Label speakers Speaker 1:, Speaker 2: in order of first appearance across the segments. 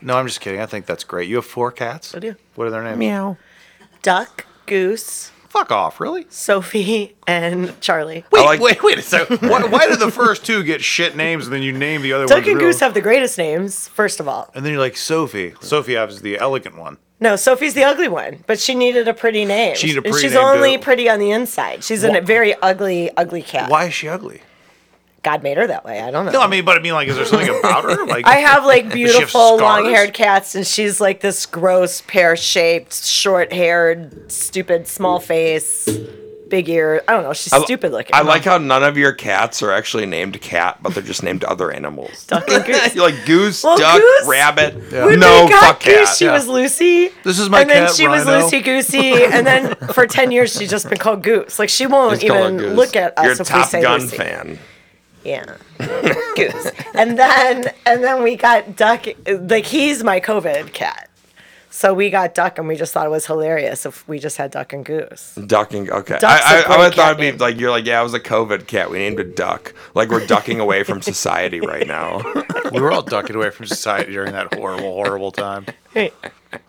Speaker 1: No, I'm just kidding. I think that's great. You have four cats?
Speaker 2: I do.
Speaker 1: What are their names?
Speaker 2: Meow. Duck, Goose,
Speaker 1: Fuck off, really?
Speaker 2: Sophie, and Charlie.
Speaker 1: Wait,
Speaker 3: like-
Speaker 1: wait, wait a second. why, why do the first two get shit names and then you name the other
Speaker 2: Duck
Speaker 1: ones?
Speaker 2: and
Speaker 1: real-
Speaker 2: Goose have the greatest names, first of all.
Speaker 1: and then you're like, Sophie. Sophie is the elegant one.
Speaker 2: No, Sophie's the ugly one, but she needed a pretty name.
Speaker 1: She needed a
Speaker 2: And
Speaker 1: pretty
Speaker 2: she's
Speaker 1: name,
Speaker 2: only
Speaker 1: too.
Speaker 2: pretty on the inside. She's an-
Speaker 1: Wha-
Speaker 2: a very ugly, ugly cat.
Speaker 1: Why is she ugly?
Speaker 2: God made her that way. I don't know.
Speaker 1: No, I mean, but I mean, like, is there something about her? Like,
Speaker 2: I have like
Speaker 1: she have
Speaker 2: beautiful
Speaker 1: scars?
Speaker 2: long haired cats, and she's like this gross, pear shaped, short haired, stupid, small face, big ear. I don't know. She's
Speaker 3: I-
Speaker 2: stupid looking.
Speaker 3: I like how none of your cats are actually named cat, but they're just named other animals.
Speaker 2: Duck and Goose.
Speaker 3: You're like goose,
Speaker 2: Well,
Speaker 3: duck,
Speaker 2: goose-
Speaker 3: rabbit.
Speaker 2: When
Speaker 3: No,
Speaker 2: they got
Speaker 3: fuck
Speaker 2: Goose,
Speaker 3: cat.
Speaker 2: She
Speaker 1: yeah.
Speaker 2: was Lucy.
Speaker 1: This is my
Speaker 2: And then
Speaker 1: cat,
Speaker 2: she
Speaker 1: Rhino.
Speaker 2: was Lucy Goosey, and then for ten years she's just been called Goose. Like she won't
Speaker 3: Let's call her
Speaker 2: even
Speaker 3: goose.
Speaker 2: look at us
Speaker 3: You're
Speaker 2: if
Speaker 3: a
Speaker 2: we
Speaker 3: Top
Speaker 2: say
Speaker 3: Gun
Speaker 2: Lucy.
Speaker 3: fan.
Speaker 2: Yeah, Goose. And then and then we got Duck. Like he's my COVID cat. So we got Duck, and we just thought it was hilarious if we just had Duck and Goose.
Speaker 3: Ducking. Okay.
Speaker 2: Duck's a
Speaker 3: I, I, I
Speaker 2: great
Speaker 3: would thought
Speaker 2: cat
Speaker 3: it'd
Speaker 2: name.
Speaker 3: be like you're like yeah, I was a COVID cat. We named a duck. Like we're ducking away from society right now.
Speaker 1: we were all ducking away from society during that horrible, horrible time.
Speaker 2: Hey,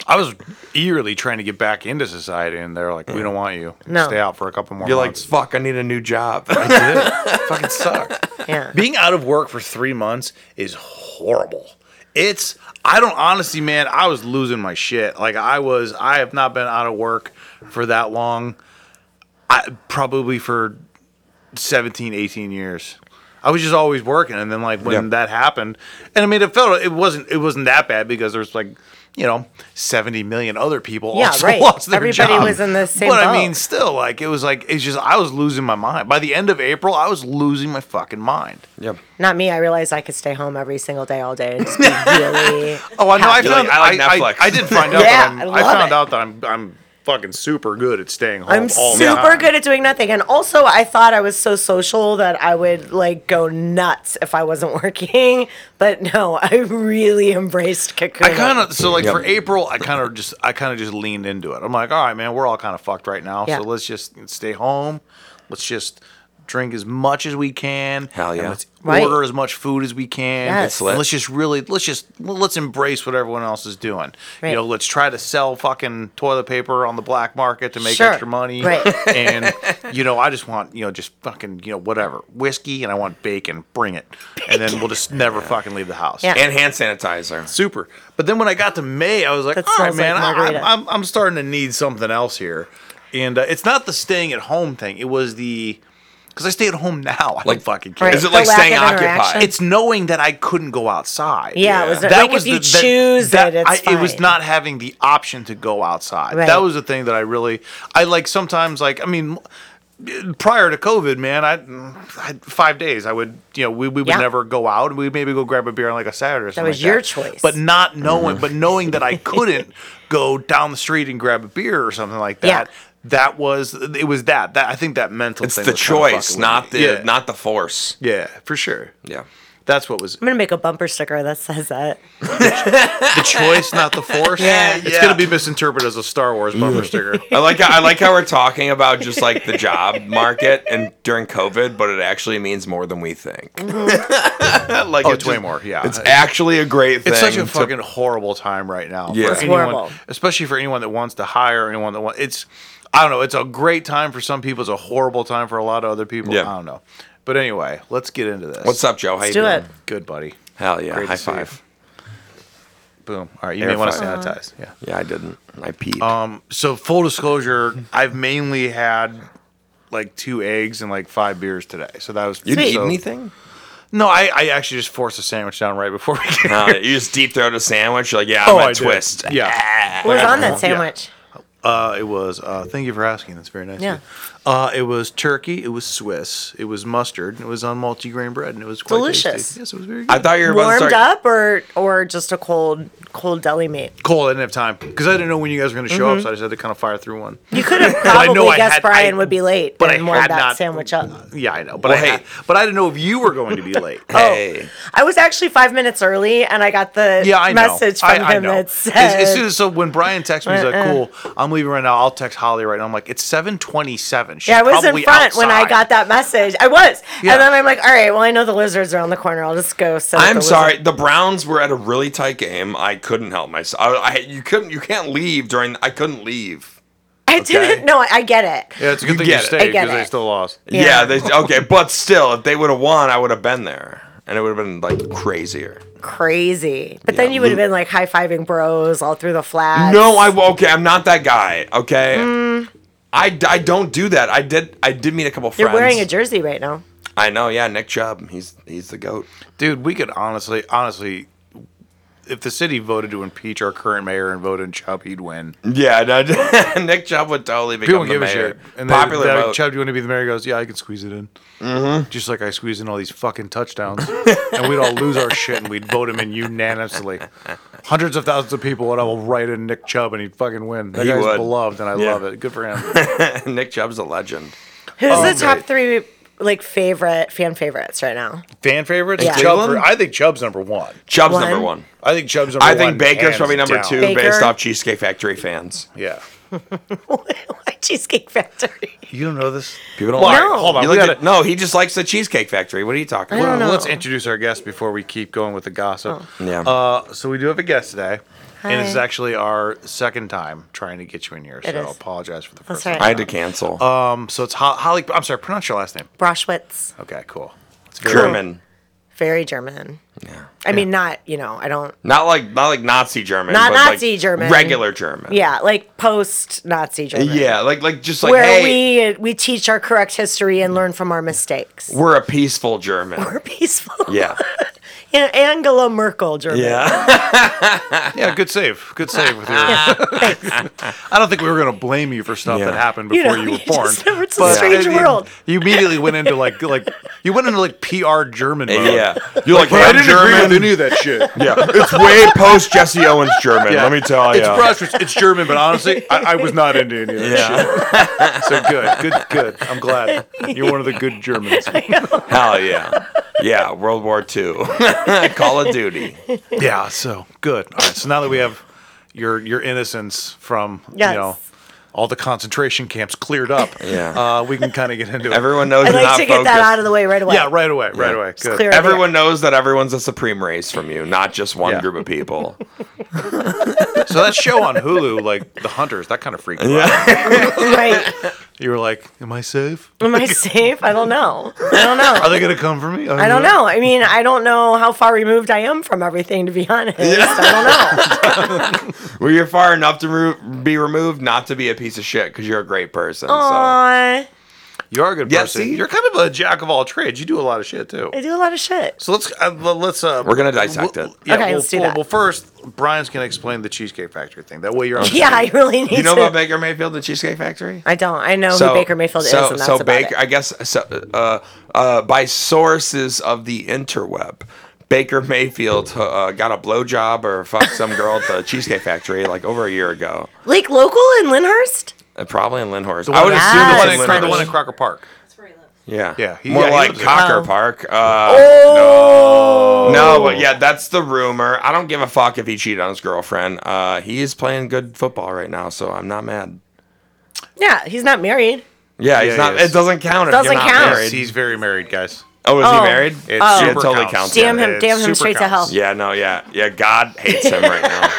Speaker 1: I was eerily trying to get back into society, and they're like, "We don't want you.
Speaker 2: Mm. No.
Speaker 1: Stay out for a couple more
Speaker 3: You're like
Speaker 1: months."
Speaker 3: fuck. I need a new job.
Speaker 1: It fucking sucked.
Speaker 2: Yeah.
Speaker 1: Being out of work for three months is horrible. It's I don't honestly, man. I was losing my shit. Like I was. I have not been out of work for that long. I probably for 17, 18 years. I was just always working, and then like when
Speaker 3: Yeah.
Speaker 1: that happened, and I mean, it felt it wasn't it wasn't that bad because there's like you know seventy million other people
Speaker 2: Yeah,
Speaker 1: also
Speaker 2: right.
Speaker 1: lost their
Speaker 2: Everybody
Speaker 1: job.
Speaker 2: was in the same
Speaker 1: But I
Speaker 2: boat.
Speaker 1: mean, still, like it was like it's just I was losing my mind. By the end of April, I was losing my fucking mind.
Speaker 3: yeah.
Speaker 2: Not me. I realized I could stay home every single day all day and just be really.
Speaker 1: Oh, I know. I
Speaker 3: You're
Speaker 1: found
Speaker 3: like, I like
Speaker 1: I,
Speaker 3: Netflix.
Speaker 1: I, I did find out
Speaker 2: Yeah,
Speaker 1: that
Speaker 2: I
Speaker 1: I'm, I,
Speaker 2: love
Speaker 1: found
Speaker 2: it.
Speaker 1: out that I'm I'm fucking super good at staying home.
Speaker 2: I'm
Speaker 1: all the
Speaker 2: super
Speaker 1: time.
Speaker 2: good at doing nothing. And also, I thought I was so social that I would like go nuts if I wasn't working. But no, I really embraced cocoon.
Speaker 1: I kind of so like
Speaker 3: Yep.
Speaker 1: for April, I kind of just I kind of just leaned into it. I'm like, all right, man, we're all kind of fucked right now,
Speaker 2: Yeah.
Speaker 1: so let's just stay home. Let's just drink as much as we can.
Speaker 3: Hell
Speaker 1: and
Speaker 3: yeah.
Speaker 1: let's
Speaker 2: Right.
Speaker 1: order as much food as we can.
Speaker 2: Yes. That's
Speaker 3: lit.
Speaker 1: And let's just really let's just well, let's embrace what everyone else is doing.
Speaker 2: Right.
Speaker 1: You know, let's try to sell fucking toilet paper on the black market to make
Speaker 2: Sure.
Speaker 1: extra money.
Speaker 2: Right.
Speaker 1: And you know, I just want you know just fucking you know whatever whiskey and I want bacon. Bring it, and then we'll just never fucking leave the house
Speaker 2: Yeah.
Speaker 3: And hand sanitizer.
Speaker 1: super. But then when I got to May, I was like,
Speaker 2: That
Speaker 1: all right,
Speaker 2: smells like
Speaker 1: man, I-
Speaker 2: margarita."
Speaker 1: I, I'm, I'm starting to need something else here. And uh, it's not the staying at home thing. It was the because I stay at home now. I
Speaker 3: Like
Speaker 1: don't fucking care.
Speaker 2: Right.
Speaker 3: Is it
Speaker 2: The
Speaker 3: like
Speaker 2: lack
Speaker 3: staying
Speaker 2: of
Speaker 3: occupied?
Speaker 2: interaction.
Speaker 1: It's knowing that I couldn't go outside.
Speaker 2: Uh, Yeah, it was Yeah. like, if you choose it, it's
Speaker 1: It was
Speaker 2: fine.
Speaker 1: not having the option to go outside.
Speaker 2: Right.
Speaker 1: That was the thing that I really, I like sometimes like, I mean, prior to COVID, man, I, I had five days. I would, you know, we, we would
Speaker 2: Yeah.
Speaker 1: never go out. We'd maybe go grab a beer on like a Saturday or something.
Speaker 2: was
Speaker 1: like
Speaker 2: your choice.
Speaker 1: But not
Speaker 3: Mm-hmm.
Speaker 1: knowing, but knowing that I couldn't go down the street and grab a beer or something like
Speaker 2: Yeah.
Speaker 1: that. That was it. Was that that I think that mental.
Speaker 3: It's
Speaker 1: thing
Speaker 3: the
Speaker 1: was kinda fucking
Speaker 3: choice,
Speaker 1: with
Speaker 3: not the
Speaker 1: me. yeah.
Speaker 3: not the force.
Speaker 1: yeah for sure.
Speaker 3: Yeah.
Speaker 1: That's what was
Speaker 2: I'm gonna make a bumper sticker that says that.
Speaker 1: the choice, not the force.
Speaker 2: Yeah.
Speaker 1: it's
Speaker 3: Yeah. Oh,
Speaker 1: gonna be misinterpreted as a Star Wars bumper sticker.
Speaker 3: I like how, I like how we're talking about just like the job market and during COVID, but it actually means more than we think.
Speaker 2: Mm-hmm.
Speaker 3: like
Speaker 1: Oh,
Speaker 3: it
Speaker 1: it's way
Speaker 3: just-
Speaker 1: more. Yeah,
Speaker 3: It's actually a great thing.
Speaker 1: It's such a
Speaker 3: to-
Speaker 1: fucking horrible time right now.
Speaker 3: Yeah.
Speaker 1: for
Speaker 3: It's
Speaker 1: anyone,
Speaker 2: horrible.
Speaker 1: Especially for anyone that wants to hire, anyone that wants. It's, I don't know. It's a great time for some people. It's a horrible time for a lot of other people.
Speaker 3: Yeah.
Speaker 1: I don't know. But anyway, let's get into this.
Speaker 3: What's up, Joe? How
Speaker 2: Let's
Speaker 3: you
Speaker 2: do
Speaker 3: doing?
Speaker 2: it.
Speaker 1: Good buddy.
Speaker 3: Hell yeah!
Speaker 1: Great to
Speaker 3: High
Speaker 1: see you.
Speaker 3: five.
Speaker 1: Boom. All right, you
Speaker 3: Air
Speaker 1: may want to
Speaker 3: five.
Speaker 1: sanitize. Yeah.
Speaker 3: Yeah, I didn't. I peed.
Speaker 1: Um. So full disclosure, I've mainly had like two eggs and like five beers today. So that was
Speaker 3: you didn't eat
Speaker 1: so-
Speaker 3: anything?
Speaker 1: No, I, I actually just forced a sandwich down right before we came.
Speaker 3: Uh, you just deep throat a sandwich. You're like, yeah, I'm
Speaker 1: Oh,
Speaker 3: gonna
Speaker 1: I did.
Speaker 3: twist. Ah.
Speaker 1: Yeah.
Speaker 2: What was on that sandwich?
Speaker 1: Uh, it was. Uh, thank you for asking. That's very nice. of
Speaker 2: Yeah.
Speaker 1: you. Uh, it was turkey. It was Swiss. It was mustard. And it was on multigrain bread, and it was quite tasty.
Speaker 2: Delicious.
Speaker 1: Yes, it was very good.
Speaker 3: I thought you were about
Speaker 2: Warmed
Speaker 3: to start.
Speaker 2: up or or just a cold cold deli meat?
Speaker 1: Cole, I didn't have time because I didn't know when you guys were going to show
Speaker 2: Mm-hmm.
Speaker 1: up, so I just had to kind of fire through one.
Speaker 2: You could have
Speaker 1: I know
Speaker 2: probably
Speaker 1: I
Speaker 2: guessed
Speaker 1: had-
Speaker 2: Brian
Speaker 1: I-
Speaker 2: would be late
Speaker 1: but I
Speaker 2: and warmed
Speaker 1: had
Speaker 2: that
Speaker 1: not-
Speaker 2: sandwich up.
Speaker 1: Yeah, I know, but
Speaker 3: Well,
Speaker 1: I
Speaker 3: hey.
Speaker 1: but I didn't know if you were going to be late.
Speaker 2: Oh.
Speaker 3: Hey.
Speaker 2: I was actually five minutes early, and I got the
Speaker 1: Yeah, I know.
Speaker 2: message from
Speaker 1: I, I
Speaker 2: him
Speaker 1: know.
Speaker 2: that
Speaker 1: As-
Speaker 2: said,
Speaker 1: as, soon as so when Brian texts me, he's like,
Speaker 2: Uh-uh.
Speaker 1: "Cool, I'm leaving right now. I'll text Holly right now." I'm like, "It's 7:27. front. She's
Speaker 2: Yeah, I was in
Speaker 1: probably
Speaker 2: front when I
Speaker 1: outside.
Speaker 2: got that message. I was.
Speaker 1: Yeah.
Speaker 2: And then I'm like, all right, well, I know the lizard's around the corner. I'll just go. So
Speaker 3: I'm sorry. The Browns were at a really tight game. I couldn't help myself. I, I you couldn't you can't leave during. I couldn't leave.
Speaker 2: I didn't know. I, I get it.
Speaker 1: Yeah, it's a good
Speaker 3: You
Speaker 1: thing
Speaker 3: get
Speaker 1: you
Speaker 3: it.
Speaker 1: stayed
Speaker 2: I get
Speaker 1: because they
Speaker 2: it.
Speaker 1: still lost.
Speaker 3: Yeah.
Speaker 2: Yeah.
Speaker 3: they okay, but still, if they would have won, I would have been there, and it would have been like crazier.
Speaker 2: Crazy. But then you would have been like high fiving bros all through the flags.
Speaker 3: No, I okay. I'm not that guy. Okay.
Speaker 2: Mm.
Speaker 3: I, I don't do that. I did I did meet a couple friends.
Speaker 2: You're wearing a jersey right now.
Speaker 3: I know. Yeah, Nick Chubb. He's he's the goat.
Speaker 1: Dude, we could honestly, honestly, if the city voted to impeach our current mayor and vote in Chubb, he'd win.
Speaker 3: Yeah, no, Nick Chubb would totally
Speaker 1: People
Speaker 3: become
Speaker 1: give
Speaker 3: the
Speaker 1: a
Speaker 3: mayor.
Speaker 1: shit. And
Speaker 3: Popular
Speaker 1: they, they're like,
Speaker 3: vote.
Speaker 1: Chubb, do you want to be the mayor? He goes, yeah, I can squeeze it in. Just like I squeeze in all these fucking touchdowns, and we'd all lose our shit, and we'd vote him in unanimously. Hundreds of thousands of people would all write in Nick Chubb, and he'd fucking win. That
Speaker 3: He
Speaker 1: guy's
Speaker 3: would.
Speaker 1: beloved, and I
Speaker 3: Yeah.
Speaker 1: love it. Good for him.
Speaker 3: Nick Chubb's a legend.
Speaker 2: Who's
Speaker 1: Oh,
Speaker 2: the top
Speaker 1: right.
Speaker 2: three like favorite fan favorites right now?
Speaker 1: Fan favorites?
Speaker 2: Yeah.
Speaker 1: Chubb,
Speaker 3: Cleveland?
Speaker 1: I think Chubb's number one.
Speaker 3: Chubb's
Speaker 2: One.
Speaker 3: number one.
Speaker 1: I think Chubb's number
Speaker 3: I
Speaker 1: one.
Speaker 3: think Baker's
Speaker 1: hands
Speaker 3: probably number
Speaker 1: down.
Speaker 3: two
Speaker 2: Baker?
Speaker 3: based off Cheesecake Factory fans.
Speaker 1: Yeah.
Speaker 2: Why Cheesecake Factory?
Speaker 1: You don't know this?
Speaker 3: People don't
Speaker 1: Well,
Speaker 3: like
Speaker 2: No.
Speaker 1: Hold on.
Speaker 3: You
Speaker 1: we
Speaker 3: look
Speaker 1: gotta,
Speaker 3: at, no, he just likes the Cheesecake Factory. What are you talking
Speaker 2: don't
Speaker 3: about?
Speaker 1: Well,
Speaker 2: know.
Speaker 1: let's introduce our guest before we keep going with the gossip.
Speaker 3: Oh. Yeah.
Speaker 1: Uh, so we do have a guest today, and it's
Speaker 2: Hi.
Speaker 1: actually our second time trying to get you in here. So I
Speaker 2: is.
Speaker 1: apologize for the first.
Speaker 2: all
Speaker 1: one.
Speaker 2: right.
Speaker 3: I had to cancel.
Speaker 1: Um. So it's Ho- Holly. I'm sorry. Pronounce your last name.
Speaker 2: Broschwitz.
Speaker 1: Okay. Cool. It's very-
Speaker 3: German.
Speaker 2: Very German. Yeah. I mean, not, you know, I don't.
Speaker 3: Not like not like Nazi German.
Speaker 2: Not
Speaker 3: but like
Speaker 2: Nazi German.
Speaker 3: Regular German.
Speaker 2: Yeah, like post Nazi German.
Speaker 3: Yeah, like like just like
Speaker 2: Where
Speaker 3: hey,
Speaker 2: we we teach our correct history and learn from our mistakes.
Speaker 3: We're a peaceful German.
Speaker 2: We're peaceful.
Speaker 3: Yeah.
Speaker 2: You know, Angela Merkel German.
Speaker 3: Yeah.
Speaker 1: Yeah. Good save. Good save with your. I don't think we were gonna blame you for stuff
Speaker 3: Yeah.
Speaker 1: that happened
Speaker 2: You
Speaker 1: before
Speaker 2: know,
Speaker 1: you were
Speaker 2: you
Speaker 1: born.
Speaker 2: just never- it's a
Speaker 1: but
Speaker 2: strange
Speaker 1: you-
Speaker 2: world.
Speaker 1: You immediately went into like like you went into like PR German mode.
Speaker 3: yeah. You're like,
Speaker 1: But I
Speaker 3: "I'm
Speaker 1: didn't agree with any of that shit.
Speaker 3: Yeah. It's way post Jesse Owens German,
Speaker 1: Yeah.
Speaker 3: let me tell you.
Speaker 1: It's Brussels. It's German, but honestly, I, I was not into any of that
Speaker 3: yeah.
Speaker 1: shit. So good, good, good. I'm glad you're one of the good Germans.
Speaker 3: Hell yeah. Yeah, World War II. Call of Duty.
Speaker 1: Yeah. So good. All right. So now that we have your your innocence from
Speaker 2: Yes.
Speaker 1: you know all the concentration camps cleared up,
Speaker 3: Yeah.
Speaker 1: uh, we can kind of get into it.
Speaker 3: Everyone knows
Speaker 2: I'd like
Speaker 3: you're not
Speaker 2: to get
Speaker 3: focused.
Speaker 2: that out of the way right away.
Speaker 1: yeah. Right away. Right away.
Speaker 2: Just
Speaker 1: Good.
Speaker 2: clear it up.
Speaker 3: Everyone knows that everyone's a supreme race from you, not just one
Speaker 1: Yeah.
Speaker 3: group of people.
Speaker 1: So that show on Hulu, like The Hunters, that kind of freaked you out.
Speaker 2: right.
Speaker 1: You were like, "Am I safe?
Speaker 2: Am I safe? I don't know. I don't know.
Speaker 1: Are they gonna come for me?"
Speaker 2: I don't know. I mean, I don't know how far removed I am from everything, to be honest. I don't know.
Speaker 3: Well, you're far enough to remo- be removed, not to be a piece of shit, because you're a great person. So.
Speaker 2: Aw,
Speaker 1: You are a good
Speaker 3: Yeah,
Speaker 1: person.
Speaker 3: see?
Speaker 1: You're kind of a jack of all trades. You do a lot of shit too.
Speaker 2: I do a lot of shit.
Speaker 1: So let's uh, well, let's uh,
Speaker 3: We're gonna dissect
Speaker 1: we'll-
Speaker 3: it.
Speaker 1: Yeah,
Speaker 2: Okay,
Speaker 1: we'll,
Speaker 2: let's do
Speaker 1: well,
Speaker 2: that.
Speaker 1: well, first Brian's gonna explain the Cheesecake Factory thing. That way you're on. the
Speaker 2: Yeah,
Speaker 1: same-
Speaker 2: I really need
Speaker 3: You know
Speaker 2: to.
Speaker 3: about Baker Mayfield, the Cheesecake Factory?
Speaker 2: I don't. I know who Baker Mayfield
Speaker 3: so,
Speaker 2: is, and that's
Speaker 3: so
Speaker 2: about
Speaker 3: Baker,
Speaker 2: it.
Speaker 3: I guess, so, uh, uh, by sources of the interweb, Baker Mayfield uh, got a blowjob or fucked some girl at the Cheesecake Factory like over a year ago,
Speaker 2: Like local in Lyndhurst?
Speaker 3: Uh, probably in Lyndhurst.
Speaker 1: the
Speaker 3: I
Speaker 1: one
Speaker 3: would
Speaker 1: in-
Speaker 3: assume
Speaker 1: the
Speaker 3: it's
Speaker 1: one
Speaker 3: in
Speaker 1: in-
Speaker 2: Lyndhurst.
Speaker 1: the one in
Speaker 3: Lyndhurst.
Speaker 1: Crocker Park.
Speaker 3: Yeah,
Speaker 1: Yeah, he-
Speaker 3: more
Speaker 1: yeah, he
Speaker 3: like
Speaker 1: lives there.
Speaker 3: Cocker
Speaker 2: Oh.
Speaker 3: Park. Uh,
Speaker 2: Oh.
Speaker 3: No, but yeah, that's the rumor. I don't give a fuck if he cheated on his girlfriend. Uh, he is playing good football right now, so I'm not mad.
Speaker 2: Yeah, he's not married.
Speaker 3: Yeah,
Speaker 1: Yeah,
Speaker 3: he's not.
Speaker 1: he is.
Speaker 3: It doesn't count.
Speaker 2: Doesn't
Speaker 3: if you're not
Speaker 2: count.
Speaker 1: Yes,
Speaker 3: Married.
Speaker 1: he's very married, guys.
Speaker 3: oh, is
Speaker 2: Oh.
Speaker 3: he married?
Speaker 1: It
Speaker 3: yeah,
Speaker 1: super
Speaker 3: totally
Speaker 1: counts.
Speaker 3: counts.
Speaker 2: Damn
Speaker 3: yeah.
Speaker 2: him-
Speaker 1: It
Speaker 2: damn him
Speaker 1: super
Speaker 2: straight to
Speaker 1: counts.
Speaker 2: hell.
Speaker 3: Yeah, no, yeah, yeah. God hates him right now.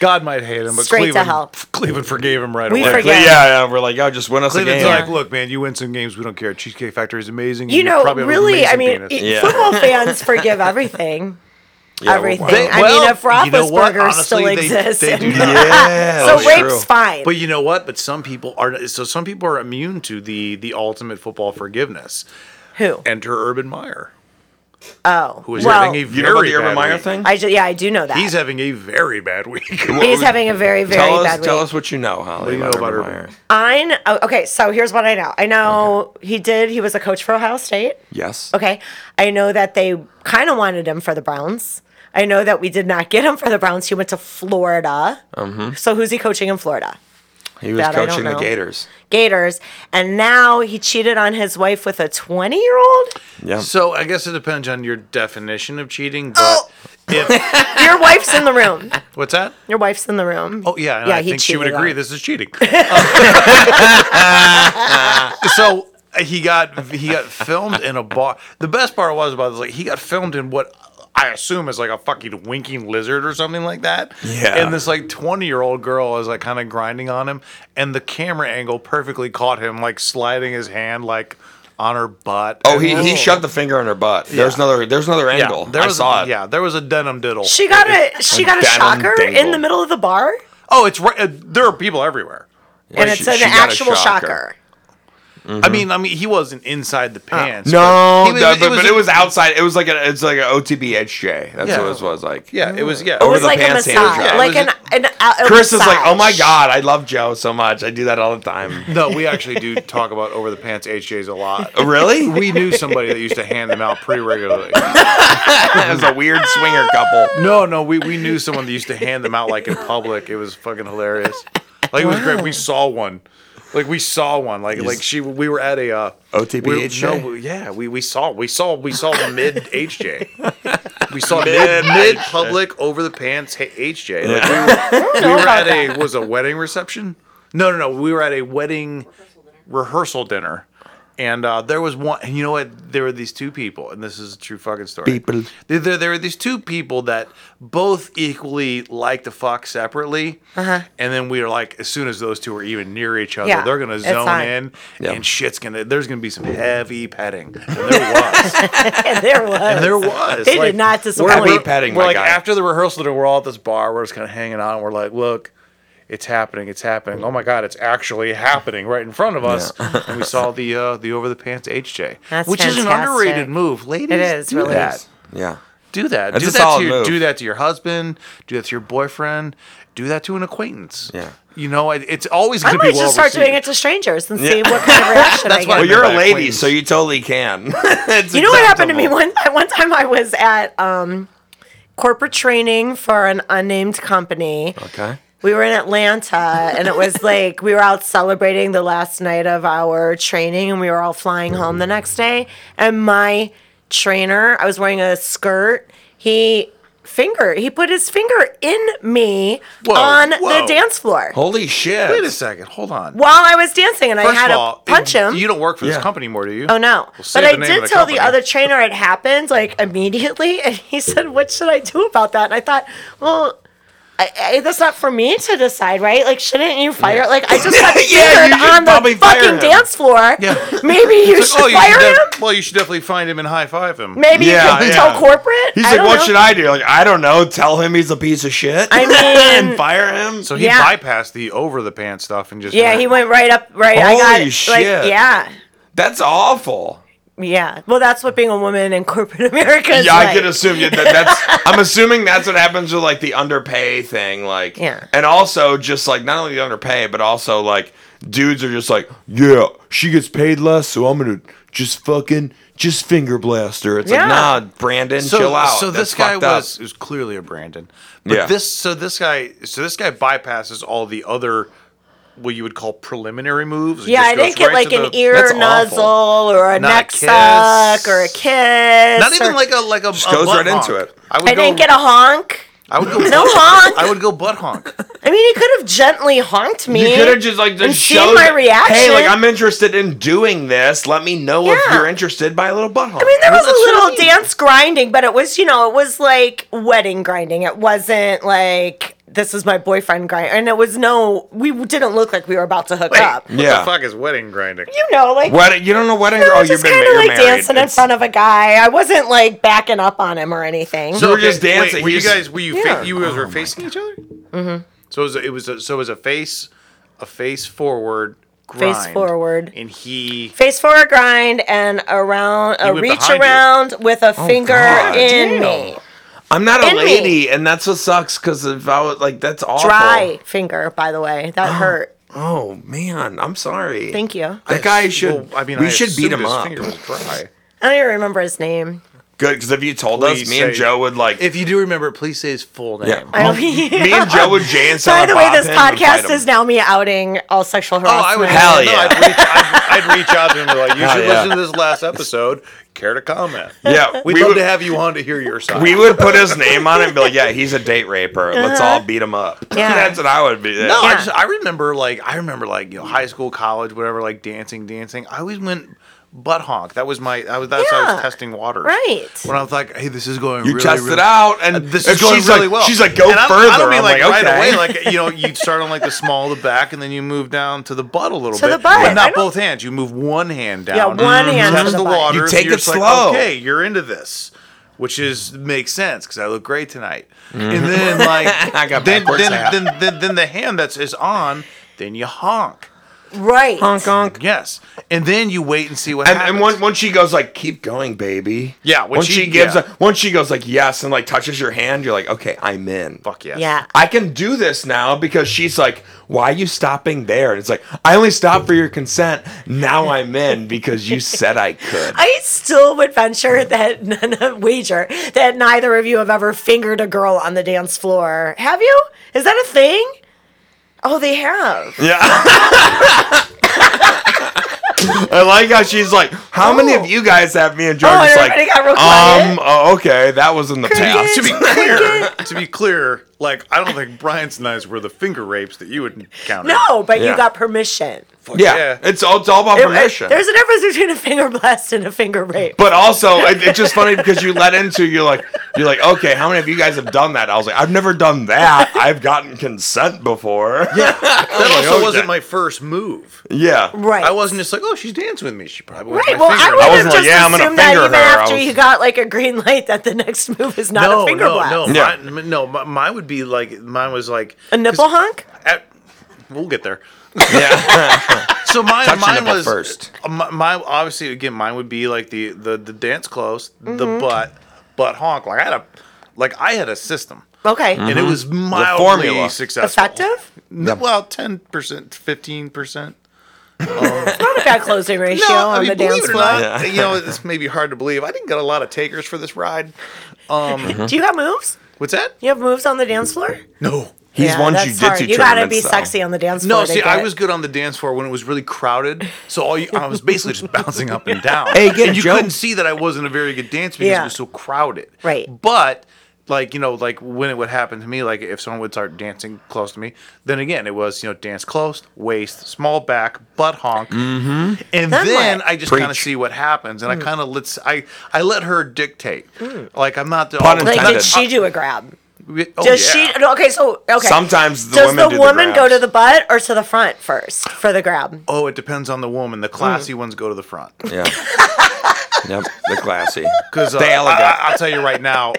Speaker 1: God might hate him, but
Speaker 2: Straight to
Speaker 1: Cleveland,
Speaker 2: hell.
Speaker 1: Cleveland forgave him right
Speaker 2: We
Speaker 1: away.
Speaker 2: forg-
Speaker 3: yeah,
Speaker 2: Forget
Speaker 3: yeah, we're like, oh, just win us a
Speaker 1: Cleveland's
Speaker 3: game.
Speaker 2: Yeah.
Speaker 1: like, look, man, you win some games, we don't care. Cheesecake Factory is amazing.
Speaker 2: You
Speaker 1: and
Speaker 2: know,
Speaker 1: probably have an
Speaker 2: really, I
Speaker 1: amazing
Speaker 2: mean,
Speaker 1: penis."
Speaker 2: it-
Speaker 3: Yeah.
Speaker 2: football fans forgive everything.
Speaker 3: Yeah, we're-
Speaker 2: everything.
Speaker 1: They-
Speaker 2: I
Speaker 1: well,
Speaker 2: mean, if
Speaker 1: you know what?
Speaker 2: Roethlisberger still
Speaker 1: Honestly, they-
Speaker 2: exists,
Speaker 1: they
Speaker 2: and-
Speaker 1: do.
Speaker 3: Yeah,
Speaker 2: so
Speaker 3: that's
Speaker 2: rape's
Speaker 3: true.
Speaker 2: fine.
Speaker 1: But you know what? But some people are so some people are immune to the the ultimate football forgiveness.
Speaker 2: Who?
Speaker 1: Enter Urban Meyer,
Speaker 2: Oh,
Speaker 1: who is
Speaker 2: well,
Speaker 1: having a very
Speaker 3: You know about the
Speaker 1: bad
Speaker 3: Urban Meyer
Speaker 1: week.
Speaker 3: thing?
Speaker 2: I ju- yeah, I do know that.
Speaker 1: He's having a very bad week.
Speaker 2: He's having a very, very
Speaker 3: tell us,
Speaker 2: bad week.
Speaker 3: tell us what you know, Holly.
Speaker 1: What do you know about Urban?
Speaker 2: I kn- oh, okay, so here's what I know. I know he did. He was a coach for Ohio State.
Speaker 3: Yes.
Speaker 2: Okay, I know that they kind of wanted him for the Browns. I know
Speaker 1: Mm-hmm.
Speaker 2: that we did not get him for the Browns. He went to Florida. So who's he coaching in Florida?
Speaker 3: He was
Speaker 2: That I don't
Speaker 3: coaching the
Speaker 2: know.
Speaker 3: Gators.
Speaker 2: Gators, and now he cheated on his wife with a 20 year old.
Speaker 3: Yeah.
Speaker 1: So I guess it depends on your definition of cheating. But
Speaker 2: Oh.
Speaker 1: if
Speaker 2: Your wife's in the room.
Speaker 1: what's that?
Speaker 2: Your wife's in the room.
Speaker 1: Oh yeah, and I
Speaker 2: he
Speaker 1: think she would
Speaker 2: cheated on
Speaker 1: agree.
Speaker 2: her.
Speaker 1: This is cheating. so he got he got filmed in a bar. The best part was about this, like he got filmed in what I assume is like a fucking winking lizard or something like that.
Speaker 3: Yeah.
Speaker 1: And this like twenty year old girl is like kind of grinding on him, and the camera angle perfectly caught him like sliding his hand like on her butt.
Speaker 3: Oh,
Speaker 1: And-
Speaker 3: he, he shoved the finger in her butt. There's another there's another
Speaker 1: yeah,
Speaker 3: angle.
Speaker 1: there
Speaker 3: I
Speaker 1: was
Speaker 3: saw it.
Speaker 1: yeah there was a denim diddle.
Speaker 2: She got a she got a
Speaker 3: Denim
Speaker 2: shocker in
Speaker 3: dangle.
Speaker 2: the middle of the bar,
Speaker 1: oh, it's right. Uh, there are people everywhere.
Speaker 2: and
Speaker 3: she-
Speaker 2: it's an
Speaker 3: she got a
Speaker 2: actual
Speaker 3: shocker.
Speaker 2: shocker.
Speaker 1: I mean, I mean, he wasn't inside the pants.
Speaker 3: Mm-hmm. Uh, No,
Speaker 1: He was-
Speaker 3: no,
Speaker 1: it
Speaker 3: but, but
Speaker 1: was-
Speaker 3: it was outside. It was like a it's like an OTBHJ. That's
Speaker 1: Yeah.
Speaker 3: what it was like.
Speaker 1: Yeah, it was. Yeah,
Speaker 2: It
Speaker 3: Over
Speaker 2: was
Speaker 3: the
Speaker 2: like a
Speaker 3: pants handle
Speaker 2: massage,
Speaker 3: job.
Speaker 2: like
Speaker 1: It
Speaker 2: an
Speaker 1: was
Speaker 2: an. Uh, a
Speaker 3: Chris is like, oh my
Speaker 2: massage.
Speaker 3: god, I love Joe so much. I do that all the time.
Speaker 1: No, we actually do talk about over the pants HJs a lot.
Speaker 3: Oh, really?
Speaker 1: We knew somebody that used to hand them out pretty regularly.
Speaker 3: it was a weird swinger couple.
Speaker 1: No, no, we, we knew someone that used to hand them out like in public. It was fucking hilarious. Like it was great. We saw one. Like we saw one. Like like she we were at a uh,
Speaker 3: OTB
Speaker 1: we-
Speaker 3: HJ?
Speaker 1: No, we- yeah, we, we saw we saw we saw the mid HJ. We saw mid mid public over the pants H- HJ. Like, we were, we were at a was a wedding reception. No, no, no. We were at a wedding rehearsal dinner. And uh, there was one, and you know what? There were these two people, and this is a true fucking story.
Speaker 3: People.
Speaker 1: There, there, there were these two people that both equally like to fuck separately. And then we were like, as soon as those two are even near each other,
Speaker 2: Uh-huh. Yeah,
Speaker 1: they're going to
Speaker 2: it's
Speaker 1: zone
Speaker 2: on.
Speaker 1: in,
Speaker 3: Yeah.
Speaker 1: and shit's going to, there's going to be some heavy petting. And there was.
Speaker 2: And there was.
Speaker 1: and there was.
Speaker 2: They did not disappoint.
Speaker 1: we're-
Speaker 3: Heavy petting,
Speaker 1: we're
Speaker 3: my
Speaker 1: like,
Speaker 3: guy.
Speaker 1: after the rehearsal dinner, we're all at this bar. We're just kind of hanging out, and we're like, look. It's happening! It's happening! Oh my God! It's actually happening right in front of us, and we saw the uh, the over the pants HJ,
Speaker 2: That's
Speaker 1: which is an
Speaker 2: fantastic.
Speaker 1: underrated move, ladies.
Speaker 2: is,
Speaker 1: do
Speaker 2: really
Speaker 1: that.
Speaker 2: is.
Speaker 3: Yeah.
Speaker 1: Do that.
Speaker 3: That's
Speaker 1: do
Speaker 3: a
Speaker 1: that
Speaker 3: solid
Speaker 1: to your,
Speaker 3: move.
Speaker 1: do that to your husband. Do that to your boyfriend. Do that to an acquaintance.
Speaker 3: Yeah.
Speaker 1: You know, it, it's always
Speaker 2: I
Speaker 1: going to be
Speaker 2: might
Speaker 1: well
Speaker 2: just start
Speaker 1: received.
Speaker 2: doing it to strangers and see what kind of reaction I
Speaker 1: That's what I
Speaker 2: get.
Speaker 3: Well,
Speaker 1: meant
Speaker 3: you're
Speaker 1: by
Speaker 3: a lady,
Speaker 1: acquaintance.
Speaker 3: so you totally can. It's
Speaker 2: You know what happened to me
Speaker 3: acceptable.
Speaker 2: one time? One time I was at um, corporate training for an unnamed company.
Speaker 3: Okay.
Speaker 2: We were in Atlanta, and it was like we were out celebrating the last night of our training, and we were all flying home the next day. And my trainer, I was wearing a skirt. He finger, he put his finger in me
Speaker 1: Whoa,
Speaker 2: on
Speaker 1: whoa.
Speaker 2: the dance floor
Speaker 3: Holy shit.
Speaker 1: Wait a second. Hold on.
Speaker 2: while I was dancing, and
Speaker 1: First
Speaker 2: I had
Speaker 1: of all,
Speaker 2: to punch
Speaker 1: it-
Speaker 2: him.
Speaker 1: You don't work for this
Speaker 3: Yeah.
Speaker 1: company anymore, do you?
Speaker 2: Oh no!
Speaker 1: say
Speaker 2: but
Speaker 1: the
Speaker 2: I
Speaker 1: name
Speaker 2: did
Speaker 1: of the
Speaker 2: tell
Speaker 1: company.
Speaker 2: the other trainer it happened like immediately, and he said, "What should I do about that?" And I thought, well. I, I, that's not for me to decide, right? Like, shouldn't you fire? Like, I just got
Speaker 3: Yeah,
Speaker 2: fingered
Speaker 3: you should
Speaker 2: on
Speaker 3: probably
Speaker 2: the
Speaker 3: fire
Speaker 2: fucking
Speaker 3: him.
Speaker 2: dance floor.
Speaker 1: Yeah.
Speaker 2: Maybe you
Speaker 1: It's like,
Speaker 3: oh,
Speaker 2: should fire
Speaker 1: def-
Speaker 2: him.
Speaker 1: Well, Oh, you should definitely find him and high five him.
Speaker 2: Maybe
Speaker 3: Yeah,
Speaker 2: you could
Speaker 3: yeah.
Speaker 2: tell corporate.
Speaker 3: He's
Speaker 2: I
Speaker 3: like,
Speaker 2: don't
Speaker 3: what
Speaker 2: know.
Speaker 3: should I do? Like, I don't know. Tell him he's a piece of shit.
Speaker 2: I mean-
Speaker 3: and fire him.
Speaker 1: So he
Speaker 2: Yeah.
Speaker 1: bypassed the over the pants stuff and just
Speaker 2: Yeah, he went right up. Right, I got
Speaker 3: Holy
Speaker 2: it. Like,
Speaker 3: shit.
Speaker 2: yeah,
Speaker 3: That's awful.
Speaker 2: yeah. Well, that's what being a woman in corporate America is
Speaker 3: yeah,
Speaker 2: like.
Speaker 3: I could assume you- that. That's. I'm assuming that's what happens with like the underpay thing, like.
Speaker 2: Yeah.
Speaker 3: And also, just like not only the underpay, but also like dudes are just like, yeah, she gets paid less, so I'm gonna just fucking just finger blast her. It's
Speaker 2: Yeah.
Speaker 3: like, nah, Brandon, chill out.
Speaker 1: So this
Speaker 3: That's
Speaker 1: guy
Speaker 3: fucked up."
Speaker 1: was it was clearly a Brandon. But
Speaker 3: Yeah.
Speaker 1: this so this guy so this guy bypasses all the other what you would call preliminary moves. It
Speaker 2: Yeah,
Speaker 1: just
Speaker 2: I
Speaker 1: goes
Speaker 2: didn't get
Speaker 1: right
Speaker 2: like
Speaker 1: to
Speaker 2: an
Speaker 1: the-
Speaker 2: ear
Speaker 3: That's
Speaker 2: nuzzle or a
Speaker 1: Not a
Speaker 2: neck
Speaker 1: kiss.
Speaker 2: suck or a kiss.
Speaker 1: Not
Speaker 2: or-
Speaker 1: even like a like a just
Speaker 3: goes right into it.
Speaker 1: I would
Speaker 2: I
Speaker 1: go,
Speaker 2: didn't get a honk.
Speaker 1: I would go
Speaker 2: No honk.
Speaker 1: I would go butt honk.
Speaker 2: I mean, he could have gently honked me.
Speaker 3: You could have just like just
Speaker 2: and seen
Speaker 3: showed
Speaker 2: my
Speaker 3: that,
Speaker 2: reaction.
Speaker 3: Hey, like I'm interested in doing this. Let me know if
Speaker 2: Yeah.
Speaker 3: you're interested by a little butthole.
Speaker 2: I mean, there was
Speaker 1: That's
Speaker 2: a
Speaker 1: what I
Speaker 2: little
Speaker 1: mean.
Speaker 2: dance grinding, but it was, you know, it was like wedding grinding. It wasn't like this is my boyfriend grind, and it was no, we didn't look like we were about to hook up.
Speaker 1: What
Speaker 3: Yeah.
Speaker 1: the fuck is wedding grinding?
Speaker 2: You know, like
Speaker 3: Wedding, you don't know wedding
Speaker 2: I
Speaker 3: girl.
Speaker 2: was
Speaker 3: You've
Speaker 2: just
Speaker 3: been
Speaker 2: kind of
Speaker 3: you're
Speaker 2: like
Speaker 3: married.
Speaker 2: dancing in
Speaker 3: It's-
Speaker 2: front of a guy. I wasn't like backing up on him or anything.
Speaker 3: So- we're just Oh dancing.
Speaker 1: wait, were you
Speaker 3: He's-
Speaker 1: guys? Were you? fa-
Speaker 2: Yeah.
Speaker 1: you guys were facing each other. Mm-hmm. So it was. A, it was. A, so it was a face, a face forward. Grind,
Speaker 2: forward.
Speaker 1: And he.
Speaker 2: face forward grind and around a
Speaker 1: went
Speaker 2: reach
Speaker 1: behind you.
Speaker 2: around with a finger
Speaker 3: Oh, God.
Speaker 2: in
Speaker 3: Damn.
Speaker 2: me
Speaker 3: I'm not a
Speaker 2: In me.
Speaker 3: lady, and that's what sucks. Because if I was like, that's awful.
Speaker 2: dry finger by the way that hurt
Speaker 3: Oh man, I'm sorry.
Speaker 2: thank you i
Speaker 3: That guy should.
Speaker 1: Well, I mean,
Speaker 3: we
Speaker 1: I
Speaker 3: should
Speaker 1: assumed
Speaker 3: beat him
Speaker 1: his
Speaker 3: up.
Speaker 1: Finger was dry.
Speaker 2: don't even remember his name
Speaker 3: Good, because if you told us,
Speaker 1: Please
Speaker 3: me and
Speaker 1: say-
Speaker 3: Joe would like.
Speaker 1: If you do remember, it, please say his full name. Oh,
Speaker 3: yeah.
Speaker 2: I-
Speaker 3: Oh, me and Joe would Jan
Speaker 2: By the way, this podcast is now me outing all sexual
Speaker 1: Oh,
Speaker 2: harassment.
Speaker 1: I would
Speaker 3: Hell
Speaker 1: no,
Speaker 3: yeah.
Speaker 1: I'd, reach, I'd, I'd reach out to him and be like, "You
Speaker 3: Hell
Speaker 1: should
Speaker 3: yeah.
Speaker 1: listen to this last episode. Care to comment?
Speaker 3: Yeah,
Speaker 1: We'd
Speaker 3: we
Speaker 1: love
Speaker 3: would,
Speaker 1: to have you on to hear your side."
Speaker 3: we would put his name on it and be like, yeah, he's a date raper. Let's all beat him up.
Speaker 2: Uh-huh. Yeah.
Speaker 3: That's what I would be.
Speaker 1: No, I
Speaker 2: Yeah.
Speaker 1: just I remember like I remember like you know high school, college, whatever, like dancing, dancing. I always went butt honk. That was my I was that's how I was
Speaker 2: Yeah.
Speaker 1: testing waters.
Speaker 2: Right.
Speaker 1: When I was like, hey, this is going
Speaker 3: You
Speaker 1: really,
Speaker 3: test
Speaker 1: really,
Speaker 3: it out, and
Speaker 1: This
Speaker 3: if
Speaker 1: is going
Speaker 3: she's
Speaker 1: really
Speaker 3: like,
Speaker 1: well.
Speaker 3: She's like, go
Speaker 1: And I don't-
Speaker 3: further.
Speaker 1: I don't mean
Speaker 3: I'm
Speaker 1: like, right
Speaker 3: okay.
Speaker 1: away. Like you know, you start on like the small of the back, and then you move down to the butt a little
Speaker 2: To
Speaker 1: bit.
Speaker 2: the butt.
Speaker 1: but
Speaker 2: I
Speaker 1: not
Speaker 2: don't-
Speaker 1: both hands. You move one hand down.
Speaker 2: Yeah, one hand to
Speaker 1: Test
Speaker 2: the
Speaker 1: the,
Speaker 2: butt. You
Speaker 1: waters.
Speaker 3: take
Speaker 1: you're
Speaker 3: it
Speaker 1: just like,
Speaker 3: slow.
Speaker 1: okay, you're into this. Which is makes sense because I look great tonight, and
Speaker 3: Mm-hmm.
Speaker 1: then like
Speaker 3: I got
Speaker 1: then,
Speaker 3: backwards
Speaker 1: then,
Speaker 3: hat.
Speaker 1: then, then, then the hand that's is on, then you honk.
Speaker 2: Right.
Speaker 3: honk.
Speaker 1: Yes, and then you wait and see what
Speaker 3: And,
Speaker 1: happens.
Speaker 3: and once, once she goes like, keep going, baby.
Speaker 1: Yeah, when
Speaker 3: Once she,
Speaker 1: she-
Speaker 3: gives,
Speaker 1: yeah.
Speaker 3: a, once she goes like, yes, and like touches your hand, you're like, okay, I'm in.
Speaker 1: fuck yes.
Speaker 2: Yeah.
Speaker 3: I can do this now because she's like, why are you stopping there? And it's like, I only stopped for your consent. Now I'm in because you said I could.
Speaker 2: I still would venture that wager that neither of you have ever fingered a girl on the dance floor. Have you? Is that a thing? Oh, they have.
Speaker 3: Yeah. I like how she's like, how many of
Speaker 2: Oh.
Speaker 3: you guys have me and George?
Speaker 2: Oh,
Speaker 3: It's like,
Speaker 2: everybody got real quiet.
Speaker 3: um, oh, okay, that was in the
Speaker 2: Crickets.
Speaker 3: past.
Speaker 1: To be clear, to be clear, like I don't think Brian's and I's were the finger rapes that you would encounter.
Speaker 2: No, but
Speaker 3: Yeah.
Speaker 2: you got permission.
Speaker 1: Fuck
Speaker 3: Yeah, It's, all, it's all about
Speaker 2: It-
Speaker 3: permission.
Speaker 2: there's a difference between a finger blast and a finger rape.
Speaker 3: but also, it, it's just funny because you let into you're like you're like okay, how many of you guys have done that? I was like, I've never done that. I've gotten consent before. Yeah,
Speaker 1: that also
Speaker 3: okay.
Speaker 1: wasn't my first move.
Speaker 3: yeah,
Speaker 2: right.
Speaker 1: I wasn't just like, oh, she's dancing with me. She probably was
Speaker 2: Right.
Speaker 1: my
Speaker 2: Well,
Speaker 1: finger.
Speaker 2: I
Speaker 1: raped.
Speaker 2: would have
Speaker 3: wasn't
Speaker 2: just
Speaker 3: like, "Yeah, I'm gonna
Speaker 2: assumed that
Speaker 3: finger
Speaker 2: even
Speaker 3: her." I
Speaker 2: after
Speaker 3: was-
Speaker 2: you got like a green light that the next move is not
Speaker 1: no,
Speaker 2: a finger
Speaker 1: no,
Speaker 2: blast.
Speaker 1: no.
Speaker 3: Yeah.
Speaker 1: Mine, no, mi- mine would be like mine was like
Speaker 2: A nipple honk?
Speaker 1: at, we'll get there.
Speaker 3: yeah.
Speaker 1: So mine,
Speaker 3: Touch your
Speaker 1: mine
Speaker 3: nipple
Speaker 1: was
Speaker 3: first.
Speaker 1: uh, My, my obviously again, mine would be like the the, the dance close, the
Speaker 2: Mm-hmm.
Speaker 1: butt, butt honk. Like I had a, like I had a system,
Speaker 2: Okay.
Speaker 1: and it was mildly
Speaker 3: Mm-hmm. formula.
Speaker 1: Mm. successful.
Speaker 2: Effective?
Speaker 1: N- Well, ten percent, fifteen percent.
Speaker 2: Not a bad closing ratio
Speaker 1: No,
Speaker 2: on
Speaker 1: I mean,
Speaker 2: the
Speaker 1: believe
Speaker 2: dance
Speaker 1: it or
Speaker 2: floor.
Speaker 1: not, you know it's maybe hard to believe. I didn't get a lot of takers for this ride.
Speaker 2: Do you got moves?
Speaker 1: What's that?
Speaker 2: You have moves on the dance floor?
Speaker 1: No.
Speaker 3: He's won
Speaker 2: that's
Speaker 3: jujitsu
Speaker 2: hard. You gotta be
Speaker 3: tournaments, though.
Speaker 2: sexy on the dance floor.
Speaker 1: No,
Speaker 2: to
Speaker 1: see, I
Speaker 2: get-
Speaker 1: was good on the dance floor when it was really crowded, so all you, I was basically just bouncing up and down.
Speaker 3: Hey, get
Speaker 1: and you
Speaker 3: Joe.
Speaker 1: couldn't see that I wasn't a very good dancer because
Speaker 2: Yeah.
Speaker 1: it was so crowded.
Speaker 2: Right.
Speaker 1: But like you know, like when it would happen to me, like if someone would start dancing close to me, then again it was you know dance close, waist, small back, butt honk, and
Speaker 2: Then
Speaker 1: then,
Speaker 2: what?
Speaker 1: I just kind of
Speaker 3: Mm-hmm. Preach. Mm.
Speaker 1: see what happens, and I kind of let's I I let her dictate. Like I'm not the
Speaker 3: Pun
Speaker 2: like,
Speaker 3: intended.
Speaker 2: did she do a grab?
Speaker 1: oh,
Speaker 2: Does
Speaker 1: yeah.
Speaker 2: she? No, okay, so okay.
Speaker 3: Sometimes the
Speaker 2: does
Speaker 3: women
Speaker 2: the
Speaker 3: do the
Speaker 2: woman go
Speaker 3: grabs.
Speaker 2: to the butt or to the front first for the grab?
Speaker 1: Oh, it depends on the woman.
Speaker 3: Mm.
Speaker 1: The classy ones go to the front.
Speaker 3: Yeah. yep. The classy.
Speaker 1: Because uh,
Speaker 3: They all got-
Speaker 1: I, will tell you right now,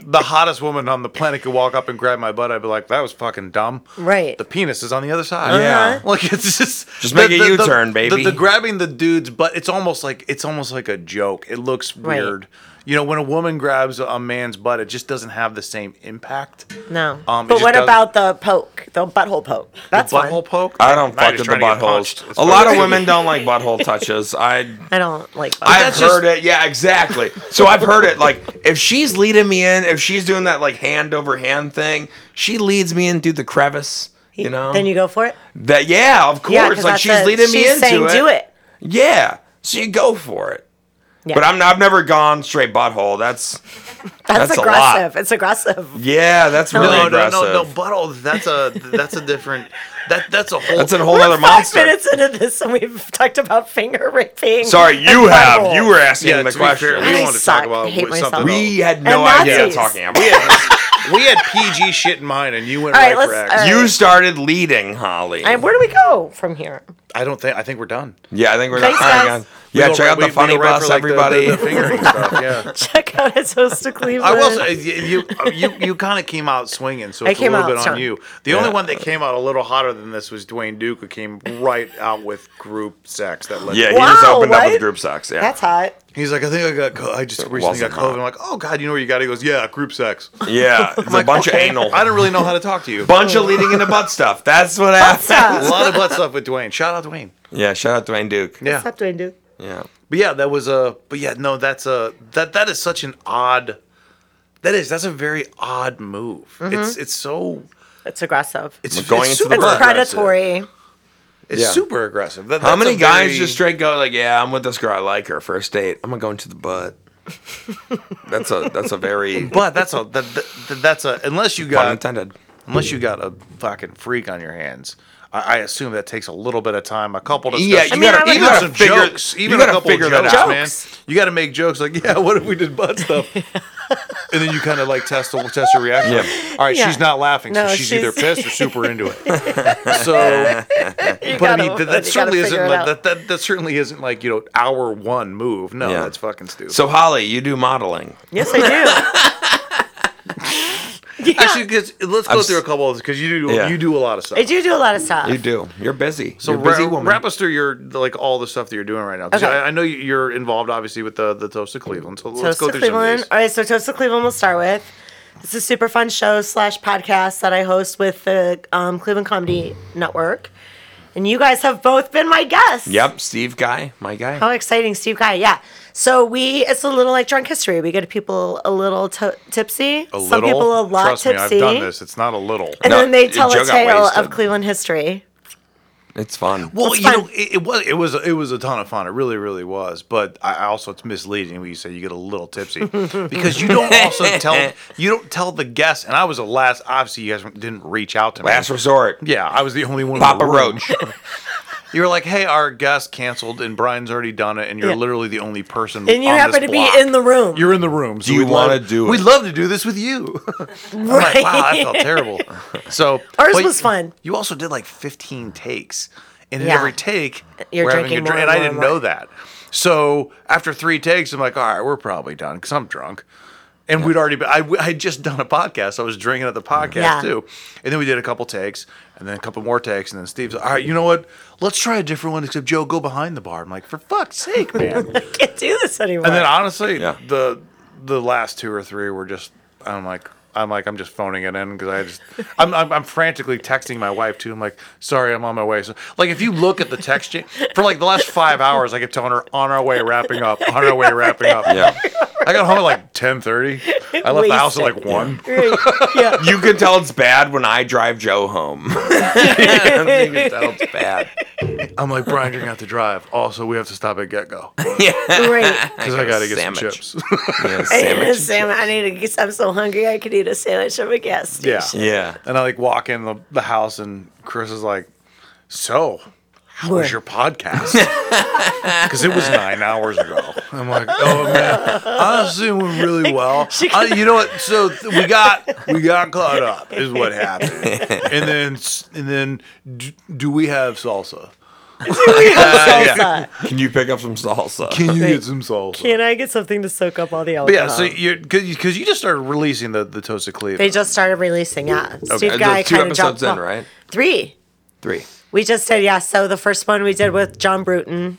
Speaker 1: the hottest woman on the planet could walk up and grab my butt. I'd be like, "That was fucking dumb."
Speaker 2: Right.
Speaker 1: The penis is on the other side.
Speaker 3: Yeah. Uh-huh.
Speaker 1: Like it's just
Speaker 3: Just make a U-turn, baby.
Speaker 1: The, the grabbing the dude's butt. It's almost like it's almost like a joke. It looks
Speaker 2: Right.
Speaker 1: weird. You know, when a woman grabs a man's butt, it just doesn't have the same impact.
Speaker 2: No.
Speaker 1: Um, it
Speaker 2: but
Speaker 1: just
Speaker 2: what
Speaker 1: doesn't-
Speaker 2: about the poke, the butthole poke? That's
Speaker 1: the
Speaker 2: fun.
Speaker 1: butthole poke.
Speaker 3: I don't
Speaker 1: I'm
Speaker 3: fuck
Speaker 1: just
Speaker 3: with the
Speaker 1: trying to get
Speaker 3: buttholes.
Speaker 1: punched. That's
Speaker 3: A
Speaker 1: what
Speaker 3: lot
Speaker 1: I'm
Speaker 3: of
Speaker 1: saying.
Speaker 3: women don't like butthole touches. I
Speaker 2: I don't like.
Speaker 3: I've
Speaker 1: that's just-
Speaker 3: heard it. Yeah, exactly. So I've heard it. Like if she's leading me in, if she's doing that like hand over hand thing, she leads me in through the crevice. You know.
Speaker 2: Then you go for it.
Speaker 3: That yeah, of course.
Speaker 2: Yeah, 'cause
Speaker 3: like
Speaker 2: that's
Speaker 3: she's
Speaker 2: a-
Speaker 3: leading me
Speaker 2: she's
Speaker 3: into
Speaker 2: saying,
Speaker 3: it.
Speaker 2: Do it.
Speaker 3: Yeah. So you go for it.
Speaker 2: Yeah.
Speaker 3: But I'm I've never gone straight butthole. That's
Speaker 2: That's,
Speaker 3: That's a lot.
Speaker 2: aggressive. It's aggressive.
Speaker 3: yeah. That's really
Speaker 1: No, no,
Speaker 3: aggressive.
Speaker 1: no, no, butthole. That's a that's a different. That that's a whole.
Speaker 3: That's a whole
Speaker 2: We're
Speaker 3: other
Speaker 2: five
Speaker 3: monster.
Speaker 2: minutes into this, and we've talked about finger raping.
Speaker 3: Sorry, you
Speaker 2: and
Speaker 3: have.
Speaker 2: butthole.
Speaker 3: You were asking the
Speaker 1: to be fair,
Speaker 3: question.
Speaker 1: we
Speaker 2: I
Speaker 1: wanted to
Speaker 2: suck.
Speaker 1: talk about
Speaker 2: I hate
Speaker 1: wh- something
Speaker 2: myself.
Speaker 3: We had
Speaker 2: And
Speaker 3: no idea
Speaker 2: Nazis.
Speaker 3: talking about.
Speaker 1: We had, we had PG shit in mind, and you went
Speaker 2: All
Speaker 1: right,
Speaker 2: right,
Speaker 1: for X.
Speaker 2: let's- all right.
Speaker 3: You started leading, Holly.
Speaker 2: And where do we go from here?
Speaker 1: I don't think. I think we're done.
Speaker 3: yeah, I think we're
Speaker 2: Thanks,
Speaker 3: all right,
Speaker 2: guys.
Speaker 3: guys. Yeah,
Speaker 1: We go
Speaker 3: check
Speaker 1: right-
Speaker 3: out
Speaker 1: we-
Speaker 3: the
Speaker 1: we
Speaker 3: funny
Speaker 1: go right for,
Speaker 3: bus,
Speaker 1: like, the-
Speaker 3: everybody.
Speaker 1: the fingering stuff, yeah.
Speaker 2: Check out his host to Cleveland.
Speaker 1: I will say you uh, you, you kind of came out swinging, so
Speaker 2: I
Speaker 1: it's a
Speaker 2: came
Speaker 1: little
Speaker 2: out
Speaker 1: bit on
Speaker 2: strong.
Speaker 1: you. The only one that came out a little hotter than this was Dwayne Duke, who came right out with group sex. That led
Speaker 3: yeah, he
Speaker 1: to-
Speaker 3: just
Speaker 2: Wow,
Speaker 3: opened up with
Speaker 2: what?
Speaker 3: group sex. Yeah,
Speaker 2: That's hot.
Speaker 1: he's like, I think I got. Co- I just recently got
Speaker 3: wasn't hot.
Speaker 1: COVID. I'm like, oh god, you know where you got? it?" He goes, yeah, group sex.
Speaker 3: yeah. It's a bunch
Speaker 1: Okay,
Speaker 3: of anal,
Speaker 1: I don't really know how to talk to you.
Speaker 3: bunch of leading into butt stuff. That's what happened.
Speaker 1: a lot of butt stuff with Dwayne. Shout out Dwayne.
Speaker 3: Yeah, shout out Dwayne Duke.
Speaker 1: Yeah.
Speaker 2: Stop doing, dude.
Speaker 3: Yeah.
Speaker 1: But yeah, that was a. But yeah, no, that's a that that is such an odd. That is that's a very odd move. It's it's so
Speaker 2: It's aggressive. It's,
Speaker 1: it's
Speaker 3: We're going
Speaker 1: it's
Speaker 3: into the
Speaker 1: super
Speaker 3: aggressive.
Speaker 2: predatory.
Speaker 1: aggressive. It's
Speaker 3: Yeah.
Speaker 1: super aggressive. That-
Speaker 3: How
Speaker 1: that's
Speaker 3: many
Speaker 1: a
Speaker 3: guys
Speaker 1: very-
Speaker 3: just straight go like, "Yeah, I'm with this girl. I like her. First date. I'm gonna go into the butt." that's a that's a very
Speaker 1: But uh, that's a that, that, that's a unless you
Speaker 3: pun
Speaker 1: got
Speaker 3: intended.
Speaker 1: unless you got a fucking freak on your hands. I, I assume that takes a little bit of time, a couple
Speaker 3: Yeah,
Speaker 1: discussions.
Speaker 3: you
Speaker 2: I mean, gotta- I would-
Speaker 1: even
Speaker 2: you gotta
Speaker 1: some
Speaker 3: figure-
Speaker 1: jokes,
Speaker 3: you
Speaker 1: even
Speaker 3: gotta
Speaker 1: a couple
Speaker 3: figure that
Speaker 1: jokes,
Speaker 2: out.
Speaker 1: man.
Speaker 2: Jokes.
Speaker 1: You got to make jokes like, "Yeah, what if we did butt stuff?" and then you kind of like test the, test her reaction.
Speaker 3: Yeah.
Speaker 1: All right,
Speaker 2: Yeah.
Speaker 1: she's not laughing,
Speaker 2: No,
Speaker 1: so she's, either
Speaker 2: she's-
Speaker 1: pissed or super into it. so,
Speaker 2: You
Speaker 1: but I
Speaker 2: gotta-
Speaker 1: mean, that,
Speaker 2: you
Speaker 1: that
Speaker 2: gotta
Speaker 1: certainly
Speaker 2: figure
Speaker 1: isn't
Speaker 2: it
Speaker 1: like,
Speaker 2: out.
Speaker 1: that, that that certainly isn't like you know hour one move. No,
Speaker 3: Yeah.
Speaker 1: that's fucking stupid.
Speaker 3: So Holly, you do modeling.
Speaker 2: Yes, I do. Yeah,
Speaker 1: actually, 'cause- let's go
Speaker 3: I've
Speaker 1: through a
Speaker 3: s-
Speaker 1: couple of because you do
Speaker 3: Yeah.
Speaker 1: you do a lot of stuff.
Speaker 2: I do do a lot of stuff.
Speaker 3: You do. You're busy.
Speaker 1: So
Speaker 3: You're a busy
Speaker 1: ra-
Speaker 3: woman.
Speaker 1: wrap us through your like all the stuff that you're doing right now. 'Cause
Speaker 2: Okay.
Speaker 1: I, I know you- you're involved obviously with the the Toast of Cleveland. So let's
Speaker 2: Toast
Speaker 1: go
Speaker 2: to
Speaker 1: through some of
Speaker 2: Cleveland.
Speaker 1: these.
Speaker 2: All right, so Toast to Cleveland we'll start with. This is a super fun show slash podcast that I host with the um, Cleveland Comedy Network. And you guys have both been my guests.
Speaker 3: Yep, Steve guy, my guy.
Speaker 2: How exciting, Steve Guy. Yeah. So we, it's a little like drunk history. We get people a little to tipsy, some people a lot
Speaker 1: Trust
Speaker 2: tipsy.
Speaker 1: me, I've done this. It's not a little.
Speaker 2: And
Speaker 3: No,
Speaker 2: then they
Speaker 3: it-
Speaker 2: tell
Speaker 3: Joe
Speaker 2: a
Speaker 3: got
Speaker 2: tale of
Speaker 3: wasted.
Speaker 2: Cleveland history.
Speaker 3: It's fun.
Speaker 1: well,
Speaker 2: That's
Speaker 1: you
Speaker 2: fun.
Speaker 1: know, it, it was it was it was a ton of fun. It really, really was. But I I also it's misleading when you say you get a little tipsy because you don't also tell you don't tell the guests. And I was the last. Obviously, you guys didn't reach out to me.
Speaker 3: Last resort.
Speaker 1: Yeah, I was the only one. in
Speaker 3: Papa
Speaker 1: the room.
Speaker 3: Roach.
Speaker 1: You were like, "Hey, our guest canceled, and Brian's already done it, and you're
Speaker 2: Yeah.
Speaker 1: literally the only person."
Speaker 2: And you
Speaker 1: on
Speaker 2: happen
Speaker 1: this
Speaker 2: to be
Speaker 1: block."
Speaker 2: in the room.
Speaker 1: You're in the room. So
Speaker 3: Do you
Speaker 1: we'd
Speaker 3: wanna
Speaker 1: love-
Speaker 3: do it?
Speaker 1: We'd love to do this with you. I'm like, wow, that felt terrible. So
Speaker 2: Ours
Speaker 1: but
Speaker 2: was fun.
Speaker 1: You also did like 15 takes, and in
Speaker 2: Yeah.
Speaker 1: every take,
Speaker 2: You're
Speaker 1: we're having
Speaker 2: drinking
Speaker 1: a drink,
Speaker 2: more
Speaker 1: and
Speaker 2: and
Speaker 1: I
Speaker 2: more
Speaker 1: didn't
Speaker 2: and more.
Speaker 1: know that. So after three takes, I'm like, all right, we're probably done because I'm drunk. And we'd already been, I, w- I had just done a podcast. I was drinking at the podcast
Speaker 2: Yeah.
Speaker 1: too. And then we did a couple takes and then a couple more takes. And then Steve's like, all right, you know what? Let's try a different one, except Joe, go behind the bar. I'm like, for fuck's sake, man.
Speaker 2: I can't do this anymore.
Speaker 1: And then honestly,
Speaker 3: Yeah.
Speaker 1: the the last two or three were just I'm like I'm like I'm just phoning it in because I just I'm, I'm I'm frantically texting my wife too. I'm like sorry I'm on my way. So like if you look at the text cha- for like the last five hours, I kept telling her on our way wrapping up, on our way wrapping up.
Speaker 3: Yeah.
Speaker 1: I got home at like ten thirty. I left the house at like
Speaker 2: Wasted.
Speaker 1: one.
Speaker 2: yeah.
Speaker 3: You can tell it's bad when I drive Joe home. you can tell it's bad.
Speaker 1: I'm like Brian, you're gonna have to drive. Also, we have to stop at Get Go
Speaker 2: Great.
Speaker 1: because I gotta get some
Speaker 3: Sandwich.
Speaker 1: chips.
Speaker 2: I
Speaker 3: Yeah,
Speaker 2: need a
Speaker 3: sandwich.
Speaker 2: salmon. I need a. guess I'm so hungry. I could eat a sandwich from a gas
Speaker 1: Yeah.
Speaker 2: station.
Speaker 3: Yeah.
Speaker 1: And I like walk in the, the house and Chris is like, So, how was
Speaker 2: What?
Speaker 1: your podcast? Because it was nine hours ago. I'm like, oh man, honestly, it went really well. I, you know what? So th- we got we got caught up, is what happened. And then s- and then do, do we have salsa?
Speaker 2: Salsa.
Speaker 3: Can you pick up some salsa?
Speaker 1: Can you get some salsa?
Speaker 2: Can I get something to soak up all the
Speaker 1: But
Speaker 2: alcohol?
Speaker 1: yeah, so you because you just started releasing the the toasted cleave.
Speaker 2: um, they just started releasing. Yeah, Steve
Speaker 3: Those
Speaker 2: Guy
Speaker 3: two
Speaker 2: kind of
Speaker 3: episodes
Speaker 2: jumped
Speaker 3: in,
Speaker 2: off.
Speaker 3: right?
Speaker 2: Three.
Speaker 3: Three.
Speaker 2: We just did. Yeah. So the first one we did with John Bruton.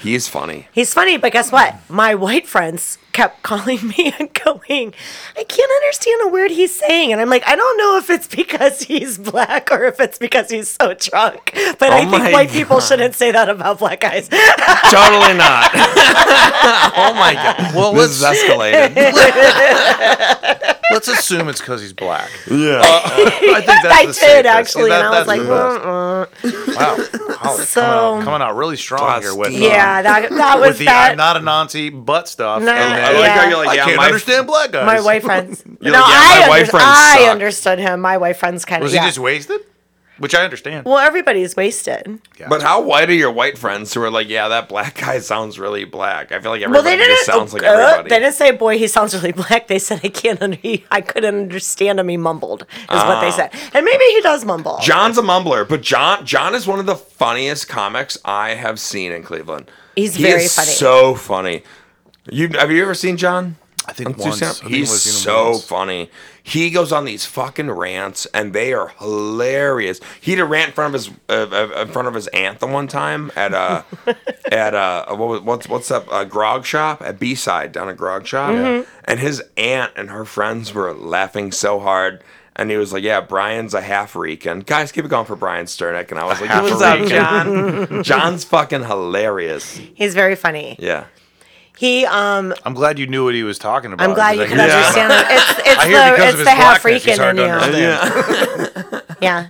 Speaker 3: He's funny.
Speaker 2: He's funny, but guess what? My white friends kept calling me and going, I can't understand a word he's saying. And I'm like, I don't know if it's because he's black or if it's because he's so drunk. But I think
Speaker 3: Oh my
Speaker 2: white people
Speaker 3: God.
Speaker 2: shouldn't say that about black guys.
Speaker 3: Totally not. oh my god. Well, this is escalated.
Speaker 1: Let's assume it's because he's black.
Speaker 3: yeah.
Speaker 1: I think that's
Speaker 2: I
Speaker 1: the
Speaker 2: did
Speaker 1: safest.
Speaker 2: actually,
Speaker 1: That-
Speaker 2: and I was
Speaker 1: that's the
Speaker 2: like,
Speaker 1: best.
Speaker 2: mm, "Mm-mm."
Speaker 1: Wow, Holly,
Speaker 2: So-
Speaker 1: coming, out, coming out really strong
Speaker 3: Plus
Speaker 1: here with uh,
Speaker 2: yeah, that that
Speaker 1: with
Speaker 2: was
Speaker 1: the
Speaker 2: that.
Speaker 1: I'm not a Nazi butt stuff.
Speaker 2: Nah,
Speaker 1: and uh,
Speaker 2: I like how you're
Speaker 3: like,
Speaker 1: I
Speaker 3: yeah,
Speaker 1: can't
Speaker 3: my-
Speaker 1: understand black guys.
Speaker 2: my white friends.
Speaker 3: You're
Speaker 2: no,
Speaker 3: like, yeah,
Speaker 2: I,
Speaker 3: my white
Speaker 2: under-
Speaker 3: friends
Speaker 2: I
Speaker 3: suck.
Speaker 2: understood him. My white friends kind of.
Speaker 1: was
Speaker 2: yeah.
Speaker 1: he just wasted? Which I understand.
Speaker 2: well, everybody's wasted.
Speaker 3: But how white are your white friends who are like, yeah, that black guy sounds really black? I feel like
Speaker 2: Well,
Speaker 3: everybody
Speaker 2: they didn't.
Speaker 3: just sounds like
Speaker 2: uh,
Speaker 3: everybody.
Speaker 2: they didn't say, "Boy, he sounds really black." They said, "I can't. Under- he- I couldn't understand him. He mumbled," is what
Speaker 1: Ah.
Speaker 2: they said. And maybe he does mumble.
Speaker 3: John's a mumbler, but John John is one of the funniest comics I have seen in Cleveland.
Speaker 2: He's
Speaker 3: He
Speaker 2: very
Speaker 3: is
Speaker 2: funny.
Speaker 3: So funny. You have you ever seen John?
Speaker 1: I think
Speaker 3: Two
Speaker 1: once.
Speaker 3: Sam-
Speaker 1: I think
Speaker 3: He's
Speaker 1: I've seen him
Speaker 3: so
Speaker 1: once.
Speaker 3: funny. He goes on these fucking rants, and they are hilarious. He did a rant in front of his uh, uh, in front of his aunt the one time at uh at uh what was, what's what's up uh, grog shop at B
Speaker 1: Mm-hmm.
Speaker 3: side down at grog shop, and his aunt and her friends were laughing so hard. And he was like, "Yeah, Brian's a half Rican." Guys, keep it going for Brian Sternick. And I was like,
Speaker 1: half
Speaker 3: "What's up,
Speaker 1: Rican.
Speaker 3: John? John's fucking hilarious."
Speaker 2: He's very funny.
Speaker 3: Yeah.
Speaker 2: He um
Speaker 1: I'm glad you knew what he was talking about.
Speaker 2: I'm glad you
Speaker 1: because
Speaker 2: could
Speaker 1: I hear-
Speaker 2: understand him. It's it's
Speaker 1: I hear
Speaker 2: the
Speaker 1: because
Speaker 2: it's
Speaker 1: of his
Speaker 2: the half
Speaker 1: blackness, he's
Speaker 2: freaking in
Speaker 1: hard to
Speaker 2: you.
Speaker 1: understand.
Speaker 2: Yeah.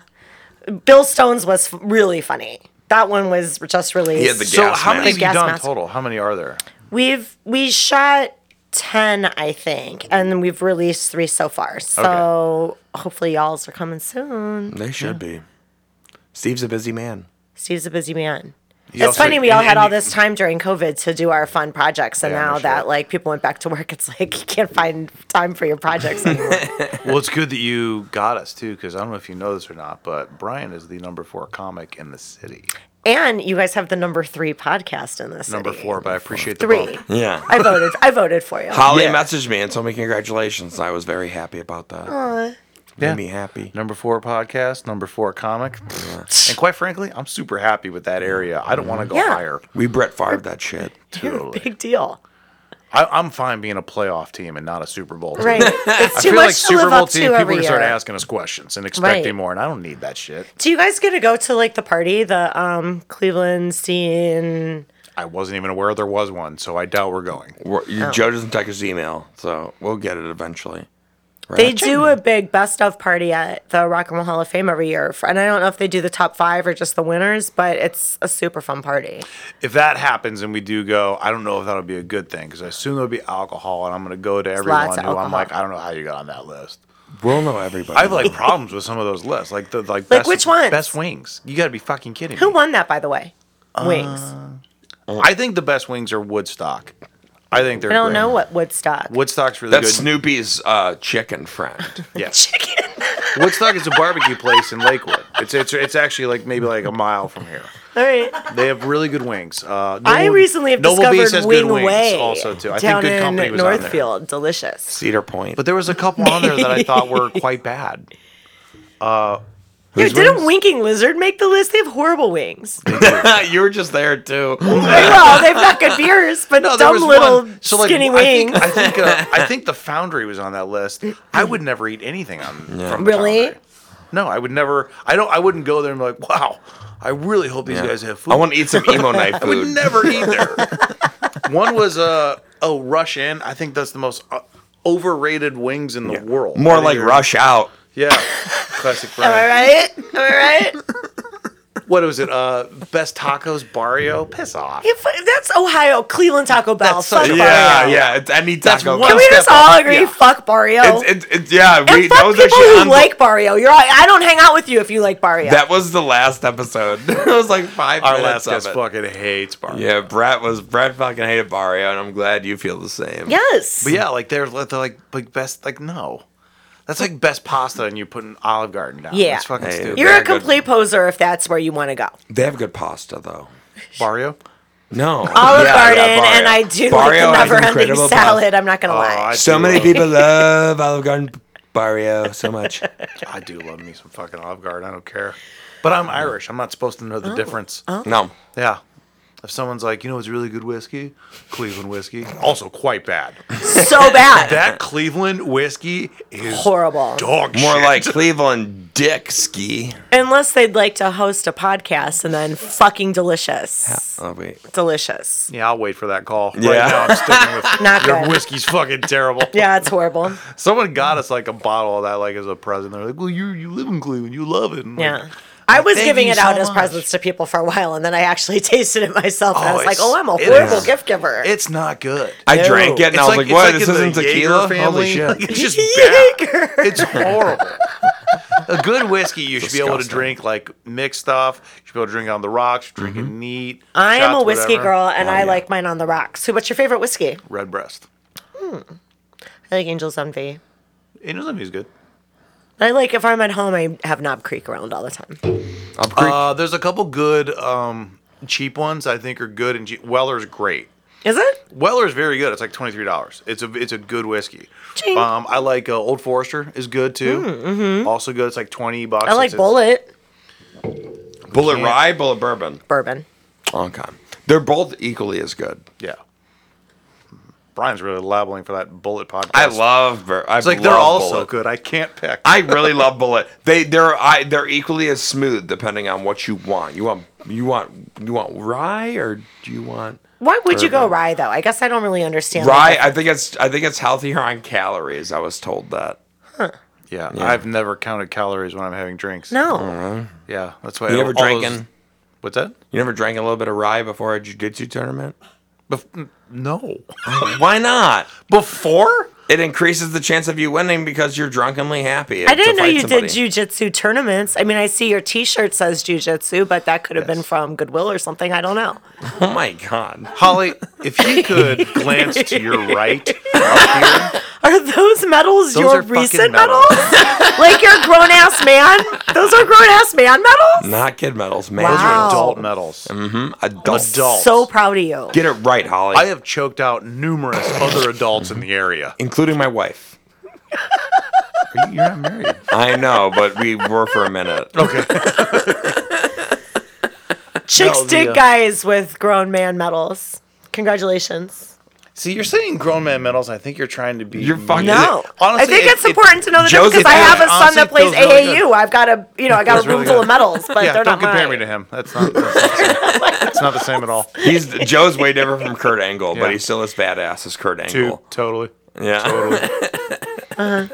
Speaker 2: Bill Stones was f- really funny. That one was just
Speaker 3: He had
Speaker 2: released.
Speaker 3: the
Speaker 1: So
Speaker 3: gas
Speaker 1: how many have
Speaker 3: mask.
Speaker 2: The
Speaker 1: you
Speaker 2: gas
Speaker 1: done
Speaker 2: mask.
Speaker 1: total? How many are there?
Speaker 2: We've we shot ten, I think, and then we've released three so far. So hopefully y'all's are coming soon.
Speaker 3: They should be. Steve's a busy man.
Speaker 2: Steve's a busy man.
Speaker 1: You
Speaker 2: it's
Speaker 1: also-
Speaker 2: funny we all
Speaker 1: and-
Speaker 2: had
Speaker 1: and
Speaker 2: all
Speaker 1: you-
Speaker 2: this time during COVID to do our fun projects, and
Speaker 3: Yeah, no
Speaker 2: now
Speaker 3: shit.
Speaker 2: that like people went back to work, it's like you can't find time for your projects anymore.
Speaker 1: Well, it's good that you got us too, because I don't know if you know this or not, but Brian is the number four comic in the city.
Speaker 2: and you guys have the number three podcast in this.
Speaker 1: Number
Speaker 2: city.
Speaker 1: four, but I appreciate the
Speaker 2: Three.
Speaker 1: bump.
Speaker 3: Yeah.
Speaker 2: I voted. I voted for you.
Speaker 3: Holly
Speaker 1: Yeah.
Speaker 3: messaged me and told me congratulations. I was very happy about that. Made me happy.
Speaker 1: Number four podcast, number four comic, and quite frankly, I'm super happy with that area. I don't want to go
Speaker 2: Yeah.
Speaker 1: higher.
Speaker 3: We Brett Favre that shit.
Speaker 2: You're a
Speaker 1: Totally.
Speaker 2: big deal.
Speaker 1: I, I'm fine being a playoff team and not a Super Bowl team.
Speaker 2: Right.
Speaker 1: I
Speaker 2: It's too
Speaker 1: feel
Speaker 2: much
Speaker 1: like
Speaker 2: to
Speaker 1: Super
Speaker 2: live
Speaker 1: Bowl
Speaker 2: up
Speaker 1: team,
Speaker 2: to
Speaker 1: people are
Speaker 2: every
Speaker 1: gonna
Speaker 2: year.
Speaker 1: start asking us questions and expecting
Speaker 2: Right.
Speaker 1: more, and I don't need that shit.
Speaker 2: Do you guys get to go to like the party, the um Cleveland scene?
Speaker 1: I wasn't even aware there was one, so I doubt we're going.
Speaker 3: We're, you,
Speaker 2: Oh.
Speaker 3: Joe doesn't check his email, so we'll get it eventually. Right?
Speaker 2: They do a big best of party at the Rock and Roll Hall of Fame every year, for- and I don't know if they do the top five or just the winners, but it's a super fun party.
Speaker 1: If that happens and we do go, I don't know if that'll be a good thing because I assume there'll be alcohol, and I'm gonna go to everyone
Speaker 2: lots
Speaker 1: who
Speaker 2: of
Speaker 1: I'm
Speaker 2: alcohol.
Speaker 1: like, I don't know how you got on that list.
Speaker 3: We'll know everybody.
Speaker 1: I have like problems with some of those lists, like the like, best,
Speaker 2: which ones?
Speaker 1: Best wings. You got to be fucking kidding
Speaker 2: Who
Speaker 1: me.
Speaker 2: won that, by the way?
Speaker 1: Uh,
Speaker 2: Wings.
Speaker 1: I think the best wings are Woodstock. I think they're.
Speaker 2: I
Speaker 1: great.
Speaker 2: don't know what Woodstock.
Speaker 1: Woodstock's really
Speaker 3: That's
Speaker 1: good.
Speaker 3: Snoopy's uh, chicken friend.
Speaker 1: Yes.
Speaker 2: Chicken.
Speaker 1: Woodstock is a barbecue place in Lakewood. It's it's it's actually like maybe like a mile from here.
Speaker 2: All right.
Speaker 1: They have really good wings. Uh,
Speaker 2: I
Speaker 1: Noble-
Speaker 2: recently have
Speaker 1: Noble Bees
Speaker 2: discovered
Speaker 1: has
Speaker 2: Wing
Speaker 1: good wings
Speaker 2: Way
Speaker 1: also too. I think
Speaker 2: down
Speaker 1: Good Company
Speaker 2: in
Speaker 1: was on there.
Speaker 2: Northfield. Delicious.
Speaker 3: Cedar Point.
Speaker 1: But there was a couple on there that I thought were quite bad.
Speaker 2: Dude,
Speaker 3: Whose
Speaker 2: didn't
Speaker 3: wings?
Speaker 2: Winking Lizard make the list? They have horrible wings.
Speaker 3: you were just there too.
Speaker 2: well, they've got good beers, but
Speaker 1: No, there
Speaker 2: dumb
Speaker 1: was
Speaker 2: little
Speaker 1: one- so, like,
Speaker 2: skinny
Speaker 1: I think-
Speaker 2: wings.
Speaker 1: I think uh, I think the Foundry was on that list. I would never eat anything on from the
Speaker 2: Really?
Speaker 1: Foundry. No, I would never. I don't. I wouldn't go there and be like, wow. I really hope these guys have food.
Speaker 3: I want to eat some emo night
Speaker 1: I would
Speaker 3: food.
Speaker 1: never eat there. One was uh oh Rush In. I think that's the most uh, overrated wings in the world. I
Speaker 3: More
Speaker 1: think
Speaker 3: like
Speaker 1: they're-
Speaker 3: rush out.
Speaker 1: Yeah, classic
Speaker 2: Am I
Speaker 1: brand.
Speaker 2: right? Am I right?
Speaker 1: What was it? Uh, best tacos Barrio. Piss off.
Speaker 2: If, that's Ohio, Cleveland Taco Bell.
Speaker 1: That's
Speaker 2: fuck
Speaker 1: such a-
Speaker 2: Barrio.
Speaker 3: Yeah, yeah. It's any taco.
Speaker 1: one
Speaker 2: Can we just
Speaker 1: step
Speaker 2: all
Speaker 1: up.
Speaker 2: agree?
Speaker 1: Yeah.
Speaker 2: Fuck Barrio.
Speaker 3: It's, it's, it's, yeah,
Speaker 2: and
Speaker 3: we, that
Speaker 2: fuck
Speaker 3: was
Speaker 2: people
Speaker 3: actually
Speaker 2: who
Speaker 3: on the-
Speaker 2: like Barrio. You're all, I don't hang out with you if you like Barrio.
Speaker 3: That was the last episode. it was like five
Speaker 1: Our last
Speaker 3: minutes
Speaker 1: guest
Speaker 3: of it.
Speaker 1: fucking hates Barrio.
Speaker 3: Yeah, Brett was Brett fucking hated Barrio, and I'm glad you feel the same.
Speaker 2: yes.
Speaker 1: But yeah, like they're, they're like like best like no, that's like best pasta and you put an Olive Garden down.
Speaker 2: Yeah.
Speaker 1: it's fucking
Speaker 3: Hey,
Speaker 1: stupid.
Speaker 2: You're
Speaker 3: very
Speaker 2: a
Speaker 3: good.
Speaker 2: complete poser if that's where you want to go.
Speaker 3: They have good pasta though.
Speaker 1: Barrio.
Speaker 3: No,
Speaker 2: Olive
Speaker 3: Yeah,
Speaker 2: Garden,
Speaker 3: yeah, Barrio.
Speaker 2: and I do
Speaker 3: Barrio
Speaker 2: like
Speaker 3: has
Speaker 2: the never-ending
Speaker 3: incredible
Speaker 2: salad. I'm not gonna
Speaker 1: Oh,
Speaker 2: lie.
Speaker 1: I
Speaker 3: pasta. So
Speaker 1: do
Speaker 3: many
Speaker 1: love-
Speaker 3: people love Olive Garden Barrio so much.
Speaker 1: I do love me some fucking Olive Garden. I don't care, but I'm Irish. I'm not supposed to know
Speaker 2: Oh.
Speaker 1: the difference.
Speaker 3: No,
Speaker 1: Yeah. If someone's like, you know, it's really good whiskey, Cleveland whiskey, also quite bad.
Speaker 2: so bad,
Speaker 1: That Cleveland whiskey is
Speaker 2: horrible.
Speaker 1: dog
Speaker 3: more
Speaker 1: shit.
Speaker 3: like Cleveland Dick Ski.
Speaker 2: Unless they'd like to host a podcast and then fucking delicious,
Speaker 3: Oh wait,
Speaker 2: delicious.
Speaker 1: yeah. I'll wait for that call. Right
Speaker 3: Yeah.
Speaker 1: now, I'm sticking with
Speaker 2: Not
Speaker 1: your
Speaker 2: good.
Speaker 1: whiskey's fucking terrible.
Speaker 2: Yeah, it's horrible.
Speaker 1: Someone got us like a bottle of that, like as a present. They're like, "Well, you you live in Cleveland, you love it." And, like,
Speaker 2: Yeah. I was
Speaker 1: thank
Speaker 2: giving
Speaker 1: you
Speaker 2: it
Speaker 1: so
Speaker 2: out as
Speaker 1: much.
Speaker 2: presents to people for a while, and then I actually tasted it myself, and I
Speaker 1: Oh,
Speaker 2: was like,
Speaker 1: it's-
Speaker 2: "Oh, I'm a
Speaker 1: it
Speaker 2: horrible
Speaker 1: is.
Speaker 2: gift giver."
Speaker 1: It's not good.
Speaker 3: I
Speaker 2: No.
Speaker 3: drank it and
Speaker 1: It's
Speaker 3: I was like,
Speaker 1: it's
Speaker 3: "What?
Speaker 1: in
Speaker 3: this
Speaker 1: the
Speaker 3: isn't
Speaker 1: Jaeger
Speaker 3: tequila? Holy
Speaker 1: family.
Speaker 3: shit!"
Speaker 1: It's just bad.
Speaker 2: Yager.
Speaker 1: It's horrible. A good whiskey, you should be able to
Speaker 3: Disgusting.
Speaker 1: drink like mixed stuff. You should be able to drink on the rocks, drink
Speaker 3: Mm-hmm.
Speaker 1: it neat.
Speaker 2: I am a
Speaker 1: shots,
Speaker 2: whiskey
Speaker 1: whatever. Oh,
Speaker 2: girl, and I like mine on the rocks. Who? What's your favorite whiskey?
Speaker 1: Red breast.
Speaker 2: I like Angel's Envy.
Speaker 1: Angel's Envy is good.
Speaker 2: I like if I'm at home, I have Knob Creek around all the time.
Speaker 3: Up creek.
Speaker 1: Uh, there's a couple good um, cheap ones I think are good, and cheap. Weller's great.
Speaker 2: Is it?
Speaker 1: Weller's very good. It's like twenty three dollars. It's a it's a good whiskey.
Speaker 2: Ching.
Speaker 1: Um, I like uh, Old Forester is good too. Also good. It's like twenty bucks.
Speaker 2: Mm, mm-hmm. I like
Speaker 1: It's-
Speaker 2: Bullet
Speaker 3: bullet
Speaker 1: can't-
Speaker 3: rye, bullet bourbon.
Speaker 2: bourbon.
Speaker 3: Okay, they're both equally as good.
Speaker 1: Yeah. Brian's really labeling for that Bullet podcast.
Speaker 3: I love. Ver- I
Speaker 1: It's like they're all so
Speaker 3: Bullet.
Speaker 1: good. I can't pick.
Speaker 3: I really love Bullet. They they're I, they're equally as smooth depending on what you want. You want you want you want rye or do you want
Speaker 2: Why would you go rye though? I guess I don't really understand. the
Speaker 3: rye?
Speaker 2: difference.
Speaker 3: I think it's I think it's healthier on calories. I was told that.
Speaker 1: yeah, I've never counted calories when I'm having drinks.
Speaker 2: No.
Speaker 1: Yeah, that's why.
Speaker 3: You
Speaker 1: I-
Speaker 3: never
Speaker 1: all those-
Speaker 3: drinking?
Speaker 1: What's that?
Speaker 3: You never drank a little bit of rye before a jiu-jitsu tournament?
Speaker 1: Bef- no.
Speaker 3: Why not?
Speaker 1: Before?
Speaker 3: It increases the chance of you winning because you're drunkenly happy.
Speaker 2: I didn't know you
Speaker 3: somebody.
Speaker 2: did jujitsu tournaments. I mean, I see your T-shirt says jujitsu, but that could have been from Goodwill or something. I don't know.
Speaker 3: Oh my god!
Speaker 1: Holly, if you could glance to your right up here,
Speaker 2: Are those medals
Speaker 1: Those
Speaker 2: your
Speaker 1: are fucking
Speaker 2: recent medals?
Speaker 1: medals.
Speaker 2: like you're a grown ass man? Those are grown ass man medals.
Speaker 3: Not kid medals, man.
Speaker 1: those are
Speaker 2: Wow.
Speaker 1: adult medals.
Speaker 3: Adult.
Speaker 1: Adult.
Speaker 2: So proud of you.
Speaker 3: Get it right, Holly.
Speaker 1: I have choked out numerous other adults in the area.
Speaker 3: including my wife.
Speaker 1: You're not married.
Speaker 3: I know, but we were for a minute.
Speaker 2: Chicks
Speaker 1: No, the,
Speaker 2: dig
Speaker 1: uh,
Speaker 2: guys with grown man medals. Congratulations.
Speaker 1: See, you're saying grown man medals. I think you're trying to be.
Speaker 3: You're fucking-
Speaker 1: mean.
Speaker 2: No,
Speaker 1: Honestly,
Speaker 2: I think
Speaker 1: it-
Speaker 2: it's
Speaker 1: it-
Speaker 2: important to know the difference
Speaker 3: Josie
Speaker 2: because I have a
Speaker 1: feels-
Speaker 2: son that
Speaker 1: honestly,
Speaker 2: plays
Speaker 1: feels really
Speaker 2: AAU. I've got a you know I got a
Speaker 1: Feels
Speaker 2: room
Speaker 1: really
Speaker 2: full
Speaker 1: good.
Speaker 2: of medals, but
Speaker 1: yeah,
Speaker 2: they're
Speaker 1: don't
Speaker 2: not
Speaker 1: compare
Speaker 2: mine.
Speaker 1: me to him. That's not. That's not the same. it's not the same at all.
Speaker 3: He's Joe's way different from Kurt Angle, but
Speaker 1: Yeah.
Speaker 3: he's still as badass as Kurt Angle.
Speaker 1: Dude, totally.
Speaker 3: Yeah.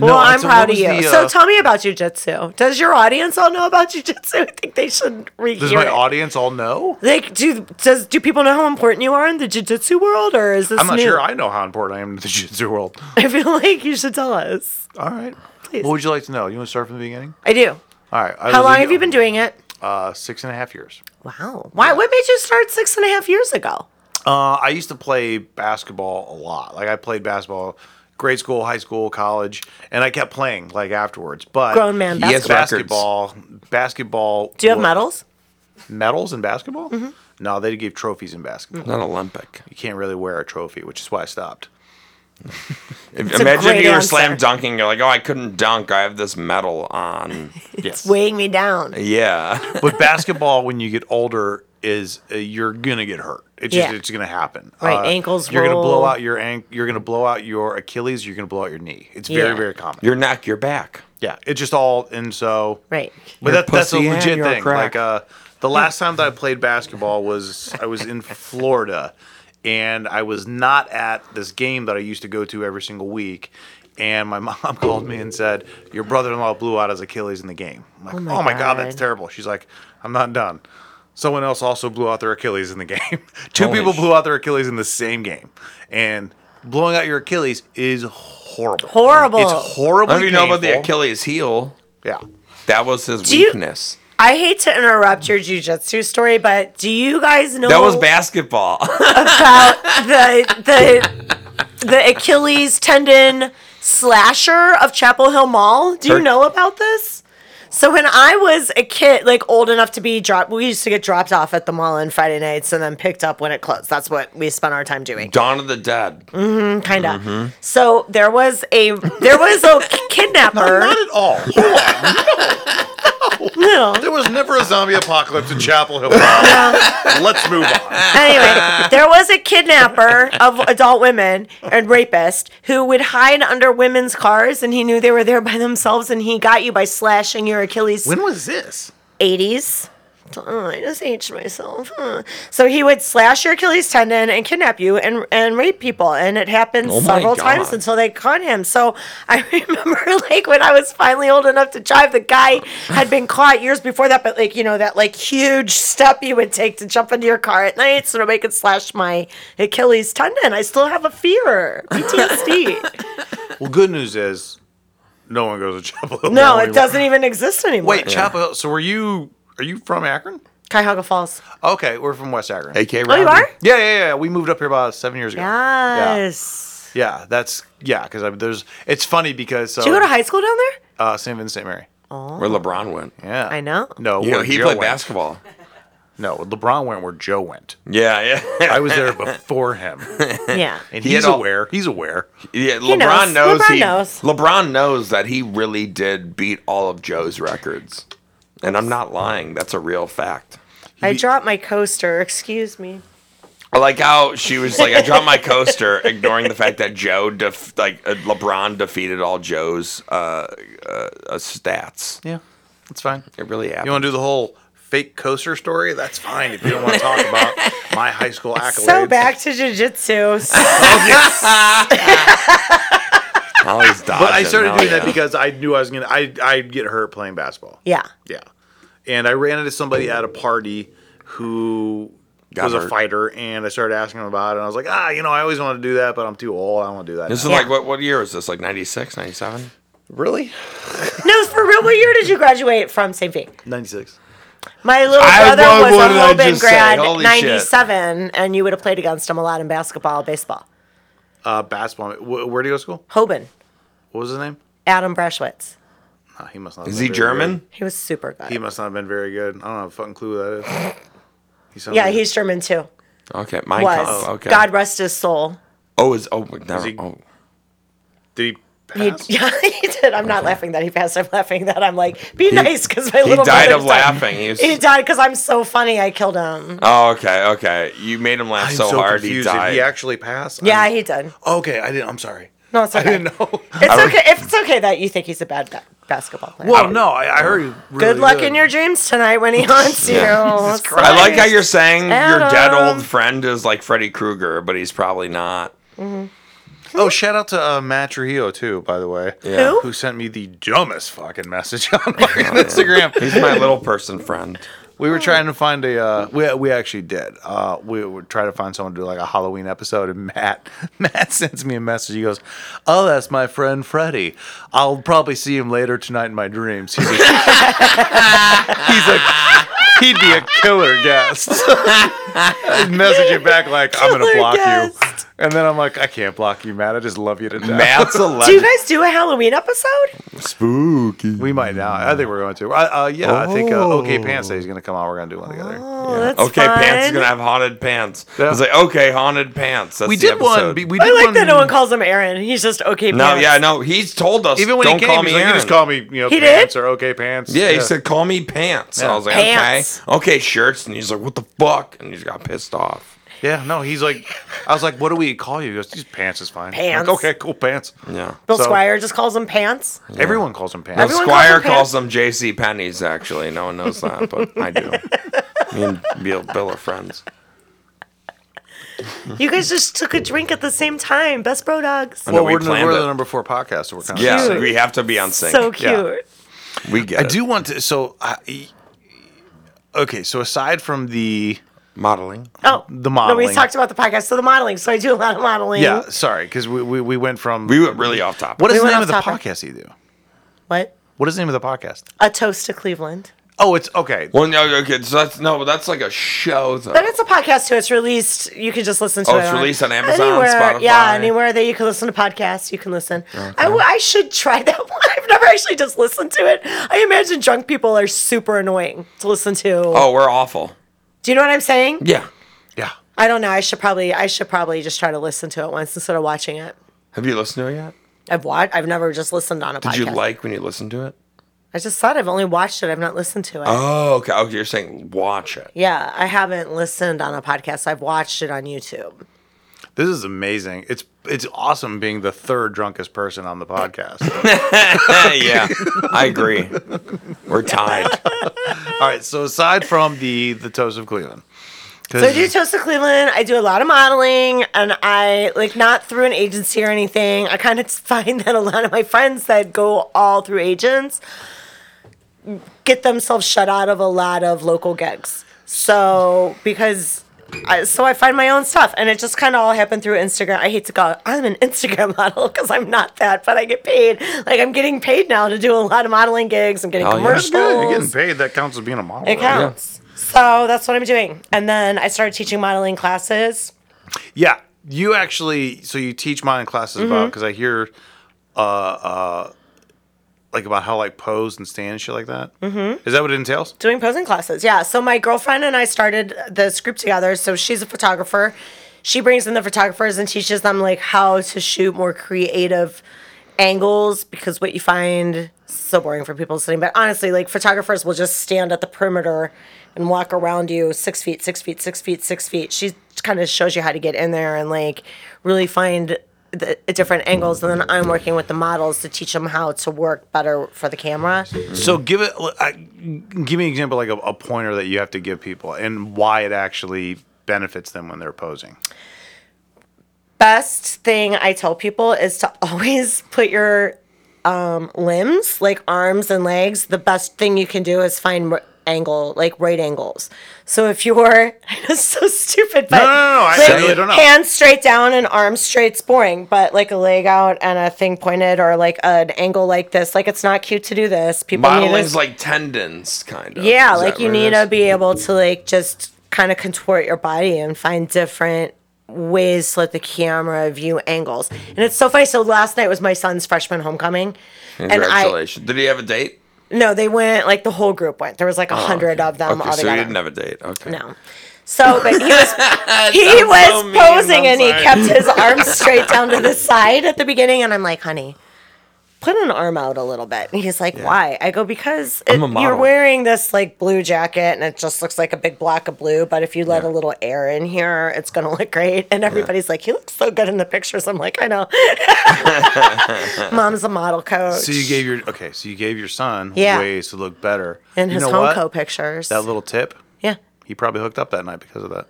Speaker 2: Well, I'm
Speaker 1: so
Speaker 2: proud
Speaker 1: what
Speaker 2: of you.
Speaker 1: was the,
Speaker 2: so
Speaker 1: uh,
Speaker 2: tell me about jujitsu. Does your audience all know about jujitsu? I think they should rehear
Speaker 1: Does my
Speaker 2: it.
Speaker 1: audience all know?
Speaker 2: Like, do does do people know how important you are in the jujitsu world, or is this
Speaker 1: I'm not
Speaker 2: new?
Speaker 1: sure I know how important I am to the jiu-jitsu world.
Speaker 2: I feel like you should tell us.
Speaker 1: All right. What would you like to know? You want to start from the beginning?
Speaker 2: I do.
Speaker 1: All right. I
Speaker 2: How
Speaker 1: was
Speaker 2: long
Speaker 1: in-
Speaker 2: have you been doing it?
Speaker 1: Uh, six and a half years.
Speaker 2: Wow. Why? What made you start six and a half years ago?
Speaker 1: Uh, I used to play basketball a lot. Like I played basketball, grade school, high school, college, and I kept playing like afterwards. But
Speaker 2: Grown man
Speaker 3: Yes,
Speaker 2: basketball.
Speaker 3: records.
Speaker 1: basketball, basketball.
Speaker 2: Do you have Mm-hmm.
Speaker 1: wa-
Speaker 2: medals?
Speaker 1: Medals in basketball? No, they gave trophies in basketball.
Speaker 2: Mm.
Speaker 3: Not Olympic.
Speaker 1: You can't really wear a trophy, which is why I stopped.
Speaker 3: If,
Speaker 2: a
Speaker 3: imagine
Speaker 2: great
Speaker 3: you're
Speaker 2: answer.
Speaker 3: slam dunking. You're like, oh, I couldn't dunk. I have this medal on.
Speaker 1: Yes.
Speaker 2: Weighing me down.
Speaker 3: yeah.
Speaker 1: but basketball when you get older is uh, you're gonna get hurt. It's just
Speaker 2: Yeah.
Speaker 1: it's gonna happen. Uh,
Speaker 2: Right, ankles
Speaker 1: You're gonna
Speaker 2: roll.
Speaker 1: blow out your ank. You're gonna blow out your Achilles. You're gonna blow out your knee. It's very
Speaker 2: Yeah.
Speaker 1: very common.
Speaker 3: Your neck, your back.
Speaker 1: yeah, it's just all and so.
Speaker 2: Right.
Speaker 1: But
Speaker 3: Your
Speaker 1: that, that's a
Speaker 3: pussy and
Speaker 1: legit
Speaker 3: your
Speaker 1: thing.
Speaker 3: crack.
Speaker 1: Like uh, the last time that I played basketball was I was in Florida, and I was not at this game that I used to go to every single week. And my mom called me and said, "Your brother-in-law blew out his Achilles in the game." I'm like, "Oh
Speaker 2: my
Speaker 1: my, god. that's
Speaker 2: God.
Speaker 1: terrible." She's like, "I'm not done." Someone else also blew out their Achilles in the game. Two
Speaker 3: Holy
Speaker 1: people
Speaker 3: sh-
Speaker 1: blew out their Achilles in the same game, and blowing out your Achilles is horrible.
Speaker 2: Horrible.
Speaker 1: It's horrible.
Speaker 3: I don't even know about the
Speaker 1: painful.
Speaker 3: Achilles heel.
Speaker 1: Yeah.
Speaker 3: That was his
Speaker 2: you-
Speaker 3: weakness.
Speaker 2: I hate to interrupt your jujitsu story, but do you guys know
Speaker 3: that was basketball.
Speaker 2: about the the the Achilles tendon slasher of Chapel Hill Mall. Do you
Speaker 3: Sure.
Speaker 2: know about this? So when I was a kid, like old enough to be dropped, we used to get dropped off at the mall on Friday nights and then picked up when it closed. That's what we spent our time doing
Speaker 3: Dawn of the Dead.
Speaker 2: kind of. So there was a there was a kidnapper.
Speaker 1: Not at all. Hold on.
Speaker 2: No.
Speaker 1: There was never a zombie apocalypse in Chapel Hill. Let's move on.
Speaker 2: anyway, there was a kidnapper of adult women and rapist who would hide under women's cars, and he knew they were there by themselves, and he got you by slashing your Achilles.
Speaker 1: was this?
Speaker 2: 80s. Oh, I just aged myself. Huh. So he would slash your Achilles tendon and kidnap you and and rape people, and it happened
Speaker 3: Oh my
Speaker 2: several
Speaker 3: God.
Speaker 2: times until they caught him. So I remember, like when I was finally old enough to drive, the guy had been caught years before that, but like you know that like huge step you would take to jump into your car at night so nobody could slash my Achilles tendon. I still have a fever, PTSD.
Speaker 1: Well, good news is no one goes to Chapel Hill.
Speaker 2: no,
Speaker 1: Mall
Speaker 2: it
Speaker 1: anymore.
Speaker 2: doesn't even exist anymore.
Speaker 1: Wait, Chapel Hill. So were you? Are you from Akron?
Speaker 2: Cuyahoga Falls.
Speaker 1: Okay, we're from West Akron.
Speaker 3: AK Rowdy.
Speaker 2: Oh, you are?
Speaker 1: Yeah, yeah, yeah. We moved up here about seven years ago. Yeah.
Speaker 2: Yes.
Speaker 1: Yeah, that's yeah. Because I mean, there's. It's funny because so
Speaker 2: Did you go to high school down there?
Speaker 1: uh, St. Vincent, St. Mary.
Speaker 3: Where LeBron went.
Speaker 1: Yeah,
Speaker 2: I know.
Speaker 1: No,
Speaker 3: You know,
Speaker 1: Oh, where
Speaker 3: he
Speaker 1: Joe
Speaker 3: played
Speaker 1: went.
Speaker 3: basketball.
Speaker 1: No, LeBron went where Joe went.
Speaker 3: Yeah, yeah.
Speaker 1: I was there before him,
Speaker 2: Yeah.
Speaker 1: and
Speaker 3: He had
Speaker 1: he's
Speaker 3: all-
Speaker 1: aware. He's aware.
Speaker 3: Yeah,
Speaker 2: knows.
Speaker 3: LeBron knows.
Speaker 2: LeBron
Speaker 3: he,
Speaker 2: knows.
Speaker 3: LeBron knows that he really did beat all of Joe's records, and I'm not lying. That's a real fact.
Speaker 2: I
Speaker 1: He-
Speaker 2: dropped my coaster. Excuse me.
Speaker 3: I like how she was like, I dropped my coaster, ignoring the fact that Joe, def- like uh, LeBron, defeated all Joe's uh, uh, uh, stats.
Speaker 1: Yeah, that's fine.
Speaker 3: It really happened.
Speaker 1: You want to do the whole fake coaster story? That's fine if you don't want to talk about my high school accolades.
Speaker 2: So back to jujitsu. So
Speaker 3: Now he's dodging.
Speaker 1: But I started
Speaker 3: Now
Speaker 1: doing
Speaker 3: he's
Speaker 1: that because I knew I was gonna. I I'd get hurt playing basketball.
Speaker 2: yeah.
Speaker 1: Yeah. And I ran into somebody at a party who
Speaker 3: Got
Speaker 1: was a
Speaker 3: hurt.
Speaker 1: fighter, and I started asking him about it. And I was like, ah, you know, I always wanted to do that, but I'm too old. I don't want to do that.
Speaker 3: This is
Speaker 1: now."
Speaker 3: like what what year is this? Like 96, 97?
Speaker 1: really
Speaker 2: No, for real. What year did you graduate from St. Pete?
Speaker 1: 96.
Speaker 2: My little
Speaker 3: I-
Speaker 2: brother
Speaker 3: what-
Speaker 2: was
Speaker 3: what
Speaker 2: a
Speaker 3: did I
Speaker 2: Loban
Speaker 3: just say?
Speaker 2: grad,
Speaker 3: Holy shit.
Speaker 2: '97, and you would have played against him a lot in basketball, baseball.
Speaker 1: Uh, basketball. Wh- Where do you go to school?
Speaker 2: Hoban,
Speaker 1: What was his name?
Speaker 2: Adam Breschwitz.
Speaker 1: Oh, he must not.
Speaker 3: Is
Speaker 1: have
Speaker 3: he
Speaker 1: been very
Speaker 3: German?
Speaker 1: good.
Speaker 2: He was super good.
Speaker 1: He must not have been very good. I don't have a fucking clue who that is. He sounds
Speaker 2: yeah,
Speaker 1: like-
Speaker 2: he's German too.
Speaker 3: Okay, my
Speaker 2: Was
Speaker 3: oh, okay.
Speaker 2: God rest his soul.
Speaker 3: Oh, is oh never.
Speaker 1: he-
Speaker 3: oh.
Speaker 1: Did he
Speaker 2: He,
Speaker 1: pass?
Speaker 2: yeah, he did. I'm not laughing that he passed. I'm laughing that I'm like, be nice because my
Speaker 3: He
Speaker 2: little
Speaker 3: died
Speaker 2: brother's
Speaker 3: of laughing. He was,
Speaker 2: He died because I'm so funny. I killed him.
Speaker 3: oh, okay, okay. You made him laugh
Speaker 1: I'm
Speaker 3: so, hard he
Speaker 1: Did
Speaker 3: died.
Speaker 1: he actually pass?
Speaker 2: Yeah,
Speaker 1: I'm-
Speaker 2: he did.
Speaker 1: Okay, I didn't. I'm sorry.
Speaker 2: No, it's
Speaker 1: I
Speaker 2: okay.
Speaker 1: didn't know.
Speaker 2: It's okay. If it's okay that you think he's a bad ba- basketball player.
Speaker 1: Well, no, I, I heard you. Really
Speaker 2: good luck in your dreams tonight when he haunts you. It's
Speaker 3: I like how you're saying your dead
Speaker 2: Adam.
Speaker 3: old friend is like Freddy Krueger, but he's probably not.
Speaker 1: Oh, shout out to uh, Matt Trujillo too, by the way.
Speaker 3: Yeah.
Speaker 2: Who?
Speaker 1: Who sent me the dumbest fucking message on my Instagram?
Speaker 3: He's my little person friend.
Speaker 1: We
Speaker 2: Oh.
Speaker 1: were trying to find a. Uh, we we actually did. Uh, we were trying to find someone to do like a Halloween episode, and Matt Matt sends me a message. He goes, "Oh, that's my friend Freddie. I'll probably see him later tonight in my dreams." He's like, he's like he'd be a killer guest. I message him back like, "I'm gonna
Speaker 2: Killer
Speaker 1: block
Speaker 2: guest.
Speaker 1: you," and then I'm like, "I can't block you, Matt. I just love you to death."
Speaker 3: Matt's a
Speaker 2: Do you
Speaker 3: legend.
Speaker 2: guys do a Halloween episode?
Speaker 3: Spooky.
Speaker 1: We might now. I think we're going to. Uh, uh, yeah, I think uh, OK
Speaker 3: Oh.
Speaker 1: Pants Day is going to come out. We're going to do one together.
Speaker 2: Oh, that's
Speaker 3: Okay, pants is
Speaker 2: fun.
Speaker 3: gonna have haunted pants. I was
Speaker 1: Yeah.
Speaker 3: like, okay, haunted pants. That's
Speaker 1: We
Speaker 3: the
Speaker 1: did one.
Speaker 3: episode.
Speaker 1: We we did
Speaker 2: I like
Speaker 1: one,
Speaker 2: that no one calls him Aaron. He's just okay.
Speaker 3: No,
Speaker 2: pants.
Speaker 3: yeah, no. He's told us.
Speaker 1: Even when
Speaker 3: don't
Speaker 1: he came,
Speaker 3: call
Speaker 1: he was
Speaker 3: me
Speaker 1: like, you
Speaker 3: Aaron.
Speaker 1: just call me, you know,
Speaker 2: He did?
Speaker 1: pants or OK Pants.
Speaker 3: Yeah, he said, "Call me pants." And I
Speaker 1: Yeah.
Speaker 3: was like,
Speaker 2: Pants.
Speaker 3: "Okay, okay, shirts." And he's like, "What the fuck?" And he just got pissed off.
Speaker 1: Yeah, no, he's like, I was like, what do we call you? He goes, these pants is fine. I'm
Speaker 2: Pants.
Speaker 1: Like, okay, cool, pants.
Speaker 3: Yeah.
Speaker 2: Bill
Speaker 1: So-
Speaker 2: Squire just calls him pants.
Speaker 1: Everyone calls him
Speaker 3: Now,
Speaker 1: pants.
Speaker 2: Everyone
Speaker 3: Squire
Speaker 2: calls them
Speaker 3: calls them J.C. Pennies. Actually, no one knows that, but I do. Me and Bill, Bill are friends.
Speaker 2: You guys just took a drink at the same time. Best bro dogs.
Speaker 3: I know
Speaker 1: well,
Speaker 3: we
Speaker 1: we're, the-
Speaker 3: planned
Speaker 1: we're
Speaker 3: it.
Speaker 1: the number four podcast, so we're kind of
Speaker 3: Yeah,
Speaker 2: Cute.
Speaker 3: we have to be on sync.
Speaker 2: So
Speaker 1: Yeah.
Speaker 2: cute.
Speaker 3: we get.
Speaker 1: I
Speaker 3: it.
Speaker 1: do want to. So, I, okay, so aside from the
Speaker 3: modeling.
Speaker 2: Oh,
Speaker 1: The
Speaker 2: No, we
Speaker 1: modeling.
Speaker 2: talked about the podcast. So the modeling. So I do a lot of modeling.
Speaker 1: yeah, sorry, because we, we we went from
Speaker 3: We went really off topic.
Speaker 1: what is
Speaker 2: we
Speaker 1: the
Speaker 2: went
Speaker 1: name
Speaker 2: off
Speaker 1: of the
Speaker 2: topic.
Speaker 1: podcast you do?
Speaker 2: What?
Speaker 1: What is the name of the podcast?
Speaker 2: A toast to Cleveland.
Speaker 1: Oh, it's okay.
Speaker 3: Well, no, okay, so that's no, that's like a show though.
Speaker 2: But it's a podcast too. It's released. You can just listen to
Speaker 3: Oh,
Speaker 2: it.
Speaker 3: it's released on Amazon, Spotify.
Speaker 2: Yeah, anywhere that you can listen to podcasts, you can listen. I, w- I should try that one. I've never actually just listened to it. I imagine drunk people are super annoying to listen to.
Speaker 3: Oh, we're awful.
Speaker 2: Do you know what I'm saying?
Speaker 3: Yeah.
Speaker 1: Yeah.
Speaker 2: I don't know. I should probably I should probably just try to listen to it once instead of watching it.
Speaker 3: Have you listened to it yet?
Speaker 2: I've watched. I've never just listened on a podcast.
Speaker 3: Did you like when you listened to it?
Speaker 2: I just thought I've only watched it. I've not listened to it.
Speaker 3: Oh, okay. Okay, you're saying watch it.
Speaker 2: Yeah, I haven't listened on a podcast. I've watched it on YouTube.
Speaker 1: This is amazing. It's it's awesome being the third drunkest person on the podcast.
Speaker 3: Eh, yeah, I agree. We're tied.
Speaker 1: All right, so aside from the the toast of Cleveland,
Speaker 2: So I do Toast to Cleveland. I do a lot of modeling, and I like not through an agency or anything. I kind of find that a lot of my friends that go all through agents get themselves shut out of a lot of local gigs. So because. I, so I find my own stuff, and it just kind of all happened through Instagram. I hate to call it I'm an Instagram model because I'm not that, but I get paid. Like I'm getting paid now to do a lot of modeling gigs. I'm getting
Speaker 3: Hell yeah.
Speaker 1: that's
Speaker 2: commercials.
Speaker 1: good. You're getting paid. That counts as being a model.
Speaker 2: It
Speaker 1: right?
Speaker 2: counts. So that's what I'm doing. And then I started teaching modeling classes.
Speaker 1: Yeah, you actually. So you teach mine in classes about
Speaker 2: Mm-hmm.
Speaker 1: because I hear, uh, uh, like about how like pose and stand and shit like that. Mm-hmm. Is that what it entails?
Speaker 2: doing posing classes. Yeah. So my girlfriend and I started this group together. So she's a photographer. She brings in the photographers and teaches them like how to shoot more creative angles because what you find is so boring for people sitting. But honestly, like photographers will just stand at the perimeter and walk around you six feet, six feet, six feet, six feet. She kind of shows you how to get in there and like really find the different angles. And then I'm working with the models to teach them how to work better for the camera.
Speaker 1: So give it, I- give me an example like a, a pointer that you have to give people and why it actually benefits them when they're posing.
Speaker 2: best thing I tell people is to always put your um, limbs, like arms and legs, the best thing you can do is find r- angle, like right angles. So if you're, I know it's so stupid, but
Speaker 1: no, no, I- I
Speaker 2: like,
Speaker 1: really don't know.
Speaker 2: hands straight down and arms straight's boring, but like a leg out and a thing pointed or like an angle like this, like it's not cute to do this. People need
Speaker 3: Modeling's
Speaker 2: this.
Speaker 3: like tendons, kind of.
Speaker 2: Yeah,
Speaker 3: Is
Speaker 2: like
Speaker 3: that
Speaker 2: you
Speaker 3: what it
Speaker 2: need
Speaker 3: is?
Speaker 2: to be able to like just kind of contort your body and find different ways to let the camera view angles. And it's so funny. So last night was my son's freshman homecoming, and I
Speaker 3: Congratulations. Did he have a date?
Speaker 2: no, they went like the whole group went. There was like a hundred of them
Speaker 3: Oh, Okay,
Speaker 2: all
Speaker 3: so he
Speaker 2: together.
Speaker 3: didn't have a date. Okay.
Speaker 2: no. So, but he was he
Speaker 3: sounds
Speaker 2: was
Speaker 3: so mean,
Speaker 2: posing
Speaker 3: I'm
Speaker 2: and he
Speaker 3: sorry.
Speaker 2: kept his arms straight down to the side at the beginning, and I'm like, honey, put an arm out a little bit. And he's like, why? I go because it,
Speaker 3: a
Speaker 2: you're
Speaker 3: model."
Speaker 2: wearing this like blue jacket, and it just looks like a big block of blue. But if you let a little air in here, it's gonna look great. And everybody's like, he looks so good in the pictures. I'm like, I know. Mom's a model coach.
Speaker 1: So you gave your okay. So you gave your son
Speaker 2: Yeah.
Speaker 1: ways to look better.
Speaker 2: in
Speaker 1: You
Speaker 2: his
Speaker 1: know
Speaker 2: home
Speaker 1: what?
Speaker 2: co pictures.
Speaker 1: That little tip.
Speaker 2: yeah,
Speaker 1: He probably hooked up that night because of that.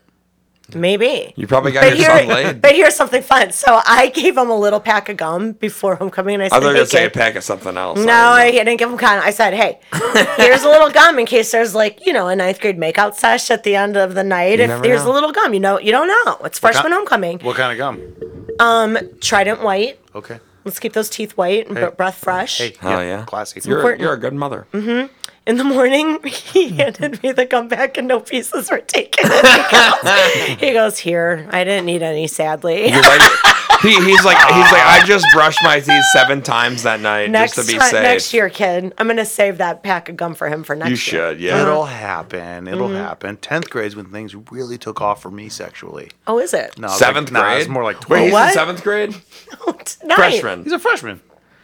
Speaker 2: maybe.
Speaker 3: You probably got
Speaker 2: But
Speaker 3: your son
Speaker 2: here,
Speaker 3: laid.
Speaker 2: but here's something fun. So I gave him a little pack of gum before homecoming, and I said,
Speaker 3: I thought you were
Speaker 2: "Hey,
Speaker 3: gonna say a
Speaker 2: kid."
Speaker 3: pack of something else.
Speaker 2: No, I, I didn't give him gum. I said, "Hey, here's a little gum in case there's like you know a ninth grade makeout sesh at the end of the night. if
Speaker 3: never
Speaker 2: there's a
Speaker 3: know.
Speaker 2: little gum, you know, you don't know. It's freshman
Speaker 1: ki-
Speaker 2: homecoming.
Speaker 1: What kind of gum?
Speaker 2: Trident white.
Speaker 1: Okay.
Speaker 2: Let's keep those teeth white and br- breath fresh.
Speaker 1: Hey.
Speaker 3: Hell yeah.
Speaker 1: Classy.
Speaker 3: You're,
Speaker 2: important.
Speaker 3: you're a good mother.
Speaker 2: In the morning, he handed me the gum back, and no pieces were taken. he goes, "Here, I didn't need any, sadly."
Speaker 3: He's like- he, he's like, he's like, I just brushed my teeth seven times that night
Speaker 2: Next,
Speaker 3: just to be
Speaker 2: ti-
Speaker 3: safe.
Speaker 2: next year, kid, I'm gonna save that pack of gum for him for next
Speaker 3: you
Speaker 2: year. Uh-huh.
Speaker 3: should, yeah.
Speaker 1: It'll happen. It'll
Speaker 2: Mm-hmm.
Speaker 1: happen. Tenth grade's when things really took off for me sexually.
Speaker 2: Oh, is it?
Speaker 1: No, I was
Speaker 3: Seventh
Speaker 1: like,
Speaker 3: grade.
Speaker 1: Nah, it's more like
Speaker 3: Wait,
Speaker 1: twelfth.
Speaker 3: he's
Speaker 2: What?
Speaker 3: in seventh grade.
Speaker 2: Nice.
Speaker 3: Freshman.
Speaker 1: He's a freshman.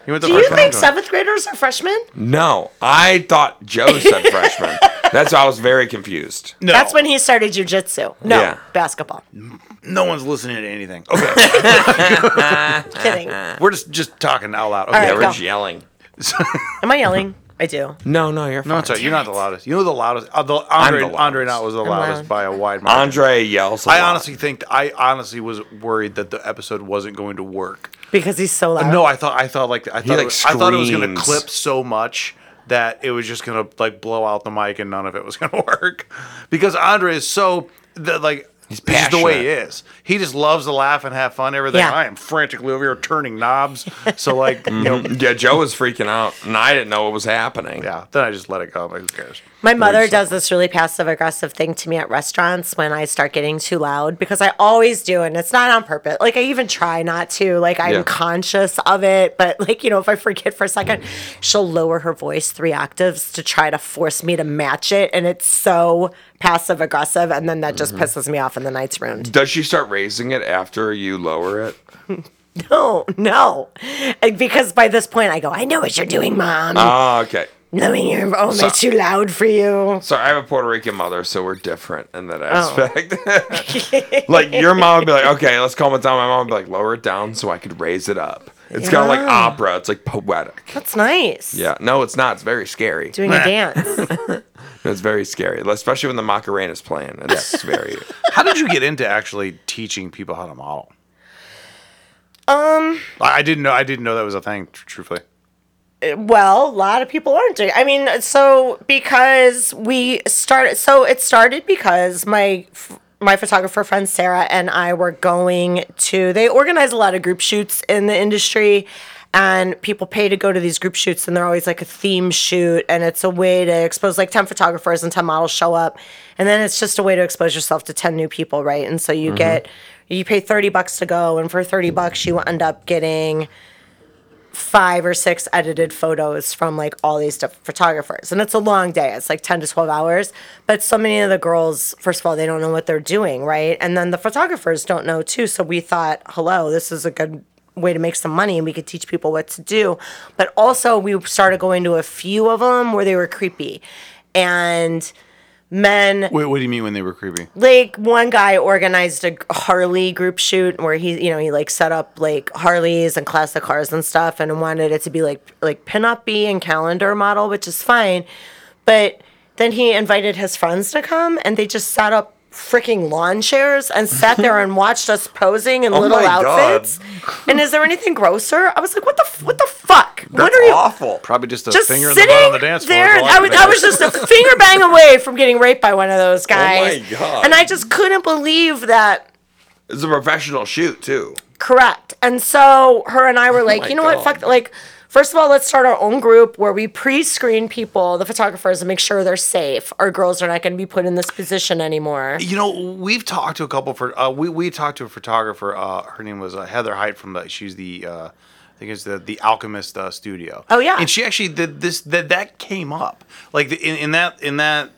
Speaker 1: He went to
Speaker 2: Do you
Speaker 1: freshman homecoming.
Speaker 2: think seventh graders are freshmen?
Speaker 3: No, I thought Joe said freshman. That's why I was very confused.
Speaker 1: No,
Speaker 2: That's when he started jujitsu. No,
Speaker 3: Yeah.
Speaker 2: basketball.
Speaker 1: no one's listening to anything. Okay,
Speaker 2: Kidding. Am
Speaker 1: we're just just talking out loud.
Speaker 2: right,
Speaker 1: Okay,
Speaker 3: Yeah,
Speaker 2: go.
Speaker 3: we're just yelling.
Speaker 2: I yelling? I do.
Speaker 3: No, no, you're fine.
Speaker 1: No, it's all right. You're not the loudest. You know the loudest. Uh, the Andre,
Speaker 3: the loudest.
Speaker 1: Andre not was the loudest
Speaker 2: loud.
Speaker 1: by a wide margin.
Speaker 3: Andre yells. I
Speaker 1: I honestly think I honestly was worried that the episode wasn't going to work.
Speaker 2: Because he's so loud.
Speaker 1: No, I thought I thought like I thought,
Speaker 3: like,
Speaker 1: it was, I thought it was going to
Speaker 3: screams.
Speaker 1: clip so much that it was just going to like blow out the mic and none of it was going to work because Andre is so the, like he's just the way he is. He just loves to laugh and have fun. Everything.
Speaker 2: Yeah.
Speaker 1: I am frantically over here turning knobs. So like you know,
Speaker 3: Yeah, Joe was freaking out, and I didn't know what was happening.
Speaker 1: yeah. Then I just let it go. I'm like, who cares?
Speaker 2: My mother does this really passive aggressive thing to me at restaurants when I start getting too loud because I always do, and it's not on purpose. Like I even try not to. Like I'm
Speaker 3: Yeah.
Speaker 2: conscious of it, but like you know, if I forget for a second, she'll lower her voice three octaves to try to force me to match it, and it's so passive aggressive, and then that just
Speaker 3: Mm-hmm.
Speaker 2: pisses me off, and the night's ruined.
Speaker 3: Does she start raising it after you lower it?
Speaker 2: No, no. And because by this point I go, I know what you're doing, mom.
Speaker 3: Oh, okay.
Speaker 2: Knowing you're oh, am I too loud for you.
Speaker 3: Sorry, I have a Puerto Rican mother, so we're different in
Speaker 1: Oh.
Speaker 3: that aspect. like your mom would be like, "Okay, let's calm it down." My mom would be like, "Lower it down so I could raise it up." It's kind of like
Speaker 2: Yeah.
Speaker 3: opera. It's like poetic.
Speaker 2: That's nice.
Speaker 3: Yeah. No, it's not. It's very scary.
Speaker 2: Doing a dance.
Speaker 3: It's very scary, especially when the Macarena is playing. And that's very.
Speaker 1: How did you get into actually teaching people how to model? Um, I I didn't know. I didn't know that was a thing. tr- Truthfully,
Speaker 2: well, a lot of people aren't doing I mean, so because we started so it started because my f- my photographer friend Sarah and I were going to they organize a lot of group shoots in the industry and people pay to go to these group shoots and they're always like a theme shoot and it's a way to expose like 10 photographers and 10 models show up and then it's just a way to expose yourself to 10 new people right and so you get you pay 30 bucks to go and for 30 bucks you end up getting five or six edited photos from like all these different photographers. And it's a long day. It's like 10 to 12 hours. But so many of the girls, first of all, they don't know what they're doing, right? And then the photographers don't know too. So we thought, hello, this is a good way to make some money and we could teach people what to do. But also, we started going to a few of them where they were creepy. And men
Speaker 1: Wait, what do you mean when they were creepy?
Speaker 2: like one guy organized a Harley group shoot where he, you know, he like set up like Harleys and classic cars and stuff, and wanted it to be like like pinup-y and calendar model, which is fine. But then he invited his friends to come, and they just set up freaking lawn chairs and sat there and watched us posing in little
Speaker 3: Oh my God.
Speaker 2: outfits. And is there anything grosser? I was like, what the f- what the fuck? what
Speaker 3: That's
Speaker 2: are you?
Speaker 3: awful.
Speaker 1: Probably just a
Speaker 2: Just
Speaker 1: finger in
Speaker 2: sitting
Speaker 1: the butt on the dance floor. is
Speaker 2: there,
Speaker 1: all
Speaker 2: I was,
Speaker 1: can
Speaker 2: I
Speaker 1: think
Speaker 2: was
Speaker 1: of.
Speaker 2: just a finger bang away from getting raped by one of those
Speaker 1: Oh
Speaker 2: guys.
Speaker 3: God.
Speaker 2: And I just couldn't believe that.
Speaker 3: It's a professional shoot too.
Speaker 2: Correct. And so her and I
Speaker 1: Oh
Speaker 2: were like,
Speaker 3: my
Speaker 2: you know what?
Speaker 3: God.
Speaker 2: Fuck. th- Like, first of all, let's start our own group where we pre-screen people, the photographers, and make sure they're safe. Our girls are not going to be put in this position anymore.
Speaker 1: You know, we've talked to a couple for uh, we we talked to a photographer. Uh, her name was uh, Heather Height from the. She's the uh, I think it's the the Alchemist uh, studio.
Speaker 2: Oh, yeah.
Speaker 1: and she actually did this that that came up like the, in, in that in that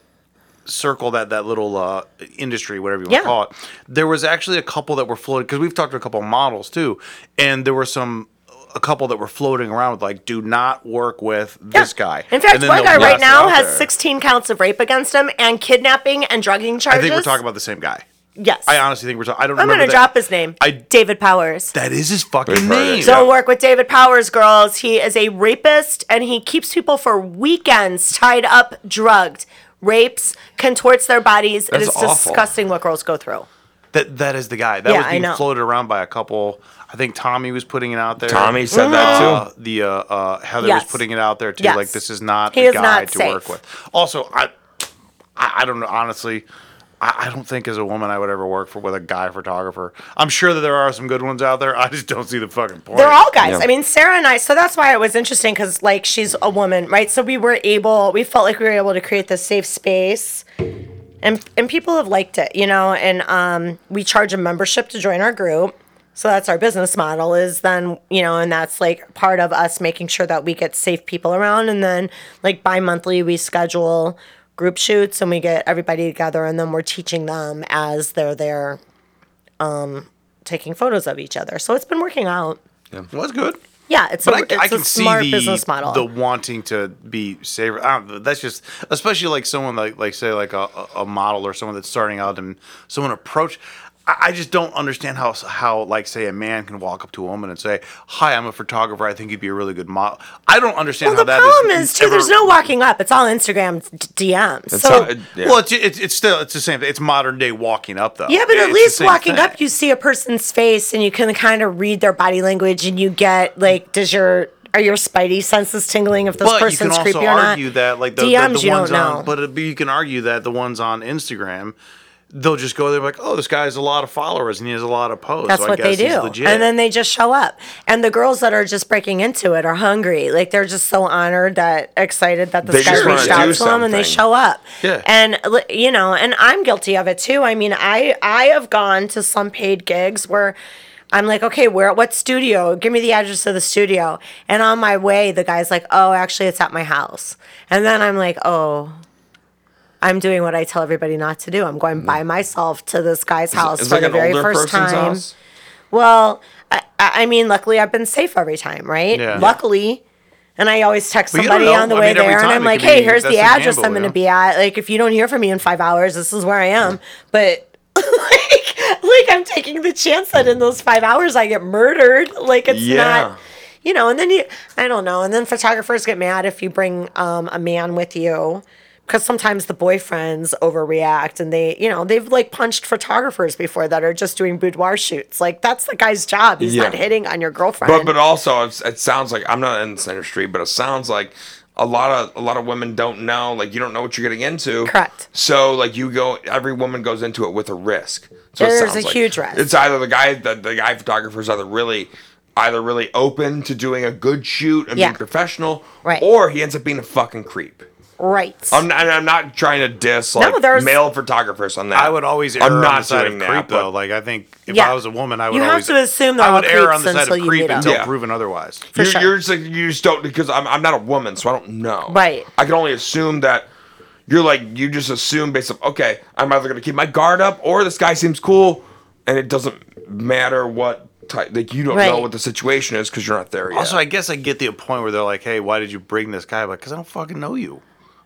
Speaker 1: circle that that little uh, industry whatever you want
Speaker 2: Yeah.
Speaker 1: to call it there was actually a couple that were floating because we've talked to a couple models too and there were some a couple that were floating around with like do not work with this
Speaker 2: Yeah.
Speaker 1: guy
Speaker 2: In fact,
Speaker 1: And then
Speaker 2: one
Speaker 1: the
Speaker 2: guy right
Speaker 1: last
Speaker 2: now
Speaker 1: out
Speaker 2: has
Speaker 1: there-
Speaker 2: 16 counts of rape against him and kidnapping and drugging
Speaker 1: i
Speaker 2: charges.
Speaker 1: think we're talking about the same guy
Speaker 2: Yes.
Speaker 1: i honestly think we're talking i don't
Speaker 2: I'm going
Speaker 1: remember
Speaker 2: to
Speaker 1: that-
Speaker 2: drop his name.
Speaker 1: I-
Speaker 2: David Powers.
Speaker 1: That is his fucking
Speaker 3: We've heard it.
Speaker 1: name.
Speaker 3: So-
Speaker 2: Don't work with David Powers, girls. He is a rapist and he keeps people for weekends tied up, drugged, rapes, contorts their bodies.
Speaker 3: That's
Speaker 2: it is
Speaker 3: awful.
Speaker 2: disgusting what girls go through.
Speaker 1: that that is the guy. That
Speaker 2: Yeah,
Speaker 1: was
Speaker 2: I
Speaker 1: being
Speaker 2: know.
Speaker 1: floated around by a couple. I think Tommy was putting it out there.
Speaker 3: Tommy said that
Speaker 1: Uh,
Speaker 3: too.
Speaker 1: the uh, uh, Heather
Speaker 2: Yes.
Speaker 1: was putting it out there too.
Speaker 2: Yes.
Speaker 1: Like this is not
Speaker 2: He
Speaker 1: a
Speaker 2: is
Speaker 1: guy
Speaker 2: not
Speaker 1: to
Speaker 2: safe.
Speaker 1: work with. Also, I I, I don't know honestly. I I don't think as a woman I would ever work for with a guy photographer. I'm sure that there are some good ones out there. I just don't see the fucking point.
Speaker 2: They're all guys.
Speaker 3: Yeah.
Speaker 2: I mean, Sarah and I, so that's why it was interesting because, like, she's a woman, right? So we were able, we felt like we were able to create this safe space. And, and people have liked it, you know, and um, we charge a membership to join our group. So that's our business model is then, you know, and that's like part of us making sure that we get safe people around. And then, like, bi monthly, we schedule group shoots and we get everybody together and then we're teaching them as they're there um, taking photos of each other. So it's been working out.
Speaker 1: Well, that's good.
Speaker 2: Yeah, it's a,
Speaker 1: But I,
Speaker 2: it's
Speaker 1: I
Speaker 2: a
Speaker 1: can see
Speaker 2: smart
Speaker 1: the,
Speaker 2: business model.
Speaker 1: the wanting to be saver. I don't, know, that's just especially like someone like like say like a, a- a model or someone that's starting out and someone approach. I, I just don't understand how how like say a man can walk up to a woman and say, "Hi, I'm a photographer. I think you'd be a really good model." I don't understand
Speaker 2: well,
Speaker 1: how
Speaker 2: the
Speaker 1: that
Speaker 2: problem is, too.
Speaker 1: ever-
Speaker 2: there's no walking up. It's all Instagram d- DMs.
Speaker 3: That's
Speaker 2: so
Speaker 3: how- yeah.
Speaker 1: Well, it's, it's it's still it's the same. thing. It's modern day walking up though.
Speaker 2: yeah, but at
Speaker 1: It's the
Speaker 2: least
Speaker 1: same
Speaker 2: walking
Speaker 1: thing.
Speaker 2: up, you see a person's face and you can kind of read their body language, and you get like, does your are your spidey senses tingling if this
Speaker 1: But you can
Speaker 2: person's
Speaker 1: also
Speaker 2: creepy or not?
Speaker 1: argue that like the, the-
Speaker 2: DMs,
Speaker 1: the
Speaker 2: you
Speaker 1: ones
Speaker 2: don't know.
Speaker 1: on, but it- but you can argue that the ones on Instagram, they'll just go there like, oh, this guy has a lot of followers and he has a lot of posts.
Speaker 2: That's
Speaker 1: so I
Speaker 2: what they
Speaker 1: guess
Speaker 2: do.
Speaker 1: he's legit.
Speaker 2: And then they just show up. And the girls that are just breaking into it are hungry. Like they're just so honored that excited that
Speaker 3: They
Speaker 2: this guy
Speaker 3: just
Speaker 2: reached
Speaker 3: wanna
Speaker 2: out
Speaker 3: do
Speaker 2: to them and they
Speaker 3: something.
Speaker 2: show up.
Speaker 1: Yeah.
Speaker 2: And li- you know, and I'm guilty of it too. I mean, I I have gone to some paid gigs where I'm like, okay, where what studio? Give me the address of the studio. And on my way, the guy's like, Oh, actually it's at my house. And then I'm like, Oh, I'm doing what I tell everybody not to do. I'm going by
Speaker 3: Mm.
Speaker 2: myself to this guy's house
Speaker 3: It's
Speaker 2: for
Speaker 3: like
Speaker 2: the
Speaker 3: an
Speaker 2: very
Speaker 3: older
Speaker 2: first
Speaker 3: person's
Speaker 2: time.
Speaker 3: house.
Speaker 2: Well, I, I I mean, luckily I've been safe every time, right?
Speaker 1: Yeah.
Speaker 2: Luckily. And I always text
Speaker 1: Well, you don't
Speaker 2: somebody
Speaker 1: know.
Speaker 2: on the
Speaker 1: I
Speaker 2: way
Speaker 1: mean, every
Speaker 2: there, and
Speaker 1: time
Speaker 2: I'm
Speaker 1: it
Speaker 2: like,
Speaker 1: could be-
Speaker 2: "Hey, here's
Speaker 1: that's
Speaker 2: the
Speaker 1: a
Speaker 2: address
Speaker 1: gamble,
Speaker 2: I'm going
Speaker 1: you
Speaker 2: to
Speaker 1: know?
Speaker 2: be at. Like, if you don't hear from me in five hours, this is where I am." But like, like I'm taking the chance that in those five hours I get murdered. Like, it's
Speaker 3: Yeah.
Speaker 2: not, you know. And then you, I don't know. And then photographers get mad if you bring um, a man with you. Because sometimes the boyfriends overreact and they, you know, they've like punched photographers before that are just doing boudoir shoots. Like, that's the guy's job. He's not
Speaker 3: Yeah.
Speaker 2: hitting on your girlfriend.
Speaker 3: But uh, but also it's, it sounds like I'm not in this industry, but it sounds like a lot of a lot of women don't know like you don't know what you're getting into.
Speaker 2: Correct.
Speaker 3: So like you go, every woman goes into it with a risk. So it
Speaker 2: There's
Speaker 3: sounds
Speaker 2: a huge risk.
Speaker 3: It's either the guy the, the guy photographers either really either really open to doing a good shoot and
Speaker 2: Yeah.
Speaker 3: being professional,
Speaker 2: Right.
Speaker 3: or he ends up being a fucking creep.
Speaker 2: right.
Speaker 3: I'm not, and I'm not trying to diss like
Speaker 2: there's-
Speaker 3: male photographers on that.
Speaker 1: I would always err on the side of creep
Speaker 3: but-
Speaker 1: though. Like I think if
Speaker 2: Yeah.
Speaker 1: I was a woman, I would
Speaker 2: You have
Speaker 1: always
Speaker 2: to assume they're
Speaker 1: I would
Speaker 2: all
Speaker 1: err on
Speaker 2: creeps
Speaker 1: the side
Speaker 2: until
Speaker 1: of
Speaker 2: you
Speaker 1: creep
Speaker 2: meet 'em.
Speaker 1: until
Speaker 3: Yeah.
Speaker 1: proven otherwise.
Speaker 2: For
Speaker 3: you're,
Speaker 2: sure.
Speaker 3: you're just like you just don't because I'm I'm not a woman, so I don't know.
Speaker 2: Right.
Speaker 3: I can only assume that you're like you just assume based on okay, I'm either gonna keep my guard up or this guy seems cool, and it doesn't matter what type. Like you don't know
Speaker 2: Right.
Speaker 3: what the situation is because you're not there yet.
Speaker 1: Also, I guess I get the point where they're like, "Hey, why did you bring this guy?" Because I don't fucking know you.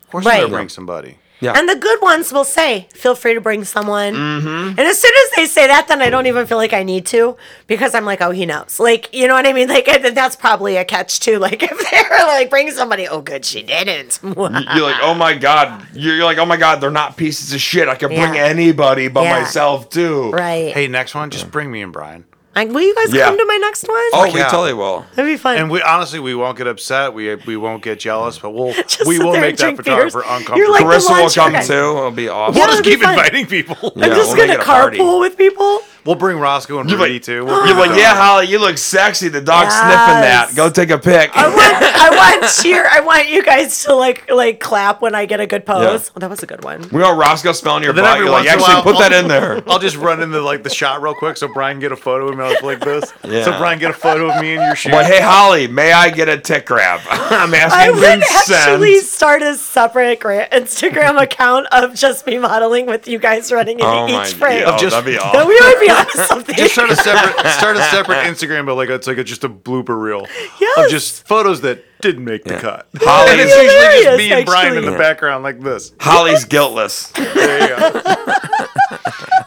Speaker 1: Of course, I'm
Speaker 2: Right.
Speaker 1: gonna bring somebody.
Speaker 3: yeah.
Speaker 2: And the good ones will say, feel free to bring someone.
Speaker 3: Mm-hmm.
Speaker 2: And as soon as they say that, then I don't even feel like I need to because I'm like, oh, he knows. Like, you know what I mean? Like, and that's probably a catch too. Like, if they're like, bring somebody, oh, good, she didn't.
Speaker 3: you're like, oh my god. You're, you're like, oh my god. They're not pieces of shit. I can bring
Speaker 2: Yeah.
Speaker 3: anybody but
Speaker 2: Yeah.
Speaker 3: myself too.
Speaker 2: right.
Speaker 1: Hey, next one, just bring me and Brian.
Speaker 2: Like, will you guys
Speaker 3: Yeah.
Speaker 2: come to my next one?
Speaker 3: Oh, we
Speaker 1: yeah.
Speaker 3: totally will.
Speaker 2: That'd be fun.
Speaker 1: And we honestly, we won't get upset. We we won't get jealous, but we'll
Speaker 2: Just
Speaker 1: we
Speaker 2: sit
Speaker 1: will
Speaker 2: there
Speaker 1: make
Speaker 2: and
Speaker 1: that
Speaker 2: drink beers.
Speaker 1: photographer
Speaker 2: You're
Speaker 1: uncomfortable.
Speaker 2: like-
Speaker 3: Carissa
Speaker 2: the
Speaker 3: will
Speaker 2: lunch-
Speaker 3: come
Speaker 2: okay.
Speaker 3: too. It'll be awesome.
Speaker 1: we'll
Speaker 2: Yeah,
Speaker 1: just
Speaker 2: it'll be
Speaker 1: keep
Speaker 2: fun.
Speaker 1: inviting people.
Speaker 2: I'm
Speaker 3: Yeah,
Speaker 2: just
Speaker 3: we'll
Speaker 2: going
Speaker 3: make
Speaker 2: to
Speaker 3: it a party.
Speaker 2: carpool with people.
Speaker 1: We'll bring Roscoe and
Speaker 3: You're
Speaker 1: Rudy
Speaker 3: like-
Speaker 1: too.
Speaker 3: You're like, yeah, Holly, you look sexy. The dog's
Speaker 2: Yes. Oh,
Speaker 3: sniffing that. Go take a pic.
Speaker 2: I want, I want cheer. I want you guys to like, like clap when I get a good pose.
Speaker 3: Yeah.
Speaker 2: Oh, that was a good one.
Speaker 3: we know Roscoe smelling your
Speaker 1: Then
Speaker 3: butt.
Speaker 1: every
Speaker 3: You're like,
Speaker 1: once in a
Speaker 3: actually,
Speaker 1: while,
Speaker 3: put that
Speaker 1: I'll-
Speaker 3: in there.
Speaker 1: I'll just run into like the shot real quick so Brian get a photo of me like, like this.
Speaker 3: Yeah.
Speaker 1: So Brian get a photo of me in your shoe.
Speaker 3: But hey, Holly, may I get a tick grab? I'm
Speaker 2: I
Speaker 3: asking
Speaker 2: would
Speaker 3: consent.
Speaker 2: actually start a separate gra- Instagram account of just me modeling with you guys running into
Speaker 3: Oh my
Speaker 2: each frame.
Speaker 3: God,
Speaker 1: Of just-
Speaker 3: that'd be
Speaker 2: Then
Speaker 3: awesome.
Speaker 2: we would be onto something.
Speaker 1: just start a separate start a separate Instagram, but like it's like a, just a blooper reel of
Speaker 2: Yes.
Speaker 1: just photos that didn't make the cut.
Speaker 3: Holly-
Speaker 1: and it's usually just
Speaker 2: Hilarious,
Speaker 1: me and Brian in
Speaker 2: actually.
Speaker 1: the background like this.
Speaker 3: Holly's guiltless.
Speaker 1: There you go.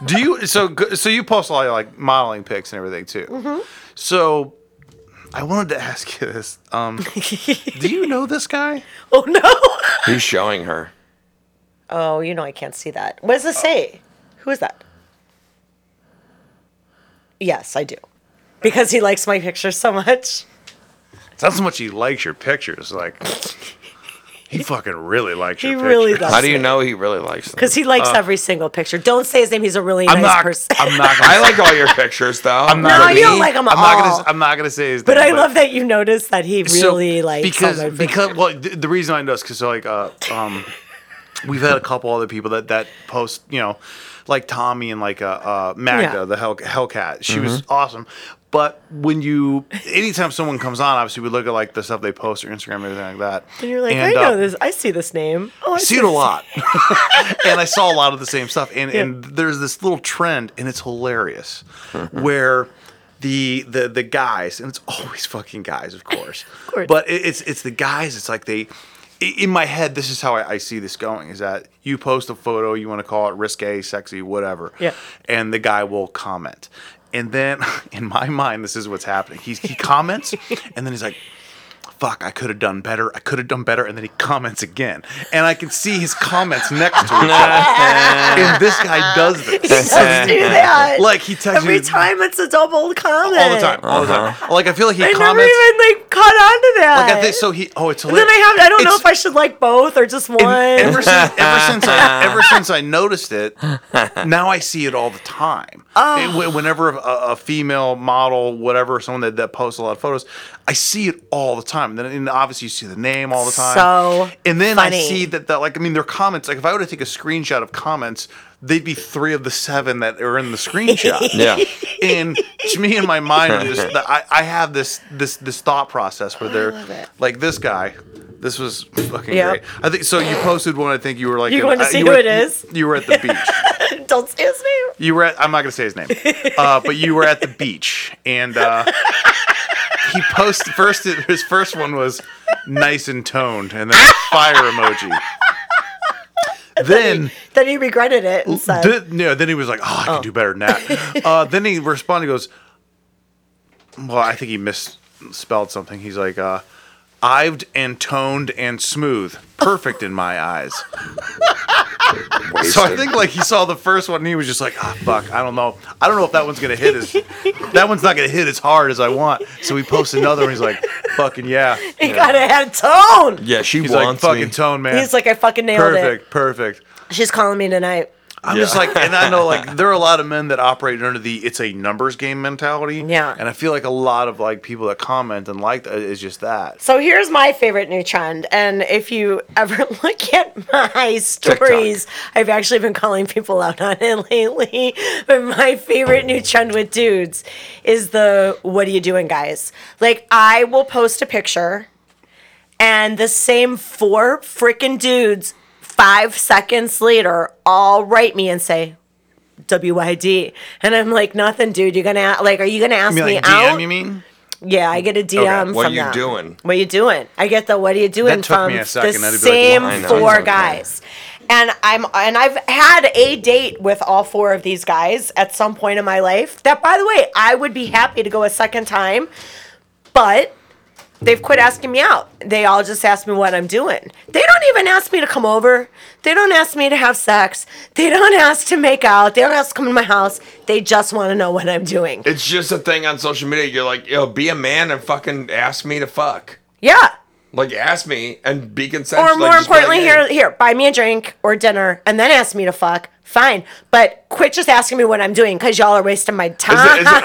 Speaker 1: Do you so go- so you post all your like modeling pics and everything too?
Speaker 2: Mm-hmm.
Speaker 1: So I wanted to ask you this. Um, do you know this guy?
Speaker 2: oh no!
Speaker 3: He's showing her.
Speaker 2: Oh, you know I can't see that. What does this say? Who is that? Yes, I do, because he likes my picture so much.
Speaker 1: It's not so much he likes your pictures, like he fucking really likes
Speaker 2: He
Speaker 1: your
Speaker 2: really
Speaker 1: pictures.
Speaker 2: does.
Speaker 3: How do you know he really likes them?
Speaker 2: Because he likes every single picture. Don't say his name. He's a really
Speaker 1: Uh, I'm
Speaker 2: nice
Speaker 1: not.
Speaker 2: person.
Speaker 1: I'm not. Gonna,
Speaker 3: I like all your pictures, though. I'm
Speaker 1: not
Speaker 2: no,
Speaker 1: gonna-
Speaker 2: you don't like him
Speaker 1: I'm not
Speaker 2: all.
Speaker 1: gonna. I'm not gonna say his
Speaker 2: but
Speaker 1: name.
Speaker 2: I love that you noticed that he really likes
Speaker 1: because
Speaker 2: all my pictures.
Speaker 1: because well th- the reason I know is because like uh, um, we've had a couple other people that that post you know like Tommy and like uh, uh Magda
Speaker 2: Yeah.
Speaker 1: the Hell, Hellcat she was awesome. But when you, anytime someone comes on, obviously we look at like the stuff they post or Instagram or anything like that.
Speaker 2: And you're like, I
Speaker 1: And,
Speaker 2: know
Speaker 1: uh,
Speaker 2: this. I see this name. Oh, I
Speaker 1: see it a lot, and I saw a lot of the same stuff. And and there's this little trend, and it's hilarious,
Speaker 2: Mm-hmm.
Speaker 1: where the the the guys, and it's always fucking guys, of course. of
Speaker 2: course.
Speaker 1: But it, it's it's the guys. It's like they. i- In my head, this is how I, I see this going: is that you post a photo, you want to call it risque, sexy, whatever,
Speaker 2: Yeah.
Speaker 1: and the guy will comment, and then in my mind, this is what's happening. He's, he comments, and then he's like, fuck, I could have done better. I could have done better. And then he comments again. And I can see his comments next to each other. and this guy does this.
Speaker 2: Let's do that.
Speaker 1: Like he texts
Speaker 2: every
Speaker 1: you
Speaker 2: time it's a double comment.
Speaker 1: all the time. All the time. Like I feel like he
Speaker 2: I never
Speaker 1: comments.
Speaker 2: even like caught on to that.
Speaker 1: like I think so he oh it's
Speaker 2: Then
Speaker 1: hilarious.
Speaker 2: I have. I don't know
Speaker 1: It's-
Speaker 2: if I should like both or just one.
Speaker 1: and ever since ever since I ever since I noticed it, now I see it all the time.
Speaker 2: Oh.
Speaker 1: It- wh- whenever a, a female model, whatever, someone that, that posts a lot of photos, I see it all the time. Then and obviously you see the name all the time.
Speaker 2: So
Speaker 1: and then I
Speaker 2: funny.
Speaker 1: see that that like I mean their comments. Like if I were to take a screenshot of comments, they'd be three of the seven that are in the screenshot
Speaker 3: Yeah.
Speaker 1: and to me in my mind I'm just the, I, I have this this this thought process where
Speaker 2: love
Speaker 1: they're
Speaker 2: it.
Speaker 1: like this guy this was fucking
Speaker 2: Yep.
Speaker 1: great i think so you posted one i think you were like
Speaker 2: You
Speaker 1: in-
Speaker 2: going to
Speaker 1: uh,
Speaker 2: see
Speaker 1: were
Speaker 2: who
Speaker 1: at-
Speaker 2: it is?
Speaker 1: you, were at the beach
Speaker 2: don't say his name.
Speaker 1: you were at i'm not going to say his name uh, but you were at the beach and uh, he posted first his first one was nice and toned and then fire emoji then
Speaker 2: Then he regretted it and said,
Speaker 1: then, no, then he was like, "Oh, I can do better than that." uh, then he responded, he "Goes, well, I think he misspelled something." He's like, uh, "Ived and toned and smooth, perfect in my eyes." so I think like he saw the first one and he was just like, "Ah, fuck, I don't know, I don't know if that one's gonna hit as that one's not gonna hit as hard as I want." So he posts another one. He's like, "Fucking yeah."
Speaker 2: "He got it had tone."
Speaker 3: Yeah, she
Speaker 1: He's like,
Speaker 3: wants
Speaker 1: "Fucking
Speaker 3: me.
Speaker 1: tone, man."
Speaker 2: He's like, "I fucking nailed
Speaker 1: "Perfect, perfect."
Speaker 2: it." She's calling me tonight.
Speaker 1: I'm just like, and I know like there are a lot of men that operate under the it's a numbers game mentality.
Speaker 2: Yeah.
Speaker 1: and I feel like a lot of like people that comment and like that is just that.
Speaker 2: So here's my favorite new trend. And if you ever look at my stories, I've actually been calling people out on it lately. But my favorite new trend with dudes is the what are you doing, guys? Like, I will post a picture and the same four freaking dudes, five seconds later, all write me and say, WYD. And I'm like, nothing, dude. You're going to, like, are you going to ask
Speaker 1: You mean
Speaker 2: me
Speaker 1: like DM?
Speaker 2: out?
Speaker 1: You mean?
Speaker 2: Yeah, I get a DM
Speaker 3: Okay, what
Speaker 2: from
Speaker 3: you
Speaker 2: that.
Speaker 3: doing?
Speaker 2: What you doing? I get the what are you doing
Speaker 1: That took
Speaker 2: from
Speaker 1: me a second.
Speaker 2: the
Speaker 1: I'd be like,
Speaker 2: same
Speaker 1: "Why?"
Speaker 3: I know,
Speaker 2: four
Speaker 3: I know.
Speaker 2: guys. And I'm and I've had a date with all four of these guys at some point in my life. That by the way, I would be happy to go a second time, but they've quit asking me out. They all just ask me what I'm doing. They don't even ask me to come over. They don't ask me to have sex. They don't ask to make out. They don't ask to come to my house. They just want to know what I'm doing.
Speaker 3: It's just a thing on social media. You're like, yo, be a man and fucking ask me to fuck.
Speaker 2: Yeah.
Speaker 3: Like, ask me and be
Speaker 2: or
Speaker 3: consensual.
Speaker 2: more
Speaker 3: Like, just be like,
Speaker 2: importantly, here,
Speaker 3: hey.
Speaker 2: here, buy me a drink or dinner, and then ask me to fuck. Fine, but quit just asking me what I'm doing because y'all are wasting my
Speaker 3: Is
Speaker 2: time.
Speaker 3: it, is it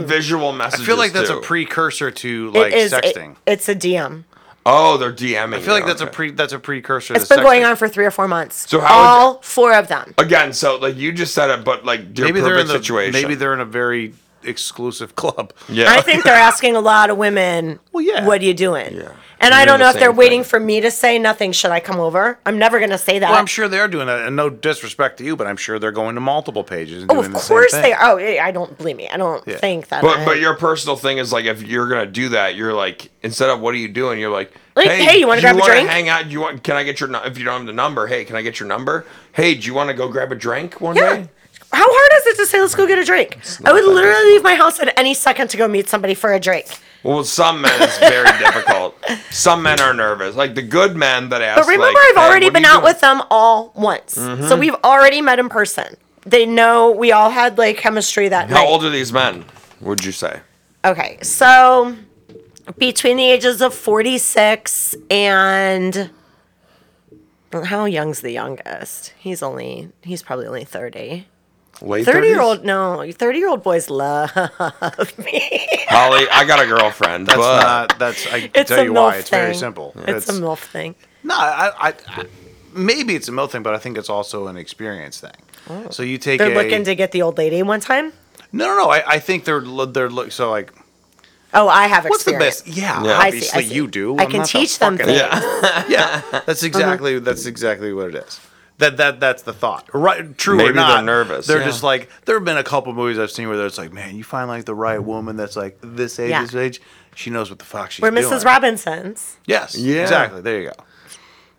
Speaker 3: the visual message?
Speaker 1: I feel like that's
Speaker 3: too?
Speaker 1: a precursor to
Speaker 2: It
Speaker 1: like
Speaker 2: is- it-
Speaker 1: sexting.
Speaker 2: it's a DM.
Speaker 3: Oh, they're DMing.
Speaker 1: I feel like that's a pre that's a precursor.
Speaker 2: It's
Speaker 1: to
Speaker 2: been going
Speaker 1: sexting.
Speaker 2: on for three or four months.
Speaker 3: So
Speaker 2: So
Speaker 3: how would Oh,
Speaker 2: all four of them.
Speaker 3: Again, so like you just said it, but like your
Speaker 1: Maybe they're in
Speaker 3: perfect
Speaker 1: the
Speaker 3: situation.
Speaker 1: maybe they're in a very exclusive club.
Speaker 3: Yeah.
Speaker 2: I think they're asking a lot of women.
Speaker 1: Well, yeah.
Speaker 2: What are you doing?
Speaker 3: Yeah.
Speaker 2: And
Speaker 3: They're
Speaker 2: I don't
Speaker 3: doing the
Speaker 2: know if they're
Speaker 3: same
Speaker 2: waiting
Speaker 3: thing.
Speaker 2: for me to say nothing. Should I come over? I'm never gonna say that.
Speaker 1: Well, I'm sure they are doing that, and no disrespect to you, but I'm sure they're going to multiple pages. And
Speaker 2: Oh,
Speaker 1: doing
Speaker 2: of
Speaker 1: the same
Speaker 2: course
Speaker 1: thing.
Speaker 2: they are. Oh, yeah, I don't believe me. I don't
Speaker 1: Yeah.
Speaker 2: think that.
Speaker 3: But
Speaker 2: I-
Speaker 3: but your personal thing is like if you're gonna do that, you're like instead of what are you doing, you're like
Speaker 2: Like, hey, you wanna grab a
Speaker 3: wanna
Speaker 2: drink?
Speaker 3: Hang out. You want? Can I get your? nu- If you don't have the number, hey, can I get your number? Hey, do you want to go grab a drink one
Speaker 2: Yeah.
Speaker 3: day?
Speaker 2: How hard is it to say, let's go get a drink? I would
Speaker 3: that
Speaker 2: literally
Speaker 3: difficult.
Speaker 2: leave my house at any second to go meet somebody for a drink.
Speaker 3: Well, some men it's very difficult. Some men are nervous. Like the good men that ask.
Speaker 2: But remember,
Speaker 3: like,
Speaker 2: I've
Speaker 3: "Hey,
Speaker 2: already
Speaker 3: what are
Speaker 2: been
Speaker 3: you
Speaker 2: out
Speaker 3: doing?" Mm-hmm.
Speaker 2: with them all once. So we've already met in person. They know we all had like chemistry that
Speaker 3: How
Speaker 2: night.
Speaker 3: old are these men? Would you say?
Speaker 2: Okay. So between the ages of 46 and how young's the youngest? He's only, he's probably only 30.
Speaker 3: Late
Speaker 2: 30 year
Speaker 3: 30s?
Speaker 2: old, no, 30 year old boys love me.
Speaker 3: Holly, I got a girlfriend.
Speaker 1: That's
Speaker 3: but
Speaker 1: not. That's I can
Speaker 2: It's
Speaker 1: tell
Speaker 2: a
Speaker 1: you
Speaker 2: milf
Speaker 1: why.
Speaker 2: thing.
Speaker 1: It's very simple.
Speaker 2: It's, a milf thing.
Speaker 1: No, I, I, I maybe it's a milk thing, but I think it's also an experience thing. So you take
Speaker 2: Oh. They're
Speaker 1: a,
Speaker 2: looking to get the old lady one time.
Speaker 1: no, no, no. I, I think they're lo- they're look so like
Speaker 2: Oh, I have
Speaker 1: what's the
Speaker 2: experience.
Speaker 1: best? Yeah,
Speaker 3: Yeah. I see, I
Speaker 1: obviously
Speaker 2: see.
Speaker 1: you do.
Speaker 2: I
Speaker 1: I'm
Speaker 2: can
Speaker 1: not the
Speaker 2: teach them
Speaker 1: fucking-
Speaker 2: things. Uh-huh.
Speaker 1: Yeah, yeah. That's exactly that's exactly what it is. That that that's the thought. Right, true
Speaker 3: Maybe
Speaker 1: or
Speaker 3: they're
Speaker 1: not?
Speaker 3: nervous,
Speaker 1: They're
Speaker 3: yeah.
Speaker 1: just like there have been a couple movies I've seen where it's like, man, you find like the right woman that's like this age,
Speaker 2: Yeah.
Speaker 1: this age. She knows what the fuck she's
Speaker 2: We're
Speaker 1: doing.
Speaker 2: Mrs. Robinson's.
Speaker 1: Yes.
Speaker 3: Yeah.
Speaker 1: Exactly. There you go.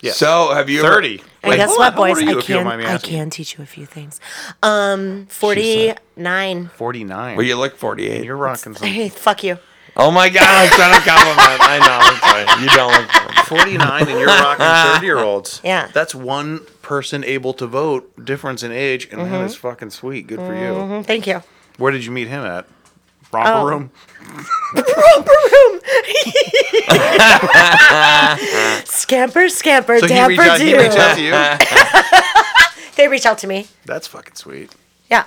Speaker 1: Yeah.
Speaker 3: So have you ever-
Speaker 1: thirty.
Speaker 2: And
Speaker 1: Wait,
Speaker 2: guess
Speaker 1: hold on,
Speaker 2: what,
Speaker 1: how old
Speaker 2: boys?
Speaker 1: are you,
Speaker 2: I
Speaker 1: if you don't
Speaker 2: can
Speaker 1: mind me
Speaker 2: I
Speaker 1: asking?
Speaker 2: can teach you a few things. Um, forty nine.
Speaker 1: 49.
Speaker 3: Well, you look 48.
Speaker 1: You're rocking some.
Speaker 2: Hey, fuck you.
Speaker 3: oh my God, that's not a compliment. I know. I'm sorry. You don't look
Speaker 1: 49 and you're rocking 30 year olds.
Speaker 2: Yeah.
Speaker 1: That's one person able to vote difference in age, and that
Speaker 2: Mm-hmm.
Speaker 1: is fucking sweet. Good for you.
Speaker 2: Mm, Thank you.
Speaker 1: Where did you meet him at? Romper
Speaker 2: Oh.
Speaker 1: room?
Speaker 2: Scamper, scamper,
Speaker 1: So he
Speaker 2: dapper,
Speaker 1: reached, out, he
Speaker 2: do.
Speaker 1: reached out to you?
Speaker 2: They reach out to me.
Speaker 1: That's fucking sweet.
Speaker 2: Yeah.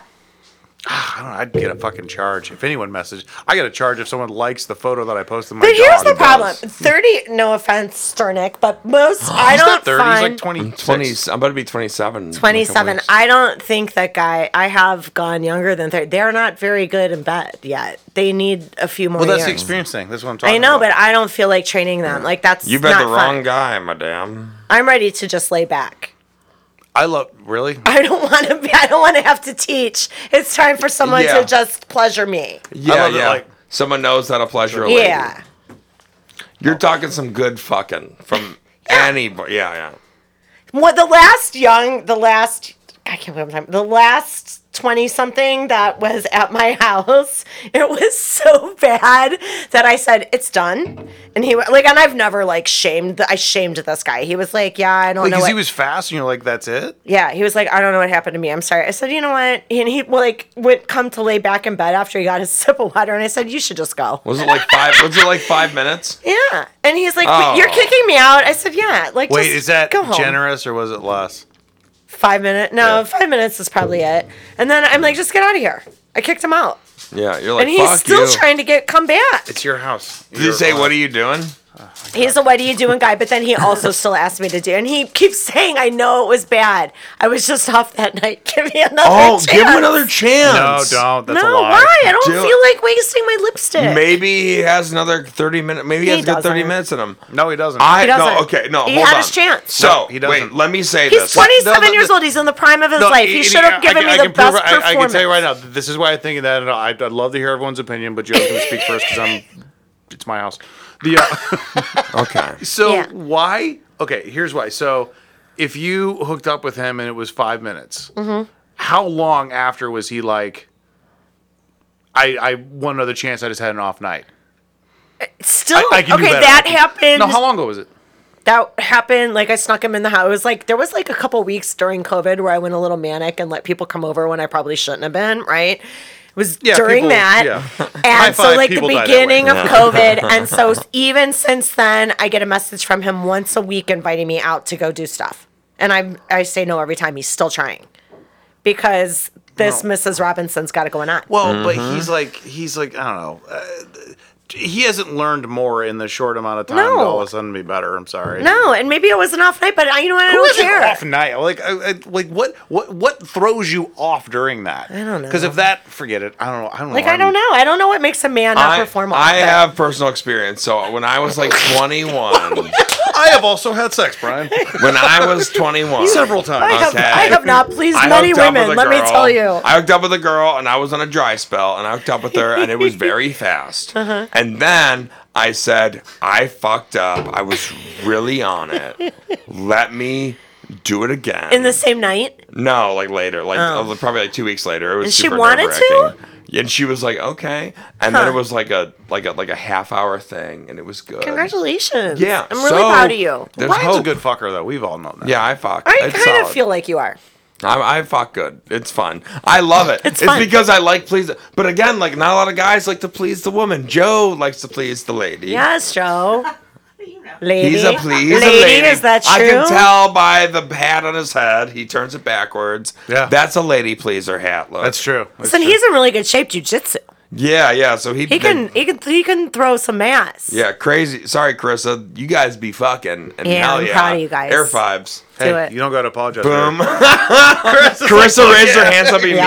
Speaker 1: I don't know. I'd get a fucking charge if anyone messaged. I get a charge if someone likes the photo that I posted. of My
Speaker 2: But here's the
Speaker 1: dog.
Speaker 2: problem. Thirty. No offense, Sternick, but most I
Speaker 1: He's
Speaker 2: don't
Speaker 1: not 30,
Speaker 2: find.
Speaker 1: he's like 20.
Speaker 3: 20. I'm about to be 27. in a couple
Speaker 2: 27.
Speaker 3: weeks.
Speaker 2: I don't think that guy, I have gone younger than 30. They're not very good in bed yet. They need a few more
Speaker 1: Well, that's the
Speaker 2: years.
Speaker 1: experience thing. That's what I'm talking
Speaker 2: I know,
Speaker 1: about.
Speaker 2: but I don't feel like training them. Like, that's
Speaker 3: You've
Speaker 2: not
Speaker 3: been the wrong
Speaker 2: fun.
Speaker 3: guy, madame.
Speaker 2: I'm ready to just lay back.
Speaker 1: I love. Really?
Speaker 2: I don't want to be, I don't want to have to teach. It's time for someone
Speaker 3: Yeah.
Speaker 2: to just pleasure me.
Speaker 3: Yeah,
Speaker 1: love that,
Speaker 3: yeah.
Speaker 1: like-
Speaker 3: Someone knows how to pleasure a lady.
Speaker 2: Yeah.
Speaker 3: You're talking some good fucking from anybody. Yeah, yeah.
Speaker 2: What the last young, the last I can't remember time, the last twenty something that was at my house. It was so bad that I said it's done, and he wa- like, and I've never like shamed. I shamed this guy. He was like, yeah, I don't know.
Speaker 1: Because
Speaker 2: What,
Speaker 1: he was fast, and you're like, that's it?
Speaker 2: yeah, he was like, I don't know what happened to me. I'm sorry. I said, you know what? And he well, like would come to lay back in bed after he got his sip of water, and I said, you should just go.
Speaker 3: Was it like five? was it like five minutes?
Speaker 2: Yeah, and he's like,
Speaker 3: Oh.
Speaker 2: you're kicking me out. I said, yeah, like
Speaker 1: Wait,
Speaker 2: just
Speaker 1: is that
Speaker 2: go home.
Speaker 1: generous or was it less?
Speaker 2: five minutes. No,
Speaker 1: Yeah.
Speaker 2: five minutes is probably it. And then I'm like, just get out of here. I kicked him out,
Speaker 3: Yeah, you're like.
Speaker 2: and he's
Speaker 3: Fuck
Speaker 2: still
Speaker 3: you.
Speaker 2: trying to get come back.
Speaker 1: It's your house.
Speaker 3: Did he say, "What are you doing"?
Speaker 2: He's a what are you doing guy, but then he also still asked me to do, and he keeps saying I know it was bad. I was just off that night. Give me another.
Speaker 3: Oh, give him
Speaker 2: chance."
Speaker 3: another
Speaker 1: No,
Speaker 3: chance.
Speaker 1: don't. That's a
Speaker 2: no,
Speaker 1: lie.
Speaker 2: why? I don't
Speaker 3: Do
Speaker 2: feel like wasting my lipstick.
Speaker 3: Maybe he has another thirty minutes. Maybe he,
Speaker 2: He
Speaker 3: has a good thirty
Speaker 2: doesn't.
Speaker 3: minutes in him.
Speaker 1: No, he doesn't.
Speaker 3: I
Speaker 2: He
Speaker 3: no.
Speaker 2: doesn't.
Speaker 3: Okay, no.
Speaker 2: He
Speaker 3: hold
Speaker 2: had
Speaker 3: on.
Speaker 2: his chance.
Speaker 3: So
Speaker 1: No, he doesn't.
Speaker 3: wait. Let me say
Speaker 2: He's
Speaker 3: this.
Speaker 2: 27
Speaker 1: no, the-
Speaker 2: years
Speaker 1: the-
Speaker 2: old. He's in the prime of his
Speaker 1: No,
Speaker 2: life. He
Speaker 1: you-
Speaker 2: should
Speaker 1: you-
Speaker 2: have given
Speaker 1: I,
Speaker 2: me
Speaker 1: I
Speaker 2: the
Speaker 1: can prove
Speaker 2: best
Speaker 1: it. I, I can
Speaker 2: performance.
Speaker 1: tell you right now. This is why I'm thinking that. and I, I'd love to hear everyone's opinion, but Joe's going to speak first because I'm. It's my house. The. Uh,
Speaker 3: Okay.
Speaker 1: So
Speaker 2: Yeah.
Speaker 1: why? Okay, here's why. So if you hooked up with him and it was five minutes,
Speaker 2: Mm-hmm.
Speaker 1: how long after was he like? I I one another chance. I just had an off night.
Speaker 2: Still,
Speaker 1: I can do
Speaker 2: okay,
Speaker 1: better.
Speaker 2: that
Speaker 1: I can-
Speaker 2: happened.
Speaker 1: No, how long ago was it?
Speaker 2: That happened. Like I snuck him in the house. It was like there was like a couple weeks during COVID where I went a little manic and let people come over when I probably shouldn't have been. Right. It was
Speaker 1: Yeah,
Speaker 2: during
Speaker 1: people-
Speaker 2: that.
Speaker 1: yeah. High
Speaker 2: And so
Speaker 1: five,
Speaker 2: like the
Speaker 1: people die that way.
Speaker 2: beginning of COVID. and so even since then, I get a message from him once a week inviting me out to go do stuff. And I I say no every time. He's still trying because this Mrs. Robinson's got it going on.
Speaker 1: Well,
Speaker 2: Mm-hmm.
Speaker 1: but he's like he's like I don't know. Uh, he hasn't learned more in the short amount of time
Speaker 2: No.
Speaker 1: to all of a sudden be better. I'm sorry.
Speaker 2: No, and maybe it was an off night, but I, you know what? I
Speaker 1: Who
Speaker 2: don't
Speaker 1: is an
Speaker 2: care.
Speaker 1: off night? Like, I, I, like what, what, what throws you off during that? I
Speaker 2: don't
Speaker 1: Because
Speaker 2: know.
Speaker 1: if that, forget it. I don't know. I don't know.
Speaker 2: Like I don't know. I don't know what makes a man not
Speaker 3: I,
Speaker 2: perform. all
Speaker 3: I
Speaker 2: that.
Speaker 3: have personal experience. So when I was like 21,
Speaker 1: I have also had sex, Brian,
Speaker 3: when I was 21,
Speaker 1: several
Speaker 2: I
Speaker 1: times.
Speaker 2: have,
Speaker 3: Okay.
Speaker 2: I have not pleased
Speaker 3: I
Speaker 2: many
Speaker 3: hooked up with a
Speaker 2: women. Let me
Speaker 3: girl.
Speaker 2: tell you.
Speaker 3: I hooked up with a girl and I was on a dry spell and I hooked up with her and it was very fast.
Speaker 2: Uh-huh.
Speaker 3: And then I said, I fucked up. I was really on it. Let me do it again.
Speaker 2: In the same night,
Speaker 3: No, like later, like uh, probably like two weeks later. It
Speaker 2: Oh.
Speaker 3: was
Speaker 2: And she
Speaker 3: super
Speaker 2: wanted to?
Speaker 3: nerve-wracking. and she was like, "Okay," and then
Speaker 2: Huh.
Speaker 3: it was like a like a like a half hour thing, and it was good.
Speaker 2: congratulations.
Speaker 3: Yeah,
Speaker 2: I'm really
Speaker 3: so-
Speaker 2: proud of you.
Speaker 3: There's
Speaker 1: Brian's
Speaker 3: hope.
Speaker 1: a good fucker, though. We've all known that.
Speaker 3: Yeah, I fuck.
Speaker 2: I
Speaker 3: it's
Speaker 2: kind
Speaker 3: solid.
Speaker 2: of feel like you are.
Speaker 3: I, I fuck good. It's fun. I love it. It's,
Speaker 2: fun.
Speaker 3: because I like please. But again, like not a lot of guys like to please the woman. Joe likes to please the lady.
Speaker 2: Yes, Joe.
Speaker 4: You know.
Speaker 2: Lady.
Speaker 3: He's a please a
Speaker 2: lady.
Speaker 3: lady.
Speaker 2: Is that true?
Speaker 3: I can tell by the hat on his head. He turns it backwards.
Speaker 1: Yeah.
Speaker 3: that's a lady pleaser hat. Look.
Speaker 1: that's true. That's
Speaker 2: Listen,
Speaker 1: true.
Speaker 2: he's in really good shape jujitsu.
Speaker 3: Yeah, yeah. So he
Speaker 2: He can he can he can throw some ass.
Speaker 3: Yeah, crazy. Sorry, Carissa. You guys be fucking. And
Speaker 2: Yeah,
Speaker 3: hell
Speaker 2: I'm
Speaker 3: yeah.
Speaker 2: proud of you guys.
Speaker 3: Air fives.
Speaker 2: Do
Speaker 1: Hey,
Speaker 2: it.
Speaker 1: you don't got to apologize.
Speaker 3: Boom.
Speaker 1: Carissa,
Speaker 3: Carissa raised her hands up immediately.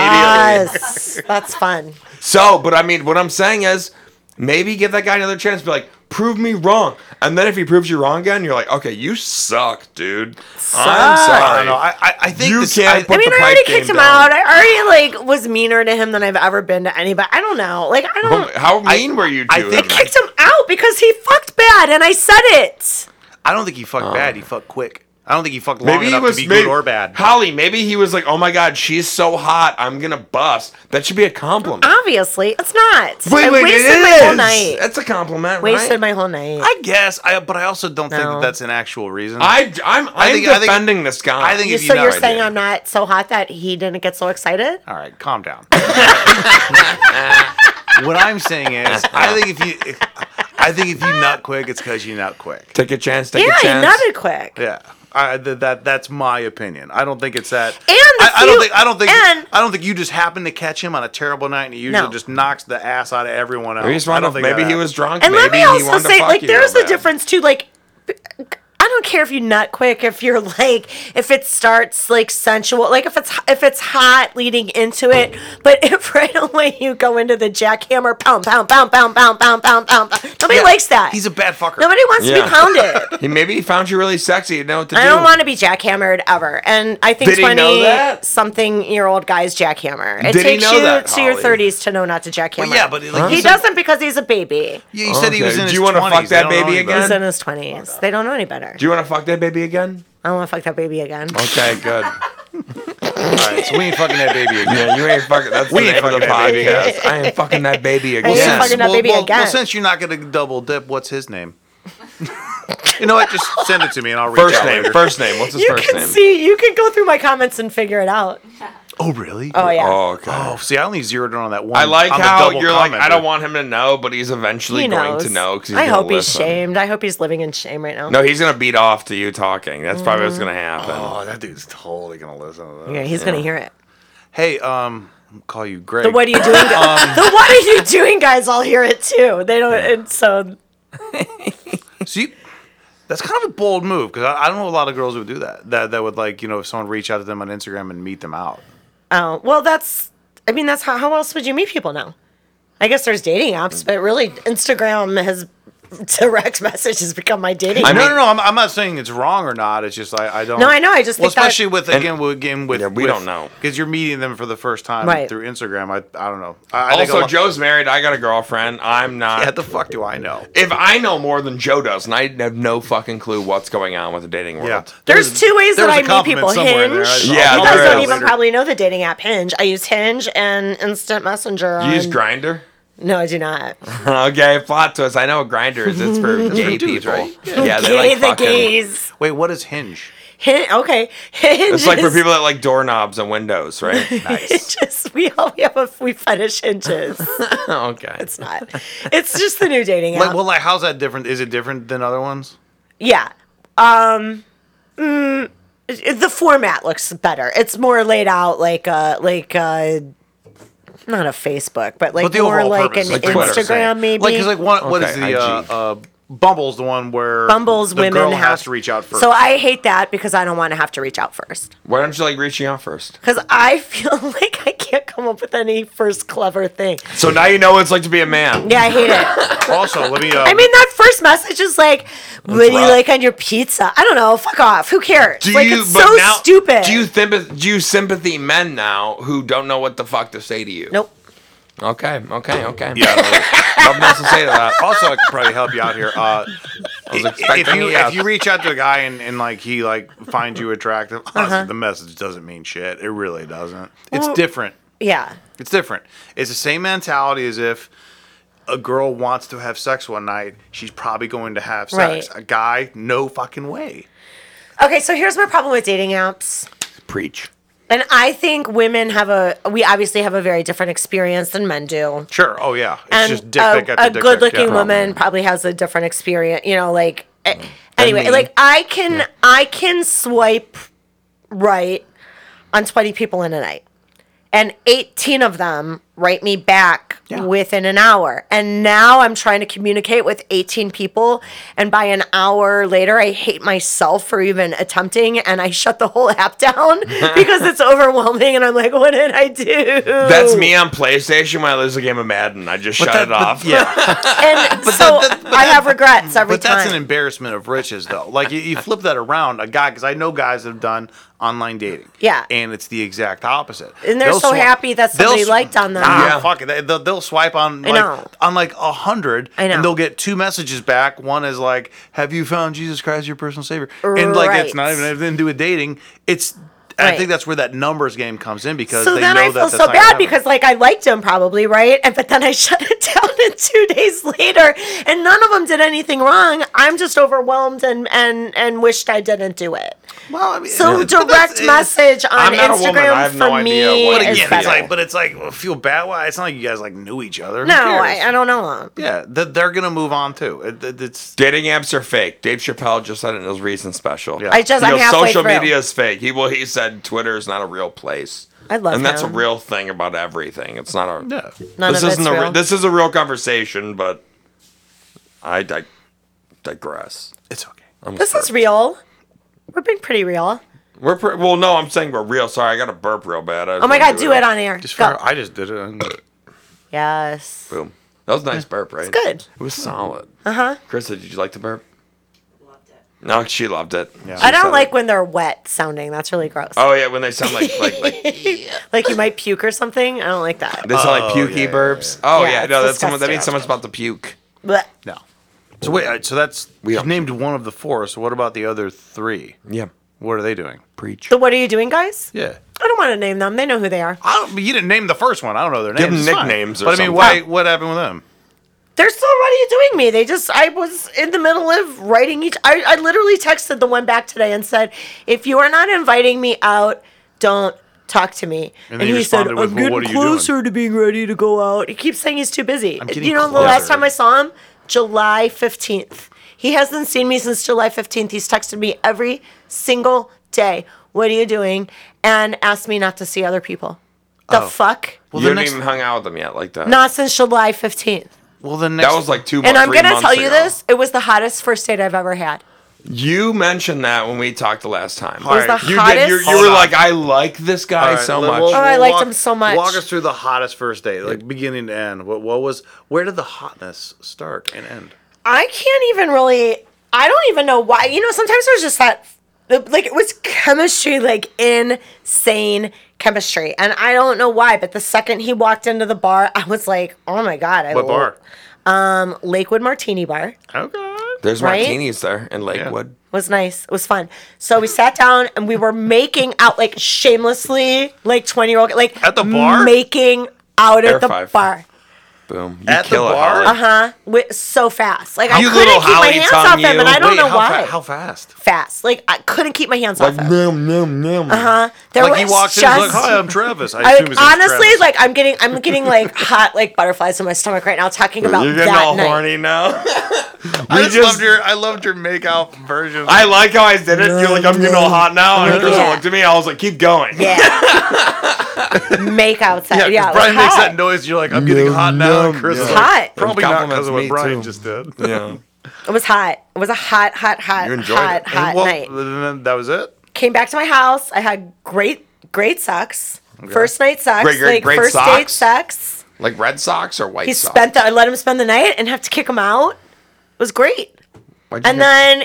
Speaker 2: Yes, that's fun.
Speaker 3: So, but I mean, what I'm saying is maybe give that guy another chance. Be like, prove me wrong. And then if he proves you wrong again, you're like, okay, you suck, dude. I'm
Speaker 1: I
Speaker 2: Suck.
Speaker 1: don't
Speaker 3: sorry.
Speaker 1: know. I, I, I think
Speaker 3: You
Speaker 1: this,
Speaker 3: can't
Speaker 1: I,
Speaker 2: I
Speaker 3: put-
Speaker 2: mean,
Speaker 3: the
Speaker 2: I already
Speaker 3: pipe game
Speaker 2: kicked him out.
Speaker 3: down.
Speaker 2: I already like was meaner to him than I've ever been to anybody. I don't know. Like I don't.
Speaker 3: But How mean were you to
Speaker 1: I
Speaker 3: him?
Speaker 1: think-
Speaker 2: kicked him out because he fucked bad, and I said it.
Speaker 1: I don't think he fucked bad. He fucked quick. I don't think he fucked long
Speaker 3: Oh. Maybe he
Speaker 1: enough
Speaker 3: was
Speaker 1: to be
Speaker 3: maybe-
Speaker 1: good or bad.
Speaker 3: Holly, maybe he was like, "Oh my God, she's so hot, I'm gonna bust." That should be a compliment.
Speaker 2: Obviously, it's not.
Speaker 3: wait,
Speaker 2: I
Speaker 3: wait,
Speaker 2: wasted
Speaker 3: it
Speaker 2: my whole
Speaker 3: is.
Speaker 2: night.
Speaker 3: That's a compliment,
Speaker 2: wasted
Speaker 3: right?
Speaker 2: my whole night.
Speaker 1: I guess. I but I also don't think
Speaker 2: No.
Speaker 1: that that's an actual reason.
Speaker 3: I, I'm, I'm
Speaker 1: think- I think-
Speaker 3: defending this guy.
Speaker 1: I think
Speaker 2: You-
Speaker 1: if you
Speaker 2: so
Speaker 1: know
Speaker 2: you're
Speaker 1: I
Speaker 2: saying
Speaker 1: did.
Speaker 2: I'm not so hot that he didn't get so excited?
Speaker 1: All right, calm down. what I'm saying is, I think if you, I think if you nut quick, it's because you nut quick.
Speaker 3: Take a chance. Take
Speaker 2: yeah,
Speaker 3: a
Speaker 2: he
Speaker 3: chance.
Speaker 2: nutted quick.
Speaker 1: Yeah, I, th- that that's my opinion. I don't think it's that.
Speaker 2: And the
Speaker 1: I, I don't
Speaker 2: few-
Speaker 1: think I don't think
Speaker 2: and-
Speaker 1: I don't think you just happened to catch him on a terrible night, and he usually
Speaker 2: No.
Speaker 1: just knocks the ass out of everyone else.
Speaker 3: Maybe, he just
Speaker 1: I
Speaker 3: wanted
Speaker 1: don't
Speaker 3: to-
Speaker 1: think uh,
Speaker 3: maybe
Speaker 1: that
Speaker 3: he
Speaker 1: happened.
Speaker 3: was drunk.
Speaker 2: And let
Speaker 3: maybe
Speaker 2: me
Speaker 3: he
Speaker 2: also
Speaker 3: wanted to
Speaker 2: say,
Speaker 3: fuck
Speaker 2: like,
Speaker 3: you
Speaker 2: there's
Speaker 3: real
Speaker 2: a
Speaker 3: bad.
Speaker 2: difference too. Like, I don't care if you nut quick. If you're like, if it starts like sensual, like if it's if it's hot leading into it, but if right away you go into the jackhammer, pound, pound, pound, pound, pound, pound, pound, pound, pound. Nobody
Speaker 1: Yeah,
Speaker 2: likes that.
Speaker 1: He's a bad fucker.
Speaker 2: Nobody wants to
Speaker 3: Yeah.
Speaker 2: be pounded.
Speaker 3: He maybe he found you really sexy. You know what to
Speaker 2: I
Speaker 3: do.
Speaker 2: don't want to be jackhammered ever. And I think
Speaker 3: Did he know that?
Speaker 2: 20 something year old guys jackhammer. It
Speaker 3: Did he
Speaker 2: takes
Speaker 3: know
Speaker 2: you
Speaker 3: that, Oh,
Speaker 2: to your
Speaker 3: Holly?
Speaker 2: 30s to know not to jackhammer.
Speaker 1: Well, yeah, but like,
Speaker 2: he
Speaker 1: you said-
Speaker 2: doesn't because he's a baby.
Speaker 1: yeah, you said he was
Speaker 3: Okay.
Speaker 1: in
Speaker 3: Do
Speaker 1: his
Speaker 3: you wanna fuck
Speaker 1: 20s. They
Speaker 3: that
Speaker 1: don't know
Speaker 3: baby
Speaker 1: any
Speaker 3: again?
Speaker 1: better.
Speaker 2: He's in his 20s. They don't know any better.
Speaker 3: Do you want to fuck that baby again?
Speaker 2: I don't want to fuck that baby again.
Speaker 3: Okay, good.
Speaker 1: All right, so we ain't fucking that baby again.
Speaker 3: Yeah, you ain't fucking. That's the
Speaker 1: ain't
Speaker 3: name of the
Speaker 1: fucking that baby again.
Speaker 3: podcast. I ain't fucking that baby
Speaker 2: ain't
Speaker 3: again.
Speaker 2: fucking that
Speaker 1: well,
Speaker 2: baby
Speaker 1: well,
Speaker 2: again.
Speaker 1: well, since you're not going to double dip, what's his name? you know what? Just send it to me and I'll reach
Speaker 3: First
Speaker 1: out
Speaker 3: name.
Speaker 1: later.
Speaker 3: First name. What's his
Speaker 2: You
Speaker 3: first
Speaker 2: can
Speaker 3: name?
Speaker 2: see, you can go through my comments and figure it out.
Speaker 1: Oh, really?
Speaker 2: Oh, yeah.
Speaker 3: Oh, okay.
Speaker 1: Oh, see, I only zeroed in on that one.
Speaker 3: I like
Speaker 1: on the
Speaker 3: how
Speaker 1: double
Speaker 3: you're like.
Speaker 1: comment,
Speaker 3: I
Speaker 1: but-
Speaker 3: don't want him to know, but he's eventually
Speaker 2: He
Speaker 3: going
Speaker 2: knows.
Speaker 3: to know because
Speaker 2: I hope he's
Speaker 3: listen.
Speaker 2: shamed. I hope he's living in shame right now.
Speaker 3: No, he's gonna beat off to you talking. That's probably what's gonna happen.
Speaker 1: Oh, that dude's totally gonna listen to that.
Speaker 2: Yeah, he's going to hear it.
Speaker 1: Hey, um, I'll call you Greg.
Speaker 2: The what are you doing?
Speaker 3: Um,
Speaker 2: the what are you doing guys all hear it too. They don't, and so
Speaker 1: See, that's kind of a bold move because I, I don't know a lot of girls who would do that. That that would like you know if someone reached out to them on Instagram and meet them out.
Speaker 2: Oh, well, that's, I mean, that's how, how else would you meet people now? I guess there's dating apps, but really, Instagram has direct message has become my dating
Speaker 1: I
Speaker 2: app.
Speaker 1: no, no, no. I'm, I'm not saying it's wrong or not. It's just I, I don't.
Speaker 2: No, I know, I just
Speaker 1: well,
Speaker 2: think that-
Speaker 1: especially with again with again with
Speaker 3: Yeah, we don't know.
Speaker 1: because you're meeting them for the first time
Speaker 2: Right.
Speaker 1: through Instagram. I I don't know. I, I think a
Speaker 3: Also,
Speaker 1: lot-
Speaker 3: Joe's married. I got a girlfriend. I'm not.
Speaker 1: Yeah, the fuck do I know?
Speaker 3: if I know more than Joe does, and I have no fucking clue what's going on with the dating world.
Speaker 1: Yeah,
Speaker 2: There's two ways
Speaker 1: there
Speaker 2: that
Speaker 1: was
Speaker 2: I
Speaker 1: a
Speaker 2: meet
Speaker 1: compliment
Speaker 2: people.
Speaker 1: somewhere in
Speaker 2: Hinge.
Speaker 1: there. I-
Speaker 2: You
Speaker 1: I'll-
Speaker 3: Yeah,
Speaker 1: I'll figure it
Speaker 2: guys
Speaker 3: there
Speaker 2: don't
Speaker 1: out
Speaker 3: is.
Speaker 2: even
Speaker 1: later.
Speaker 2: probably know the dating app Hinge. I use Hinge and Instant Messenger.
Speaker 3: You use
Speaker 2: on-
Speaker 3: Grinder?
Speaker 2: No, I do not.
Speaker 3: okay, plot twist. I know what Grinder is. It's for gay
Speaker 1: dudes,
Speaker 3: people.
Speaker 1: right?
Speaker 3: Yeah, they
Speaker 2: Gay
Speaker 3: like
Speaker 2: the
Speaker 3: fucking.
Speaker 2: gays.
Speaker 1: Wait, what is Hinge?
Speaker 2: Hinge, okay. Hinge
Speaker 3: It's like for
Speaker 2: is-
Speaker 3: people that like doorknobs and windows, right?
Speaker 2: It's just we all we have a we fetish hinges.
Speaker 3: okay.
Speaker 2: It's not. It's just the new dating app.
Speaker 1: Like, well, like how's that different? Is it different than other ones?
Speaker 2: yeah. Um. mm, the format looks better. It's more laid out like uh like uh not a Facebook, but like
Speaker 1: But the
Speaker 2: more
Speaker 1: overall
Speaker 2: like
Speaker 1: purpose,
Speaker 2: an
Speaker 1: like
Speaker 3: Twitter,
Speaker 2: Instagram
Speaker 3: saying.
Speaker 2: maybe.
Speaker 1: Like, cause like one, what
Speaker 3: Okay,
Speaker 1: is the uh,
Speaker 3: IG.
Speaker 1: uh, Bumble's the one where
Speaker 2: Bumble's
Speaker 1: the
Speaker 2: women
Speaker 1: girl
Speaker 2: have
Speaker 1: has to reach out first.
Speaker 2: So I hate that because I don't want to have to reach out first.
Speaker 3: Why don't you like reaching out first?
Speaker 2: Because I feel like I can't come up with any first clever thing.
Speaker 3: So now you know what it's like to be a man.
Speaker 2: Yeah, I hate it.
Speaker 1: also, let me. Uh,
Speaker 2: I mean, that first message is like, "What do you
Speaker 3: rough.
Speaker 2: like on your pizza?" I don't know. Fuck off. Who cares? like it's so stupid.
Speaker 3: Do you sympath- do you sympathy men now who don't know what the fuck to say to you?
Speaker 2: nope.
Speaker 3: Okay, okay, okay.
Speaker 1: Yeah.
Speaker 3: Nothing else to say to that.
Speaker 1: also, I could probably help you out here. Uh,
Speaker 3: was
Speaker 1: if
Speaker 3: expecting
Speaker 1: you
Speaker 3: a yes.
Speaker 1: if you reach out to a guy and, and like he like finds you attractive, honestly, the message doesn't mean shit. It really doesn't. It's
Speaker 2: Uh-huh. Well-
Speaker 1: different.
Speaker 2: Yeah.
Speaker 1: It's different. It's the same mentality as if a girl wants to have sex one night, she's probably going to have sex.
Speaker 2: Right.
Speaker 1: A guy, no fucking way.
Speaker 2: Okay, so here's my problem with dating apps.
Speaker 3: Preach.
Speaker 2: And I think women have a we obviously have a very different experience than men do.
Speaker 1: Sure. Oh yeah. It's
Speaker 2: and
Speaker 1: just dick
Speaker 2: a,
Speaker 1: pic after
Speaker 2: a
Speaker 1: dick pic.
Speaker 2: good-looking
Speaker 1: Yeah.
Speaker 2: woman probably has a different experience. You know, like eh, anyway,
Speaker 3: me.
Speaker 2: like I can I can swipe right on twenty people in a night, and eighteen of them write me back
Speaker 1: Yeah.
Speaker 2: within an hour. And now I'm trying to communicate with eighteen people, and by an hour later, I hate myself for even attempting, and I shut the whole app down because it's overwhelming, and I'm like, what did I do?
Speaker 3: That's me on PlayStation when I lose a game of Madden. I just shut
Speaker 1: that-
Speaker 3: it off.
Speaker 1: yeah.
Speaker 2: and so I have regrets every
Speaker 1: But
Speaker 2: time.
Speaker 1: that's an embarrassment of riches, though. Like you, you flip that around, a guy because I know guys that have done online dating.
Speaker 2: Yeah.
Speaker 1: and it's the exact opposite.
Speaker 2: And they're
Speaker 1: They'll
Speaker 2: so
Speaker 1: swi-
Speaker 2: happy that
Speaker 1: they'll
Speaker 2: somebody
Speaker 1: sw-
Speaker 2: liked on them.
Speaker 1: Nah,
Speaker 3: Yeah.
Speaker 1: fuck it. They, they'll, they'll swipe on like
Speaker 2: know.
Speaker 1: on like a hundred,
Speaker 2: I know.
Speaker 1: and they'll get two messages back. One is like, "Have you found Jesus Christ, your personal savior?" And like it's
Speaker 2: Right.
Speaker 1: not even anything to do with dating. It's I
Speaker 2: Right.
Speaker 1: think that's where that numbers game comes in because
Speaker 2: So
Speaker 1: they
Speaker 2: then
Speaker 1: know
Speaker 2: I
Speaker 1: that
Speaker 2: feel
Speaker 1: that's
Speaker 2: so
Speaker 1: not
Speaker 2: bad
Speaker 1: happening.
Speaker 2: because like I liked him probably, right? And but then I shut it down and two days later and none of them did anything wrong. I'm just overwhelmed and and and wished I didn't do it.
Speaker 1: well, I mean,
Speaker 2: So
Speaker 1: but that's-
Speaker 2: direct
Speaker 1: it's-
Speaker 2: message on
Speaker 3: I'm not a woman.
Speaker 2: Instagram
Speaker 3: I have
Speaker 2: for
Speaker 3: no
Speaker 2: me
Speaker 3: idea what
Speaker 1: But
Speaker 3: it
Speaker 2: is
Speaker 1: again,
Speaker 3: better.
Speaker 1: it's like, but it's like well, feel bad. Why? It's not like you guys like knew each other. Who
Speaker 2: no,
Speaker 1: cares?
Speaker 2: I, I don't know him.
Speaker 1: Yeah, th- they're gonna move on too. It, it- it's
Speaker 3: Dating apps are fake. Dave Chappelle just said it in his recent special.
Speaker 1: Yeah.
Speaker 2: I just
Speaker 3: He
Speaker 2: I'm
Speaker 3: goes,
Speaker 2: halfway
Speaker 3: social
Speaker 2: through.
Speaker 3: media is fake. He well, he said Twitter is not a real place.
Speaker 2: I love
Speaker 3: and that's a
Speaker 2: him.
Speaker 3: real thing about everything. It's not a.
Speaker 1: yeah.
Speaker 2: None
Speaker 3: this
Speaker 2: of
Speaker 3: isn't
Speaker 2: it's
Speaker 3: a re-
Speaker 2: real.
Speaker 3: this is a real conversation, but I dig- digress.
Speaker 1: It's okay.
Speaker 3: I'm
Speaker 2: this
Speaker 3: sorry.
Speaker 2: is real. We're being pretty real.
Speaker 3: We're pre- well, no, I'm saying we're real. Sorry, I got a burp real bad. I
Speaker 2: Oh my
Speaker 3: didn't
Speaker 2: god, do it on air.
Speaker 1: Just
Speaker 2: Go.
Speaker 1: for, I just did it. and-
Speaker 2: Yes.
Speaker 3: Boom. That was a nice burp, right? It's
Speaker 2: good. Uh-huh.
Speaker 3: It was solid. Uh huh. Krista, did you like the burp? No, she loved it.
Speaker 1: Yeah.
Speaker 3: She
Speaker 2: I don't
Speaker 3: said
Speaker 2: like
Speaker 3: it.
Speaker 2: when they're wet sounding. That's really gross.
Speaker 3: Oh yeah, when they sound like like, like they
Speaker 2: Like you might puke or something. I don't like that.
Speaker 3: sound like
Speaker 1: Oh,
Speaker 3: pukey
Speaker 1: yeah, yeah,
Speaker 3: burps. Oh
Speaker 2: Yeah,
Speaker 3: yeah,
Speaker 2: it's
Speaker 3: no, that's someone, that
Speaker 2: disgusting.
Speaker 3: means someone's about to puke.
Speaker 2: Blech.
Speaker 1: No. So wait. uh, So that's
Speaker 3: We
Speaker 1: we
Speaker 3: don't-
Speaker 1: named one of the four. So what about the other three?
Speaker 3: Yeah,
Speaker 1: What are they doing?
Speaker 3: preach.
Speaker 2: So what are you doing, guys?
Speaker 1: Yeah.
Speaker 2: I don't want to name them. They know who they are.
Speaker 1: I don't, but you didn't name the first one. I don't know their names.
Speaker 3: them
Speaker 1: It's fine.
Speaker 3: nicknames or
Speaker 1: But I mean,
Speaker 3: something.
Speaker 1: why? What happened with them?
Speaker 2: They're so what are you doing me? They just I was in the middle of writing each I, I literally texted the one back today and said, if you are not inviting me out, don't talk to me.
Speaker 1: And then you responded with,
Speaker 2: I'm
Speaker 1: "Well,
Speaker 2: getting
Speaker 1: what are you doing?"
Speaker 2: closer to being ready to go out. He keeps saying he's too busy.
Speaker 1: getting
Speaker 2: You know, the last
Speaker 1: closer.
Speaker 2: time I saw him, July 15th. He hasn't seen me since July 15th. He's texted me every single day, what are you doing? And asked me not to see other people. The fuck?
Speaker 1: Oh. Well,
Speaker 3: you
Speaker 1: the
Speaker 3: haven't
Speaker 1: next.
Speaker 3: even hung out with them yet, like that.
Speaker 2: Not since July 15th.
Speaker 1: Well, the next
Speaker 3: That was like two.
Speaker 2: And
Speaker 3: mo-
Speaker 2: I'm
Speaker 3: three
Speaker 2: gonna
Speaker 3: months
Speaker 2: tell you
Speaker 3: ago.
Speaker 2: this: it was the hottest first date I've ever had.
Speaker 3: You mentioned that when we talked the last time.
Speaker 1: was the
Speaker 3: you
Speaker 2: hottest-
Speaker 3: you you
Speaker 1: Hold
Speaker 3: were
Speaker 1: on.
Speaker 3: like, I like this guy
Speaker 1: All right,
Speaker 3: so
Speaker 1: let-
Speaker 3: much.
Speaker 1: we'll-
Speaker 2: Oh, I
Speaker 1: we'll
Speaker 2: liked
Speaker 1: walk-
Speaker 2: him so much.
Speaker 1: Walk us through the hottest first date, like beginning to end. What what was where did the hotness start and end?
Speaker 2: I can't even really. I don't even know why. You know, sometimes there's just that. Like it was chemistry, like insane chemistry, and I don't know why. But the second he walked into the bar, I was like, "Oh my god!" I
Speaker 1: What bar?
Speaker 2: Um, Lakewood Martini Bar
Speaker 1: Okay.
Speaker 3: There's
Speaker 2: Right?
Speaker 3: martinis there in Lakewood.
Speaker 2: was nice. It was fun. So we sat down and we were making out like shamelessly, like twenty year old, like
Speaker 1: At the bar?
Speaker 2: making out at
Speaker 3: Air
Speaker 2: the
Speaker 3: five.
Speaker 2: bar.
Speaker 3: Boom. You
Speaker 1: At the
Speaker 3: kill it,
Speaker 1: bar?
Speaker 3: Holly.
Speaker 1: Uh-huh.
Speaker 2: Uh huh. So fast, like I
Speaker 3: You
Speaker 2: couldn't
Speaker 3: little
Speaker 2: keep my
Speaker 3: Holly
Speaker 2: hands
Speaker 3: tongue
Speaker 2: off him,
Speaker 3: you.
Speaker 2: and I don't
Speaker 3: Wait,
Speaker 2: know
Speaker 1: how
Speaker 2: why.
Speaker 1: Fa- how fast?
Speaker 2: fast, like I couldn't keep my hands off
Speaker 3: Like
Speaker 2: him.
Speaker 3: nom nom nom. Uh-huh.
Speaker 2: There
Speaker 3: Like he
Speaker 2: was
Speaker 3: walks in, he's
Speaker 2: just,
Speaker 1: Like, hi, I'm Travis. I
Speaker 2: I,
Speaker 1: assume his name's
Speaker 2: honestly,
Speaker 1: Travis.
Speaker 2: like I'm getting, I'm getting like hot, like butterflies in my stomach right now talking about
Speaker 3: You're getting
Speaker 2: that
Speaker 3: all
Speaker 2: night.
Speaker 3: horny now.
Speaker 1: I
Speaker 3: we
Speaker 1: just,
Speaker 3: just-
Speaker 1: loved your I loved your makeout version.
Speaker 3: I like how I did it. You're like, I'm getting all hot now, and it doesn't
Speaker 2: Yeah.
Speaker 3: look to me. I was like, keep going.
Speaker 2: Yeah. Make outside.
Speaker 1: yeah,
Speaker 2: Yeah.
Speaker 1: 'cause
Speaker 2: like,
Speaker 1: Brian makes
Speaker 2: hot.
Speaker 1: that noise. You're like, I'm getting hot now. And
Speaker 3: Yum,
Speaker 1: Chris
Speaker 3: yum.
Speaker 1: is
Speaker 2: It's
Speaker 1: like,
Speaker 2: hot.
Speaker 1: Probably not because
Speaker 3: Compliments
Speaker 1: of what
Speaker 3: me,
Speaker 1: Brian
Speaker 3: too.
Speaker 1: just did.
Speaker 3: Yeah.
Speaker 2: It was hot. It was a hot, hot, hot,
Speaker 3: You enjoyed
Speaker 2: hot,
Speaker 3: it.
Speaker 2: hot
Speaker 1: well,
Speaker 2: night.
Speaker 1: then that was it.
Speaker 2: Came back to my house. I had great, great sex. First night sex.
Speaker 3: Great, great,
Speaker 2: like
Speaker 3: great
Speaker 2: first date
Speaker 3: socks?
Speaker 2: sex.
Speaker 3: Like Red Sox or White
Speaker 2: He
Speaker 3: Sox.
Speaker 2: spent the. I let him spend the night and have to kick him out. It was great.
Speaker 3: Why'd you
Speaker 2: And
Speaker 3: kick-
Speaker 2: then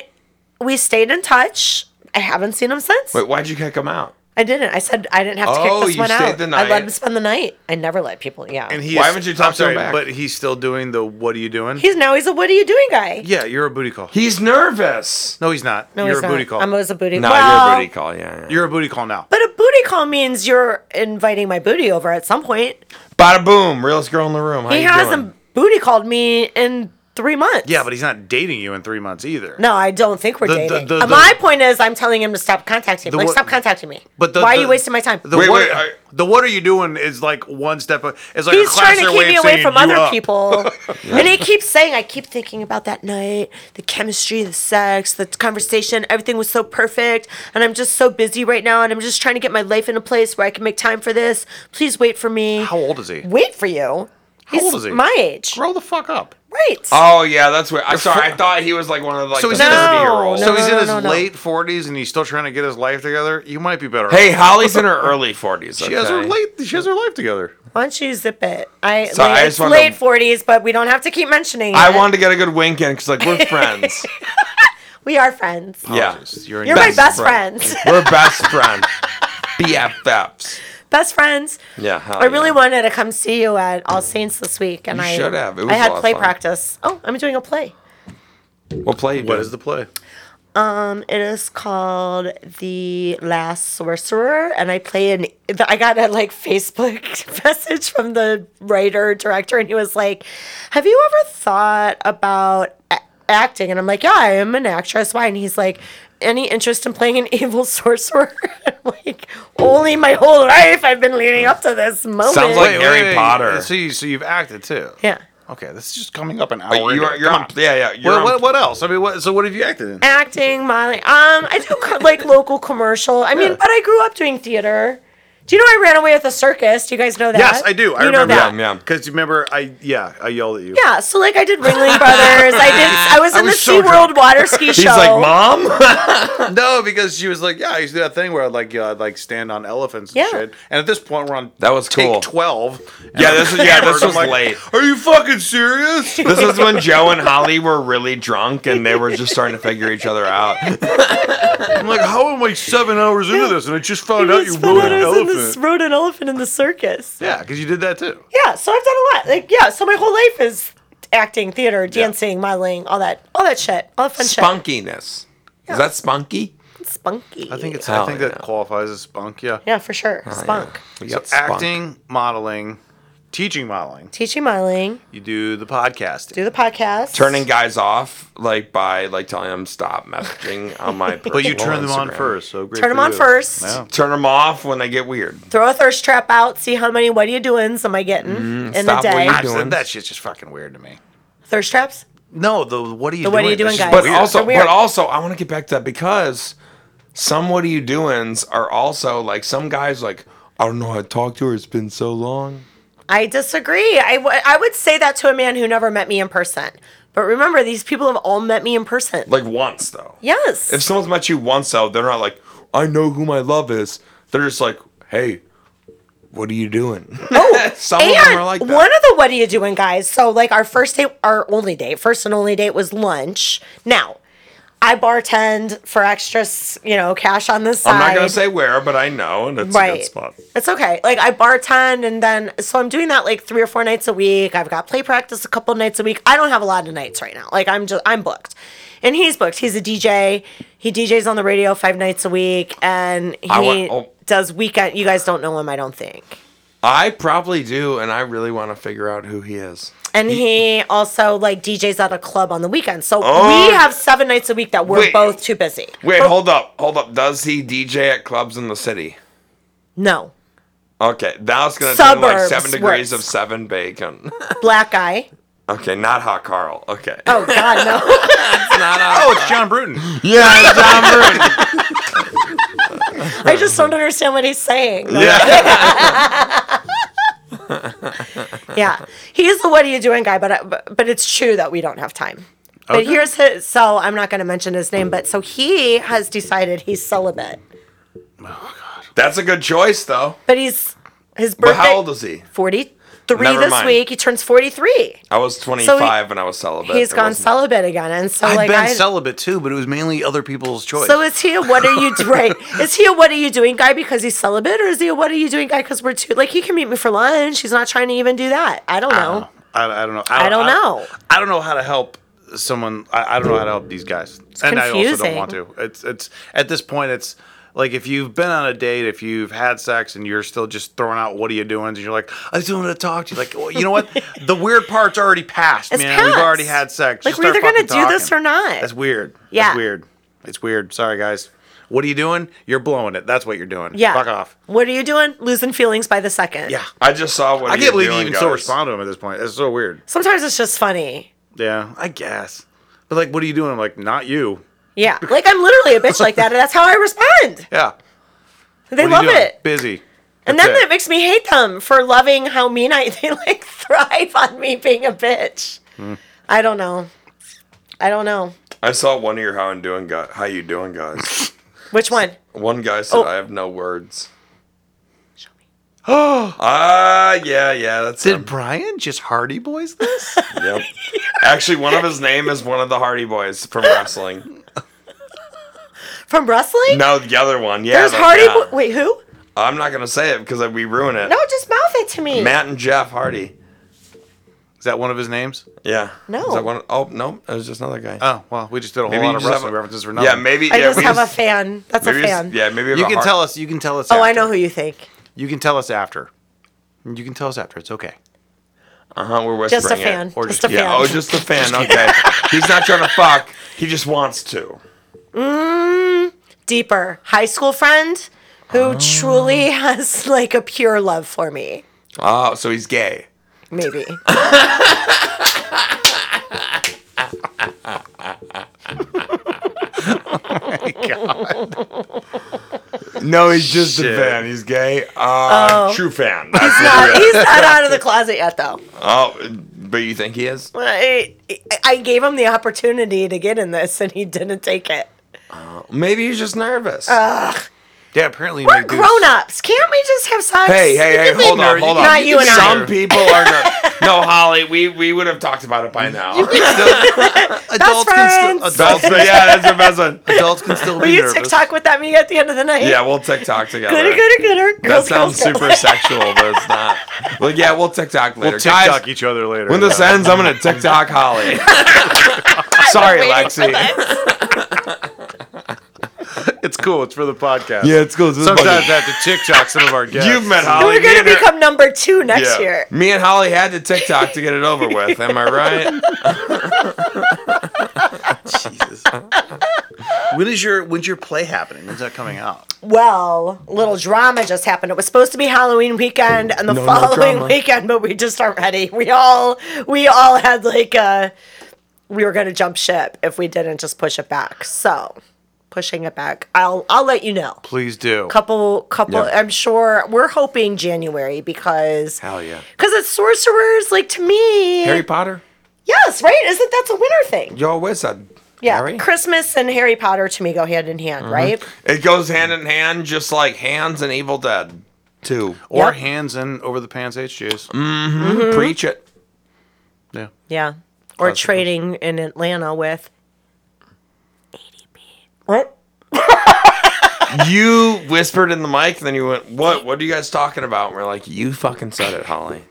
Speaker 2: we stayed in touch. I haven't seen him since.
Speaker 3: Wait, why'd you kick him out?
Speaker 2: I didn't. I said I didn't have to
Speaker 3: Oh,
Speaker 2: kick this
Speaker 3: you
Speaker 2: one
Speaker 3: stayed
Speaker 2: out.
Speaker 3: the
Speaker 2: I let
Speaker 3: night.
Speaker 2: him spend the night. I never let people. Yeah.
Speaker 1: And he
Speaker 3: Why
Speaker 1: is-
Speaker 3: haven't you talked
Speaker 1: I'm
Speaker 3: to
Speaker 1: sorry,
Speaker 3: him back?
Speaker 1: But he's still doing the what are you doing?
Speaker 2: he's now he's a what are you doing guy.
Speaker 1: yeah, you're a booty call.
Speaker 3: He's nervous.
Speaker 1: no, he's not.
Speaker 2: No,
Speaker 1: you're
Speaker 2: he's
Speaker 1: a booty
Speaker 2: not.
Speaker 1: call.
Speaker 2: I'm always a booty.
Speaker 3: No,
Speaker 2: well,
Speaker 3: you're a booty call. Yeah. yeah.
Speaker 1: you're a booty call now.
Speaker 2: But a booty call means you're inviting my booty over at some point.
Speaker 3: Bada boom, realest girl in the room. How
Speaker 2: He
Speaker 3: you
Speaker 2: hasn't
Speaker 3: doing?
Speaker 2: booty called me in three months.
Speaker 1: Yeah, but he's not dating you in three months either.
Speaker 2: No, I don't think we're
Speaker 1: The- the-
Speaker 2: dating.
Speaker 1: the-
Speaker 2: Uh,
Speaker 1: the-
Speaker 2: My point is, I'm telling him to stop contacting me.
Speaker 1: The
Speaker 2: Like,
Speaker 1: what-
Speaker 2: stop contacting me.
Speaker 1: But the-
Speaker 2: why
Speaker 1: the-
Speaker 2: are you wasting my time?
Speaker 1: The
Speaker 3: Wait,
Speaker 1: what?
Speaker 3: wait, I-
Speaker 1: the what are you doing is like one step. a- It's like a
Speaker 2: He's trying to
Speaker 1: classier
Speaker 2: keep
Speaker 1: way
Speaker 2: me
Speaker 1: of
Speaker 2: away
Speaker 1: saying
Speaker 2: from
Speaker 1: you
Speaker 2: other
Speaker 1: up.
Speaker 2: people. And he keeps saying, I keep thinking about that night, the chemistry, the sex, the conversation, everything was so perfect. And I'm just so busy right now. And I'm just trying to get my life in a place where I can make time for this. Please wait for me.
Speaker 1: How old is he?
Speaker 2: Wait for you.
Speaker 1: How
Speaker 2: He's
Speaker 1: old is he?
Speaker 2: My age.
Speaker 1: Grow the fuck up.
Speaker 2: Right.
Speaker 3: Oh yeah, that's weird. I sorry, I thought he was like one of like
Speaker 1: So
Speaker 3: the
Speaker 1: he's in his-
Speaker 3: thirty year olds.
Speaker 2: No,
Speaker 1: so he's
Speaker 2: no,
Speaker 1: in
Speaker 2: no,
Speaker 1: his
Speaker 2: no, no.
Speaker 1: late forties and he's still trying to get his life together. You might be better.
Speaker 3: Hey, Holly's in her early forties.
Speaker 1: she has her late. She has her life together.
Speaker 2: Why don't you zip it? I,
Speaker 3: Sorry,
Speaker 2: like,
Speaker 3: I
Speaker 2: it's
Speaker 3: just wanted to-
Speaker 2: late 40s, but we don't have to keep mentioning
Speaker 3: I
Speaker 2: it.
Speaker 3: wanted to get a good wink in because like we're friends.
Speaker 2: We are friends.
Speaker 3: yeah,
Speaker 1: Apologies. Oh, You're in
Speaker 2: You're
Speaker 1: your-
Speaker 3: Best
Speaker 2: my best
Speaker 3: friend.
Speaker 2: friends.
Speaker 3: we're best friends, BFFs.
Speaker 2: best friends.
Speaker 3: Yeah, hell
Speaker 2: I really
Speaker 3: Oh, yeah.
Speaker 2: wanted to come see you at All Saints this week, and
Speaker 3: You
Speaker 2: I
Speaker 3: should have. It was
Speaker 2: I
Speaker 3: a lot
Speaker 2: had
Speaker 3: of
Speaker 2: play
Speaker 3: fun.
Speaker 2: practice. Oh, I'm doing a play.
Speaker 3: We'll play.
Speaker 1: What is the play?
Speaker 2: Um, it is called The Last Sorcerer, and I play an. I got a like Facebook message from the writer director, and he was like, "Have you ever thought about a- acting?" And I'm like, "Yeah, I am an actress. Why?" And he's like, "Any interest in playing an evil sorcerer?" I'm like, only my whole life I've been leading up to this moment.
Speaker 3: Sounds like- Harry Potter.
Speaker 1: So, you, so you've acted too.
Speaker 2: yeah.
Speaker 1: Okay, this is just coming up an hour.
Speaker 3: You're,
Speaker 1: into
Speaker 3: you're,
Speaker 1: it.
Speaker 3: you're
Speaker 1: Come
Speaker 3: on. Yeah, yeah. You're
Speaker 1: What,
Speaker 3: on-
Speaker 1: what, what else? I mean, what, so what have you acted in?
Speaker 2: acting, modeling. Um, I do co- like local commercial. I mean,
Speaker 1: Yeah.
Speaker 2: but I grew up doing theater. Do you know I ran away with the circus? Do you guys know that?
Speaker 1: Yes, I do. I
Speaker 2: you know
Speaker 1: remember.
Speaker 2: that.
Speaker 3: Yeah, yeah.
Speaker 1: Because you remember, I yeah, I yelled at you.
Speaker 2: Yeah, so like I did Ringling Brothers. I did. I was
Speaker 1: I
Speaker 2: in
Speaker 1: was
Speaker 2: the
Speaker 1: so
Speaker 2: SeaWorld
Speaker 1: drunk.
Speaker 2: water ski show.
Speaker 3: He's like, mom.
Speaker 1: No, because she was like, yeah, I used to do that thing where I'd like, you know, I'd like stand on elephants and
Speaker 2: Yeah.
Speaker 1: shit. And at this point, we're on
Speaker 3: That was
Speaker 1: take
Speaker 3: cool.
Speaker 1: twelve.
Speaker 3: Yeah, this is- yeah, this
Speaker 1: I'm
Speaker 3: was late.
Speaker 1: Are you fucking serious?
Speaker 3: this is when Joe and Holly were really drunk and they were just starting to figure each other out.
Speaker 1: I'm like, how am I seven hours into this and I just
Speaker 2: I
Speaker 1: found out you
Speaker 2: just found
Speaker 1: rode
Speaker 2: out
Speaker 1: an
Speaker 2: I was in this,
Speaker 1: elephant?
Speaker 2: rode an elephant in the circus.
Speaker 1: Yeah, because you did that too.
Speaker 2: Yeah, so I've done a lot. Like, yeah, so my whole life is acting, theater, dancing, modeling, all that, all that shit, all that fun
Speaker 3: Spunkiness. Is that spunky?
Speaker 2: shit. Spunky.
Speaker 1: I think it's. I
Speaker 3: Hell
Speaker 1: think that
Speaker 3: yeah.
Speaker 1: qualifies as spunk. Yeah.
Speaker 2: yeah, for sure. Spunk.
Speaker 3: You
Speaker 1: So
Speaker 3: got spunk.
Speaker 1: acting, modeling, teaching modeling.
Speaker 2: Teaching modeling.
Speaker 1: You do the podcast.
Speaker 2: Do the podcast.
Speaker 3: Turning guys off like by like telling them stop messaging on my.
Speaker 1: But you
Speaker 3: personal
Speaker 1: turn them on
Speaker 3: Instagram.
Speaker 1: first. So great for
Speaker 2: Turn them on
Speaker 1: you.
Speaker 2: first.
Speaker 1: Yeah.
Speaker 3: Turn them off when they get weird.
Speaker 2: throw a thirst trap out, see how many what are you doings am I getting in a
Speaker 3: Mm-hmm. stop
Speaker 2: day.
Speaker 3: waiting.
Speaker 1: I said
Speaker 3: doing?
Speaker 1: that shit's just fucking weird to me.
Speaker 2: Thirst traps?
Speaker 1: No, the what are you
Speaker 2: The
Speaker 1: doing?
Speaker 2: what are you
Speaker 1: That's
Speaker 2: doing,
Speaker 1: just
Speaker 2: guys?
Speaker 3: But
Speaker 1: weird.
Speaker 3: also,
Speaker 2: So weird.
Speaker 3: but also, I want to get back to that because some what are you doings are also like some guys like I don't know. how to talk to her. It's been so long.
Speaker 2: I disagree. I, w- I would say that to a man who never met me in person. But remember, these people have all met me in person.
Speaker 3: Like once though.
Speaker 2: yes.
Speaker 3: If someone's met you once though, they're not like, I know who my love is. They're just like, hey, what are you doing?
Speaker 2: Oh,
Speaker 3: Some of
Speaker 2: and
Speaker 3: them are like that.
Speaker 2: one of the what are you doing, guys? So like our first date, our only date, first and only date was lunch. Now, I bartend for extras, you know, cash on the side.
Speaker 3: I'm not gonna say where, but I know, and it's a good spot.
Speaker 2: It's okay. Like I bartend and then so I'm doing that like three or four nights a week. I've got play practice a couple nights a week. I don't have a lot of nights right now. Like I'm just I'm booked. And he's booked. He's a DJ. He DJs on the radio five nights a week and he
Speaker 3: I want- oh.
Speaker 2: does weekend you guys don't know him, I don't think.
Speaker 3: I probably do, and I really want to figure out who he is.
Speaker 2: And he also like DJs at a club on the weekend. So
Speaker 3: Oh.
Speaker 2: we have seven nights a week that we're
Speaker 3: Wait.
Speaker 2: both too busy.
Speaker 3: Wait, hold up, hold up. Does he DJ at clubs in the city?
Speaker 2: No.
Speaker 3: Okay, now it's gonna turn like
Speaker 2: Suburbs
Speaker 3: seven degrees
Speaker 2: works.
Speaker 3: of seven bacon.
Speaker 2: Black guy.
Speaker 3: okay, not hot Carl. Okay,
Speaker 2: Oh god, no.
Speaker 3: not hot.
Speaker 1: Oh, it's John Bruton.
Speaker 3: Yeah, John Bruton.
Speaker 2: I just don't understand what he's saying.
Speaker 3: yeah.
Speaker 2: yeah he's the what are you doing guy but uh, but, but it's true that we don't have time but
Speaker 1: Okay.
Speaker 2: here's his so i'm not going to mention his name but so he has decided he's celibate
Speaker 3: That's a good choice though.
Speaker 2: but he's his birthday
Speaker 3: But how old is he?
Speaker 2: 43
Speaker 3: Never
Speaker 2: this
Speaker 3: mind.
Speaker 2: week he turns 43
Speaker 3: I was 25 and I was celibate.
Speaker 2: he's
Speaker 3: It
Speaker 2: gone
Speaker 3: wasn't-
Speaker 2: celibate again and so
Speaker 1: I've
Speaker 2: like
Speaker 1: been
Speaker 2: I,
Speaker 1: celibate too, but it was mainly other people's choice.
Speaker 2: so is he a what are you do- right? Is he a what are you doing guy because he's celibate, or is he a what are you doing guy because we're too like he can meet me for lunch? He's not trying to even do that. I don't know.
Speaker 1: I, I don't know.
Speaker 2: I don't know.
Speaker 1: I don't know how to help someone. I, I don't know how to help these guys, and I also
Speaker 2: confusing.
Speaker 1: don't want to. It's it's at this point, it's like if you've been on a date, if you've had sex, and you're still just throwing out "What are you doing?" and you're like, "I just want to talk to you." Like, well, you know what? the weird part's already passed,
Speaker 2: It's
Speaker 1: man. We've already
Speaker 2: passed.
Speaker 1: had sex.
Speaker 2: Like,
Speaker 1: Just
Speaker 2: we're
Speaker 1: start
Speaker 2: either gonna
Speaker 1: fucking
Speaker 2: do this
Speaker 1: talking.
Speaker 2: or not.
Speaker 1: That's weird.
Speaker 2: Yeah.
Speaker 1: That's weird. It's weird. Sorry, guys. What are you doing? You're blowing it. That's what you're doing.
Speaker 2: Yeah.
Speaker 1: Fuck off.
Speaker 2: What are you doing? Losing feelings by the second.
Speaker 1: Yeah.
Speaker 3: I just saw what
Speaker 1: I
Speaker 3: he
Speaker 1: can't believe
Speaker 3: was
Speaker 1: you
Speaker 3: doing,
Speaker 1: even still
Speaker 3: guys.
Speaker 1: respond to him at this point. It's so weird.
Speaker 2: Sometimes it's just funny.
Speaker 1: Yeah, I guess. But like, what are you doing? I'm like, not you.
Speaker 2: Yeah. Like I'm literally a bitch like that, and that's how I respond.
Speaker 1: Yeah.
Speaker 2: They
Speaker 1: What are
Speaker 2: love
Speaker 1: you doing?
Speaker 2: it.
Speaker 1: Busy.
Speaker 2: And
Speaker 1: That's
Speaker 2: then it makes me hate them for loving how mean I they like thrive on me being a bitch.
Speaker 1: Hmm.
Speaker 2: I don't know. I don't know.
Speaker 3: I saw one of your how and doing guy. How you doing, guys?
Speaker 2: Which one?
Speaker 3: one guy said,
Speaker 2: Oh.
Speaker 3: "I have no words."
Speaker 2: Show me.
Speaker 3: Ah, yeah, yeah, that's
Speaker 1: Did
Speaker 3: him.
Speaker 1: Brian just Hardy Boys this?
Speaker 3: Yep. Actually, one of his name is one of the Hardy Boys from wrestling.
Speaker 2: From wrestling?
Speaker 3: No, the other one. Yeah,
Speaker 2: There's
Speaker 3: the-
Speaker 2: Hardy
Speaker 3: yeah.
Speaker 2: Bo- wait, who?
Speaker 3: I'm not gonna say it because we ruin it.
Speaker 2: No, just mouth it to me.
Speaker 3: Matt and Jeff Hardy.
Speaker 1: Is that one of his names?
Speaker 3: Yeah.
Speaker 2: No.
Speaker 3: Is that one? Oh no, it was just another guy.
Speaker 1: Oh well, we just did a whole
Speaker 3: Maybe you
Speaker 1: lot of
Speaker 3: just have
Speaker 1: wrestling
Speaker 3: a-
Speaker 1: references for nothing.
Speaker 3: Uh, yeah, maybe.
Speaker 2: I
Speaker 3: yeah,
Speaker 2: just
Speaker 3: we
Speaker 2: have a
Speaker 3: just-
Speaker 2: fan. That's a
Speaker 3: maybe we just-
Speaker 2: fan.
Speaker 3: Yeah, maybe.
Speaker 1: You can tell us. You can tell us.
Speaker 2: Oh, I
Speaker 1: after.
Speaker 2: know who you think.
Speaker 1: You can tell us after. You can tell us after. It's okay.
Speaker 3: Uh huh. We're whispering
Speaker 2: Just a
Speaker 3: it.
Speaker 2: fan.
Speaker 1: or
Speaker 2: just,
Speaker 1: just-
Speaker 2: a fan.
Speaker 3: Yeah. Oh, just a fan. Okay. He's not trying to fuck. He just wants to.
Speaker 2: Deeper. High school friend who truly has like a pure love for me.
Speaker 3: Oh, so he's gay.
Speaker 2: Maybe.
Speaker 3: No, he's just
Speaker 1: Shit.
Speaker 3: a fan. He's gay. Uh, True fan. That's
Speaker 2: Oh. He's not, he's not out of the closet yet, though.
Speaker 3: Oh, but you think he is?
Speaker 2: I, I gave him the opportunity to get in this, and he didn't take it.
Speaker 3: Maybe he's just nervous.
Speaker 2: Uh,
Speaker 1: Yeah, apparently
Speaker 2: We're grown ups. Can't we just have sex?
Speaker 3: hey, hey, hey!
Speaker 1: can be
Speaker 3: Hold on,
Speaker 1: nervous.
Speaker 3: hold on.
Speaker 2: Not you and I.
Speaker 3: Some people are nervous. no, Holly. We we would have talked about it by now.
Speaker 1: Adults can,
Speaker 2: friends.
Speaker 1: still, adults,
Speaker 3: Adults, yeah, that's your best one.
Speaker 1: adults can still
Speaker 2: Will
Speaker 1: be
Speaker 2: you
Speaker 1: nervous.
Speaker 2: TikTok with that me at the end of the night?
Speaker 3: Yeah, we'll TikTok together.
Speaker 2: Gooder, gooder, gooder.
Speaker 3: That
Speaker 2: Girls,
Speaker 3: sounds
Speaker 2: girls, girls.
Speaker 3: super sexual, but it's not. Like, yeah, we'll TikTok later.
Speaker 1: We'll TikTok
Speaker 3: Guys,
Speaker 1: each other later.
Speaker 3: when this ends, I'm gonna TikTok Holly. Sorry,
Speaker 2: Waiting for
Speaker 3: Lexi.
Speaker 2: this.
Speaker 1: it's cool. It's for the podcast.
Speaker 3: Yeah, it's cool. This is
Speaker 1: Sometimes
Speaker 3: funny.
Speaker 1: I have to TikTok some of our guests.
Speaker 3: You've met Holly.
Speaker 2: We're
Speaker 3: Me
Speaker 2: going
Speaker 3: and
Speaker 2: to
Speaker 3: her-
Speaker 2: become number two next
Speaker 3: Yeah.
Speaker 2: year.
Speaker 3: Me and Holly had to TikTok to get it over with. Am I right?
Speaker 1: Jesus. when is your when's your play happening? When's that coming out?
Speaker 2: Well, little drama just happened. It was supposed to be Halloween weekend and the
Speaker 3: No, no
Speaker 2: following
Speaker 3: drama.
Speaker 2: weekend, but we just aren't ready. We all we all had like uh we were gonna jump ship if we didn't just push it back. So pushing it back. I'll I'll let you know.
Speaker 1: Please do.
Speaker 2: Couple couple.
Speaker 3: Yeah.
Speaker 2: I'm sure we're hoping January because
Speaker 3: Hell yeah.
Speaker 2: because it's sorcerers. Like to me,
Speaker 3: Harry Potter?
Speaker 2: yes, right? Isn't that's a winter thing?
Speaker 3: You're a wizard.
Speaker 2: Yeah,
Speaker 3: Harry?
Speaker 2: Christmas and Harry Potter to me go hand in
Speaker 3: Mm-hmm.
Speaker 2: hand, right?
Speaker 3: It goes hand in hand, just like hands and Evil Dead. Two.
Speaker 1: Or
Speaker 2: Yep.
Speaker 1: hands in over the pants HJs.
Speaker 2: Mm-hmm.
Speaker 3: Preach it.
Speaker 1: Yeah.
Speaker 2: Yeah, or trading in Atlanta with ADP. What?
Speaker 3: You whispered in the mic, and then you went, "What? What are you guys talking about?" And we're like, "You fucking said it, Holly."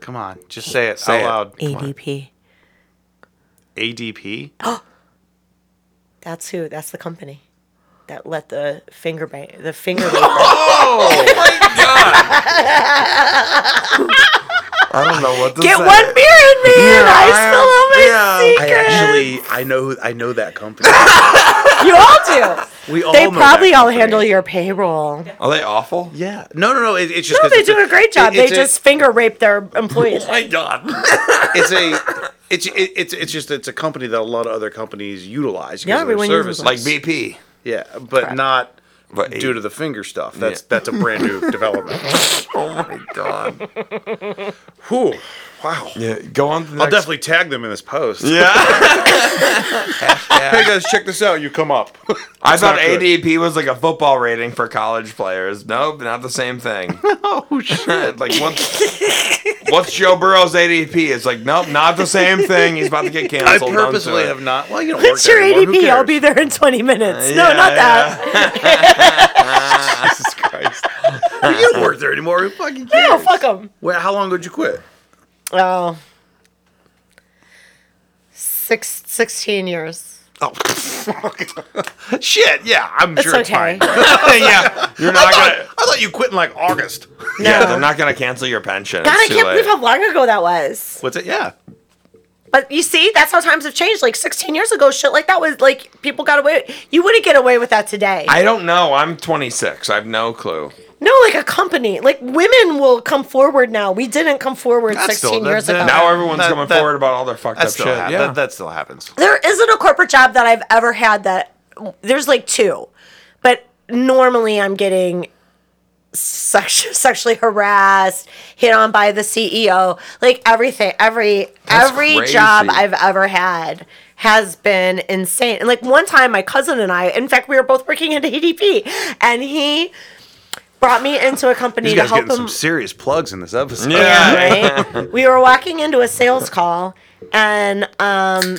Speaker 1: Come on. Just say it
Speaker 3: Say it.
Speaker 1: out loud.
Speaker 2: ADP.
Speaker 1: ADP?
Speaker 2: That's who. That's the company that let the finger bang the finger. vapor-
Speaker 3: Oh my god! I don't know what to
Speaker 2: Get
Speaker 3: say.
Speaker 2: one beer in me, and
Speaker 3: Yeah,
Speaker 2: I
Speaker 3: I-
Speaker 2: still have my
Speaker 3: yeah.
Speaker 1: I
Speaker 2: secret.
Speaker 1: actually I know I know that company.
Speaker 2: you all do.
Speaker 1: We all
Speaker 2: they
Speaker 1: know that
Speaker 2: probably all
Speaker 1: company.
Speaker 2: handle your payroll.
Speaker 3: Are they awful?
Speaker 1: Yeah. No, no, no. It, it's just
Speaker 2: No,
Speaker 1: 'cause
Speaker 2: they
Speaker 1: it's
Speaker 2: do a great job.
Speaker 1: it-
Speaker 2: they
Speaker 1: it's a-
Speaker 2: just finger rape their employees.
Speaker 3: Oh My god.
Speaker 1: it's a it's it, it's it's just it's a company that a lot of other companies utilize. because of
Speaker 2: Yeah,
Speaker 1: their
Speaker 2: everyone uses
Speaker 1: services.
Speaker 2: them.
Speaker 3: like BP.
Speaker 1: yeah, but not
Speaker 3: But
Speaker 1: due to the finger stuff. That's that's a brand new development.
Speaker 3: Oh my god.
Speaker 1: Whew. Wow.
Speaker 3: Yeah. Go on. To the
Speaker 1: I'll
Speaker 3: next-
Speaker 1: definitely tag them in this post.
Speaker 3: Yeah.
Speaker 1: Hey guys, check this out. You come up.
Speaker 3: I thought
Speaker 1: not good.
Speaker 3: ADP was like a football rating for college players. Nope, not the same thing.
Speaker 1: oh shit.
Speaker 3: like what's what's Joe Burrow's ADP? It's like nope, not the same thing. He's about to get
Speaker 1: I
Speaker 3: canceled. Don't do
Speaker 1: purposely
Speaker 3: it.
Speaker 1: have not. Well, you don't
Speaker 2: What's
Speaker 1: work
Speaker 2: your
Speaker 1: there anymore. Who
Speaker 2: ADP? I'll
Speaker 1: cares?
Speaker 2: be there in 20 minutes. no,
Speaker 3: Yeah,
Speaker 2: not that.
Speaker 1: Jesus Christ. you don't work there anymore. Who fucking cares?
Speaker 2: No, fuck them.
Speaker 1: Well, how long did you quit?
Speaker 2: Oh. Six, 16 years.
Speaker 1: Oh, fuck. shit. Yeah, I'm
Speaker 2: It's
Speaker 1: sure it's
Speaker 2: okay.
Speaker 1: fine.
Speaker 3: yeah, you're not gonna.
Speaker 1: I thought you quit in like August.
Speaker 3: Yeah,
Speaker 2: No.
Speaker 3: they're not gonna cancel your pension.
Speaker 2: God, I
Speaker 3: it's too
Speaker 2: can't
Speaker 3: late.
Speaker 2: believe how long ago that was.
Speaker 1: What's it? Yeah.
Speaker 2: But you see, that's how times have changed. Like 16 years ago, shit like that was like people got away. You wouldn't get away with that today.
Speaker 3: I don't know. I'm 26. I have no clue.
Speaker 2: no, like a company. Like women will come forward now. We didn't come forward
Speaker 1: That's
Speaker 2: 16
Speaker 1: still- that-
Speaker 2: years
Speaker 1: that-
Speaker 2: ago.
Speaker 3: Now everyone's
Speaker 1: That-
Speaker 3: coming
Speaker 1: that-
Speaker 3: forward about all their fucked
Speaker 1: That
Speaker 3: up
Speaker 1: still,
Speaker 3: shit.
Speaker 1: hap-
Speaker 3: yeah.
Speaker 1: that, that still happens.
Speaker 2: there isn't a corporate job that I've ever had that there's like two, but normally I'm getting sex- sexually harassed, hit on by the CEO, like everything, every
Speaker 3: That's
Speaker 2: every
Speaker 3: crazy.
Speaker 2: job I've ever had has been insane. And like one time, my cousin and I, in fact, we were both working at ADP, and he brought me into a company
Speaker 1: These
Speaker 2: to
Speaker 1: guys
Speaker 2: help
Speaker 1: getting some
Speaker 2: him.
Speaker 1: serious plugs in this episode.
Speaker 3: Yeah.
Speaker 2: right? we were walking into a sales call, and um,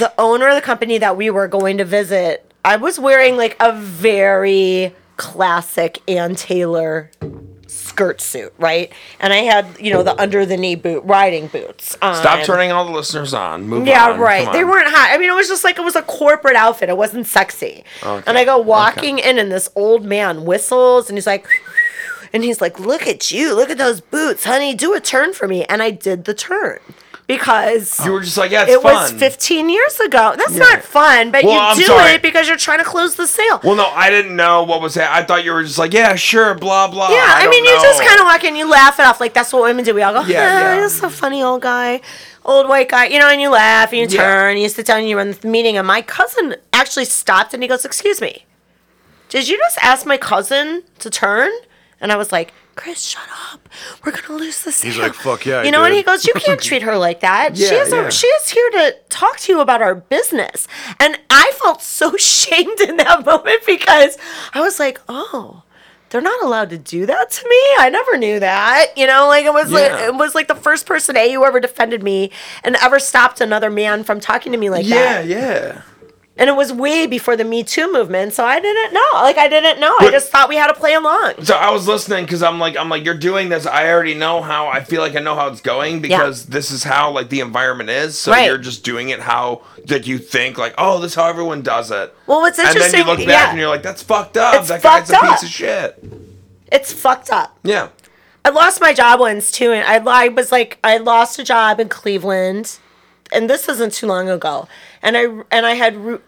Speaker 2: the owner of the company that we were going to visit, I was wearing like a very classic Ann Taylor skirt suit, right? And I had, you know, the under the knee boot riding boots. On.
Speaker 3: Stop turning all the listeners on. Move on.
Speaker 2: Yeah,
Speaker 3: Come
Speaker 2: right.
Speaker 3: on.
Speaker 2: They weren't hot. I mean, it was just like it was a corporate outfit. It wasn't sexy. And I go walking in, and this old man whistles, and he's like, and he's like, "Look at you! Look at those boots, honey. Do a turn for me." And I did the turn because
Speaker 3: You were just like, yeah, it's
Speaker 2: it
Speaker 3: fun.
Speaker 2: was 15 years ago. That's not fun, but
Speaker 3: Well,
Speaker 2: you
Speaker 3: I'm
Speaker 2: do
Speaker 3: sorry.
Speaker 2: it because you're trying to close the sale.
Speaker 3: Well, no, I didn't know what was happening. I thought you were just like, yeah, sure, blah blah.
Speaker 2: Yeah, I,
Speaker 3: don't
Speaker 2: mean, you
Speaker 3: know.
Speaker 2: just kind of walk in, you laugh it off. Like, that's what women do. We all go, yeah,
Speaker 3: Yeah,
Speaker 2: ah,
Speaker 3: yeah.
Speaker 2: that's so funny, old guy, old white guy, you know, and you laugh and you
Speaker 3: Yeah.
Speaker 2: turn and you sit down and you run the meeting. And my cousin actually stopped and he goes, Excuse me, did you just ask my cousin to turn? And I was like, Chris, shut up. We're going to lose this.
Speaker 1: He's like, "Fuck yeah, I
Speaker 2: You know, and
Speaker 1: did."
Speaker 2: he goes, You can't treat her like that.
Speaker 3: Yeah,
Speaker 2: she, is
Speaker 3: yeah.
Speaker 2: a, she is here to talk to you about our business. And I felt so shamed in that moment because I was like, Oh, they're not allowed to do that to me. I never knew that. You know, like it was like
Speaker 3: Yeah.
Speaker 2: it was like the first person A who ever defended me and ever stopped another man from talking to me like
Speaker 3: Yeah,
Speaker 2: that.
Speaker 3: yeah.
Speaker 2: And it was way before the Me Too movement, so I didn't know. Like I didn't know. I
Speaker 3: But-
Speaker 2: just thought we had to play along.
Speaker 3: So I was listening because I'm like, I'm like, you're doing this. I already know how. I feel like I know how it's going because this is how like the environment is. So
Speaker 2: Right.
Speaker 3: you're just doing it how that you think like, oh, this is how everyone does it.
Speaker 2: Well, what's
Speaker 3: and then
Speaker 2: interesting,
Speaker 3: you look back
Speaker 2: yeah,
Speaker 3: and you're like, that's fucked up.
Speaker 2: It's
Speaker 3: that
Speaker 2: fucked
Speaker 3: guy's a
Speaker 2: up.
Speaker 3: piece of shit.
Speaker 2: it's fucked up.
Speaker 3: Yeah.
Speaker 2: I lost my job once too, and I, I was like, I lost a job in Cleveland, and this isn't too long ago, and I and I had ru-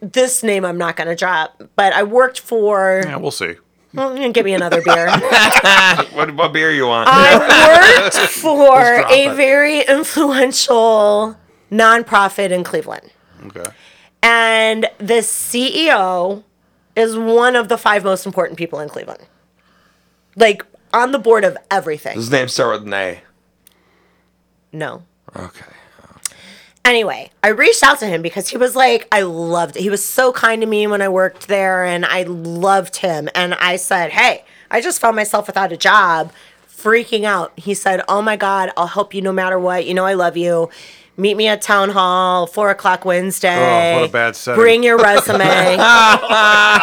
Speaker 2: this name I'm not gonna drop, but I worked for.
Speaker 3: Mm.
Speaker 1: Yeah, we'll see.
Speaker 2: Well, give me another beer.
Speaker 3: What, what beer you want?
Speaker 2: I worked for
Speaker 1: drop
Speaker 2: a
Speaker 1: it.
Speaker 2: very influential nonprofit in Cleveland.
Speaker 1: Okay.
Speaker 2: And the CEO is one of the five most important people in Cleveland. Like on the board of everything.
Speaker 3: His name start with an A.
Speaker 2: No.
Speaker 3: Okay.
Speaker 2: Anyway, I reached out to him because he was like, I loved it. He was so kind to me when I worked there and I loved him. And I said, Hey, I just found myself without a job, freaking out. He said, Oh my God, I'll help you no matter what. You know, I love you. Meet me at town hall, four o'clock Wednesday.
Speaker 1: Oh, what a bad setting.
Speaker 2: Bring your resume.
Speaker 3: Yeah,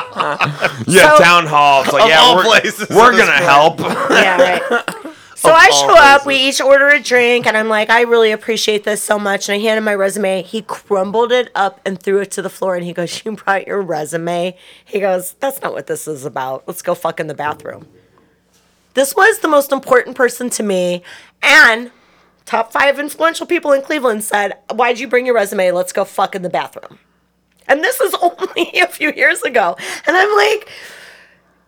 Speaker 2: So-
Speaker 3: town hall. It's like, yeah,
Speaker 1: all
Speaker 3: we're,
Speaker 1: places
Speaker 3: we're
Speaker 1: in this
Speaker 3: gonna help.
Speaker 2: yeah, right. So I show up, we each order a drink, and I'm like, I really appreciate this so much. And I hand him my resume. He crumbled it up and threw it to the floor, and he goes, You brought your resume? He goes, That's not what this is about. Let's go fuck in the bathroom. This was the most important person to me, and top five influential people in Cleveland said, Why'd you bring your resume? Let's go fuck in the bathroom. And this is only a few years ago. And I'm like,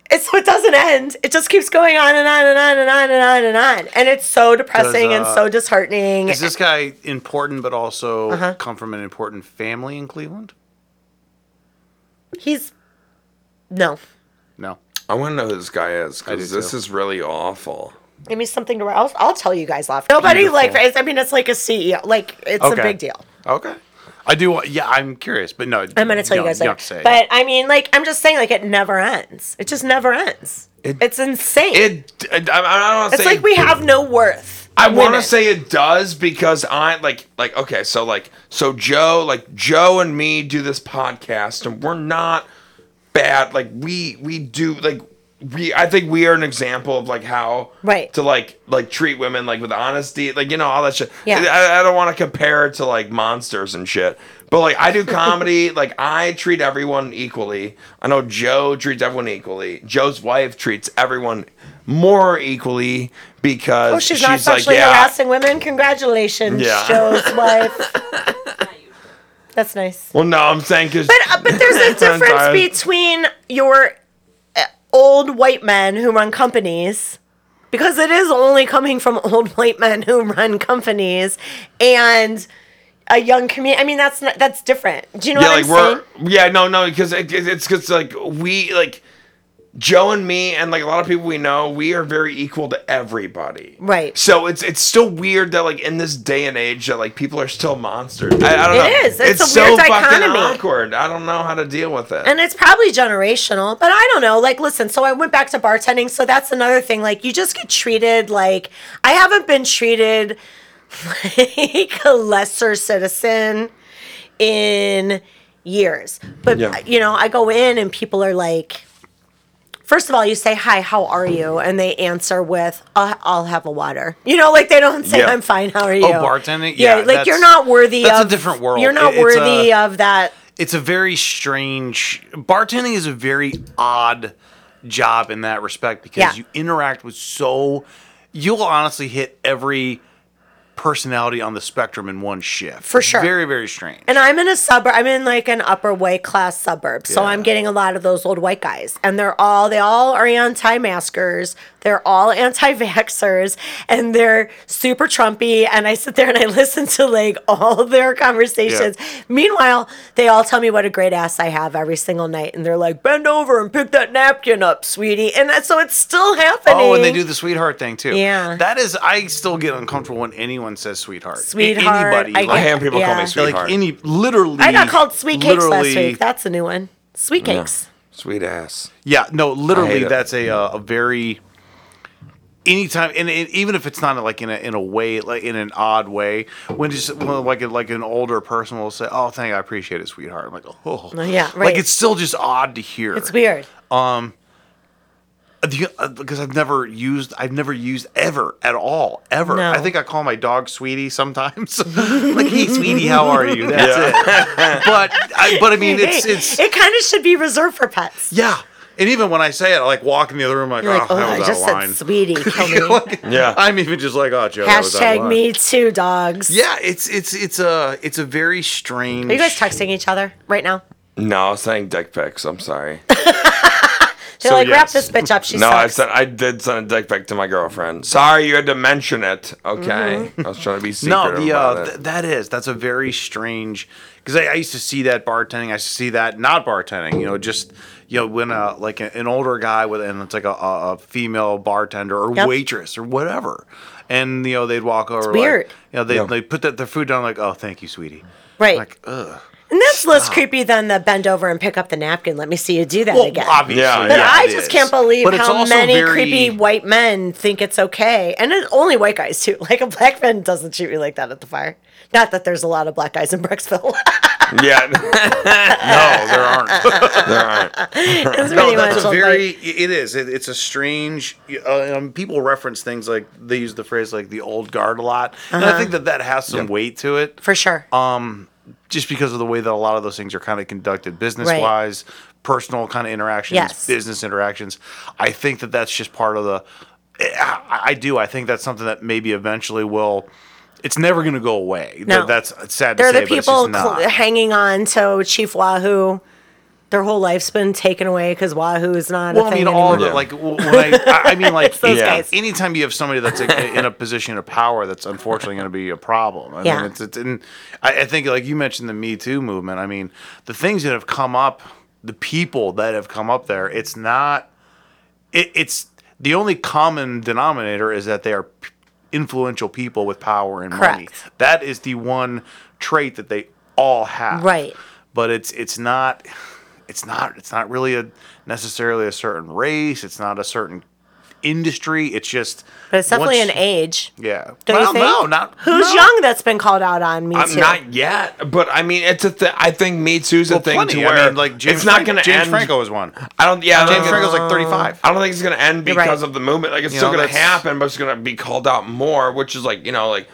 Speaker 2: it's, so it doesn't end. It just keeps going on and on and on and on and on and on. And it's so depressing
Speaker 1: uh,
Speaker 2: and so disheartening.
Speaker 1: Is this guy important, but also come from an important family in Cleveland?
Speaker 2: He's no.
Speaker 1: No.
Speaker 3: I want to know who this guy is because
Speaker 1: do
Speaker 3: this
Speaker 1: too.
Speaker 3: is really awful.
Speaker 2: Give me something to. I'll, I'll tell you guys off. Nobody like.
Speaker 3: Beautiful.
Speaker 2: I mean, it's like a CEO. Like it's
Speaker 1: Okay.
Speaker 2: a big deal.
Speaker 3: Okay.
Speaker 1: I do. Yeah, I'm curious, but no.
Speaker 2: I'm gonna tell you guys
Speaker 1: don't
Speaker 2: later.
Speaker 1: say it.
Speaker 2: but I mean, like, I'm just saying, like, it never ends. It just never ends.
Speaker 3: It-
Speaker 2: it's insane.
Speaker 3: It. I, I don't want to
Speaker 2: it's
Speaker 3: say.
Speaker 2: like we have no worth.
Speaker 3: I want
Speaker 2: Women.
Speaker 3: to say it does because I like like okay so like so Joe like Joe and me do this podcast and we're not bad like we we do like we I think we are an example of like how
Speaker 2: Right.
Speaker 3: to like like treat women like with honesty like you know all that shit
Speaker 2: Yeah.
Speaker 3: I, I don't want to compare it to like monsters and shit but like I do comedy like I treat everyone equally I know Joe treats everyone equally Joe's wife treats everyone more equally because
Speaker 2: Oh, she's, not sexually harassing women. Congratulations,
Speaker 3: Yeah.
Speaker 2: Joe's wife. That's nice.
Speaker 3: Well, no, I'm saying because
Speaker 2: But, uh, but there's a difference
Speaker 3: Sometimes.
Speaker 2: between your uh, old white men who run companies, because it is only coming from old white men who run companies, and a young community. I mean, that's not, that's different. Do you know
Speaker 3: yeah,
Speaker 2: what I'm
Speaker 3: like we're
Speaker 2: saying?
Speaker 3: yeah, no, no, because it, it- it's because like we like Joe and me and like a lot of people we know, we are very equal to everybody.
Speaker 2: Right.
Speaker 3: So it's it's still weird that like in this day and age that like people are still monsters. I, I don't know.
Speaker 2: It is. It's a
Speaker 3: so
Speaker 2: weird
Speaker 3: fucking
Speaker 2: dichotomy.
Speaker 3: awkward. I don't know how to deal with it.
Speaker 2: And it's probably generational, but I don't know. Like, listen, so I went back to bartending. So that's another thing. Like, you just get treated like I haven't been treated like a lesser citizen in years. But,
Speaker 3: Yeah.
Speaker 2: you know, I go in and people are like, First of all, you say, Hi, how are you? And they answer with, I'll, I'll have a water. You know, like they don't say,
Speaker 3: Yeah.
Speaker 2: I'm fine, how are you?
Speaker 1: Oh, bartending? Yeah,
Speaker 2: Yeah, like
Speaker 1: that's-
Speaker 2: you're not worthy
Speaker 1: that's a
Speaker 2: of.
Speaker 1: different world.
Speaker 2: You're not
Speaker 1: It- it's,
Speaker 2: worthy
Speaker 1: uh,
Speaker 2: of that.
Speaker 1: it's a very strange bartending is a very odd job in that respect because
Speaker 2: Yeah.
Speaker 1: you interact with so you'll honestly hit every personality on the spectrum in one shift
Speaker 2: For sure.
Speaker 1: very very strange
Speaker 2: And I'm in a suburb. I'm in like an upper white class suburb, so
Speaker 1: Yeah.
Speaker 2: I'm getting a lot of those old white guys, and they're all they all are anti-maskers. They're all anti-vaxxers, and they're super Trumpy. And I sit there and I listen to like all their conversations. Meanwhile, they all tell me what a great ass I have every single night, and they're like, "Bend over and pick that napkin up, sweetie." And that, so it's still happening.
Speaker 1: Oh, and they do the sweetheart thing too.
Speaker 2: Yeah.
Speaker 1: that is. I still get uncomfortable when anyone says sweetheart. A-
Speaker 2: Sweetheart,
Speaker 1: anybody.
Speaker 2: I
Speaker 1: like,
Speaker 3: I have people call
Speaker 2: Yeah.
Speaker 3: me
Speaker 1: like
Speaker 3: sweetheart,
Speaker 1: any, literally.
Speaker 2: I got called sweet cakes last
Speaker 1: literally-
Speaker 2: week. That's a new one. Sweet cakes.
Speaker 3: sweet ass.
Speaker 1: Yeah, no, literally,
Speaker 3: it.
Speaker 1: that's a uh, a very anytime, and, and even if it's not like in a in a way, like in an odd way, when just when, like a, like an older person will say, "Oh, thank, you, I appreciate it, sweetheart." I'm like, "Oh,
Speaker 2: yeah,
Speaker 1: Like
Speaker 2: right.
Speaker 1: it's still just odd to hear.
Speaker 2: It's weird.
Speaker 1: The- uh, because I've never used, I've never used ever at all, ever.
Speaker 2: No.
Speaker 1: I think I call my dog Sweetie sometimes. like, hey, Sweetie, how are you? That's it. but I, but I mean, it's
Speaker 2: Hey,
Speaker 1: it's
Speaker 2: it kind of should be reserved for pets.
Speaker 1: yeah. And even when I say it, I like walk in the other room, like,
Speaker 2: You're like,
Speaker 1: oh,
Speaker 2: oh,
Speaker 1: that was
Speaker 2: I
Speaker 1: out
Speaker 2: just
Speaker 1: of line.
Speaker 2: said sweetie. Kill me.
Speaker 1: Like,
Speaker 3: Yeah.
Speaker 1: I'm even just like, oh, Joe. that was out of
Speaker 2: Hashtag
Speaker 1: line."
Speaker 2: me too, dogs.
Speaker 1: Yeah, it's it's it's a it's a very strange.
Speaker 2: Are you guys texting each other right now?
Speaker 3: No, I was saying dick pics. I'm sorry.
Speaker 1: So,
Speaker 2: They're like, wrap
Speaker 1: yes.
Speaker 2: this bitch up. She
Speaker 3: No, I
Speaker 2: sucks.
Speaker 3: sent, I did send a dick pic to my girlfriend. Sorry, you had to mention it. Okay,
Speaker 2: Mm-hmm.
Speaker 3: I was trying to be
Speaker 1: No,
Speaker 3: secretive
Speaker 1: the
Speaker 3: about
Speaker 1: uh,
Speaker 3: it.
Speaker 1: th- that is that's a very strange because I, I used to see that bartending. I used to see that not bartending. You know, just you know when a like a- an older guy with and it's like a, a, a female bartender or
Speaker 2: Yep.
Speaker 1: waitress or whatever, and you know they'd walk over.
Speaker 2: weird.
Speaker 1: Like, you know they
Speaker 3: Yeah.
Speaker 1: they put that, their food down like oh thank you sweetie.
Speaker 2: right.
Speaker 1: Like ugh.
Speaker 2: and that's less creepy than the bend over and pick up the napkin. Let me see you do that
Speaker 1: Well,
Speaker 2: again.
Speaker 1: obviously,
Speaker 3: Yeah,
Speaker 2: But
Speaker 3: yeah,
Speaker 2: I
Speaker 1: it
Speaker 2: just
Speaker 1: is.
Speaker 2: can't believe
Speaker 1: But it's
Speaker 2: how
Speaker 1: also
Speaker 2: many
Speaker 1: very-
Speaker 2: creepy white men think it's okay. And it, only white guys, too. Like, a black man doesn't treat me like that at the fire. Not that there's a lot of black guys in Brecksville.
Speaker 3: yeah,
Speaker 1: No, there aren't.
Speaker 3: there aren't.
Speaker 2: It's
Speaker 1: No,
Speaker 2: pretty
Speaker 1: that's
Speaker 2: much
Speaker 1: a
Speaker 2: like-
Speaker 1: very. It is. It, it's a strange. Uh, um, people reference things like they use the phrase like the old guard a lot, and
Speaker 2: Uh-huh.
Speaker 1: I think that that has some weight to it,
Speaker 2: For sure.
Speaker 1: just because of the way that a lot of those things are kind of conducted business wise, personal kind of interactions,
Speaker 2: Yes.
Speaker 1: business interactions. I think that that's just part of the. eh, I, I do. I think that's something that maybe eventually will. It's never going to go away.
Speaker 2: No.
Speaker 1: That, that's sad to
Speaker 2: They're
Speaker 1: say,
Speaker 2: the
Speaker 1: but it's
Speaker 2: people
Speaker 1: just not.
Speaker 2: cl- hanging on to Chief Wahoo. Their whole life's been taken away because Wahoo is not
Speaker 1: Well,
Speaker 2: a
Speaker 1: I
Speaker 2: thing
Speaker 1: mean,
Speaker 2: anymore.
Speaker 1: all the
Speaker 3: Yeah.
Speaker 1: like. w- When I, I, I mean, like,
Speaker 2: those
Speaker 3: Yeah.
Speaker 2: guys.
Speaker 1: anytime you have somebody that's in- in a position of power, that's unfortunately going to be a problem. I
Speaker 2: Yeah.
Speaker 1: mean, it's, it's and I, I think like you mentioned the Me Too movement. I mean, the things that have come up, the people that have come up there, it's not. It, it's the only common denominator is that they are p- influential people with power and money.
Speaker 2: Correct.
Speaker 1: That is the one trait that they all have.
Speaker 2: Right.
Speaker 1: But it's it's not it's not it's not really a necessarily a certain race. It's not a certain industry. It's just
Speaker 2: But it's definitely
Speaker 1: once-
Speaker 2: an age.
Speaker 1: Yeah.
Speaker 2: Don't
Speaker 1: well,
Speaker 2: you think?
Speaker 1: no, not
Speaker 2: Who's
Speaker 1: no.
Speaker 2: young that's been called out on me
Speaker 3: I'm
Speaker 2: too?
Speaker 3: not yet, but I mean, it's a thing. I think Me Too's a
Speaker 1: Well,
Speaker 3: thing to
Speaker 1: plenty.
Speaker 3: where
Speaker 1: I mean, like James,
Speaker 3: it's not
Speaker 1: Franco-
Speaker 3: going to
Speaker 1: James
Speaker 3: end. Uh,
Speaker 1: Franco is one.
Speaker 3: I don't. Yeah, I don't
Speaker 1: James
Speaker 3: think
Speaker 1: Franco's like
Speaker 3: it's-
Speaker 1: 35.
Speaker 3: I don't think it's going to end
Speaker 2: You're right.
Speaker 3: because of the movement. Like it's
Speaker 1: You
Speaker 3: still
Speaker 1: know,
Speaker 3: going to
Speaker 1: that's-
Speaker 3: happen, but it's going to be called out more, which is like you know, like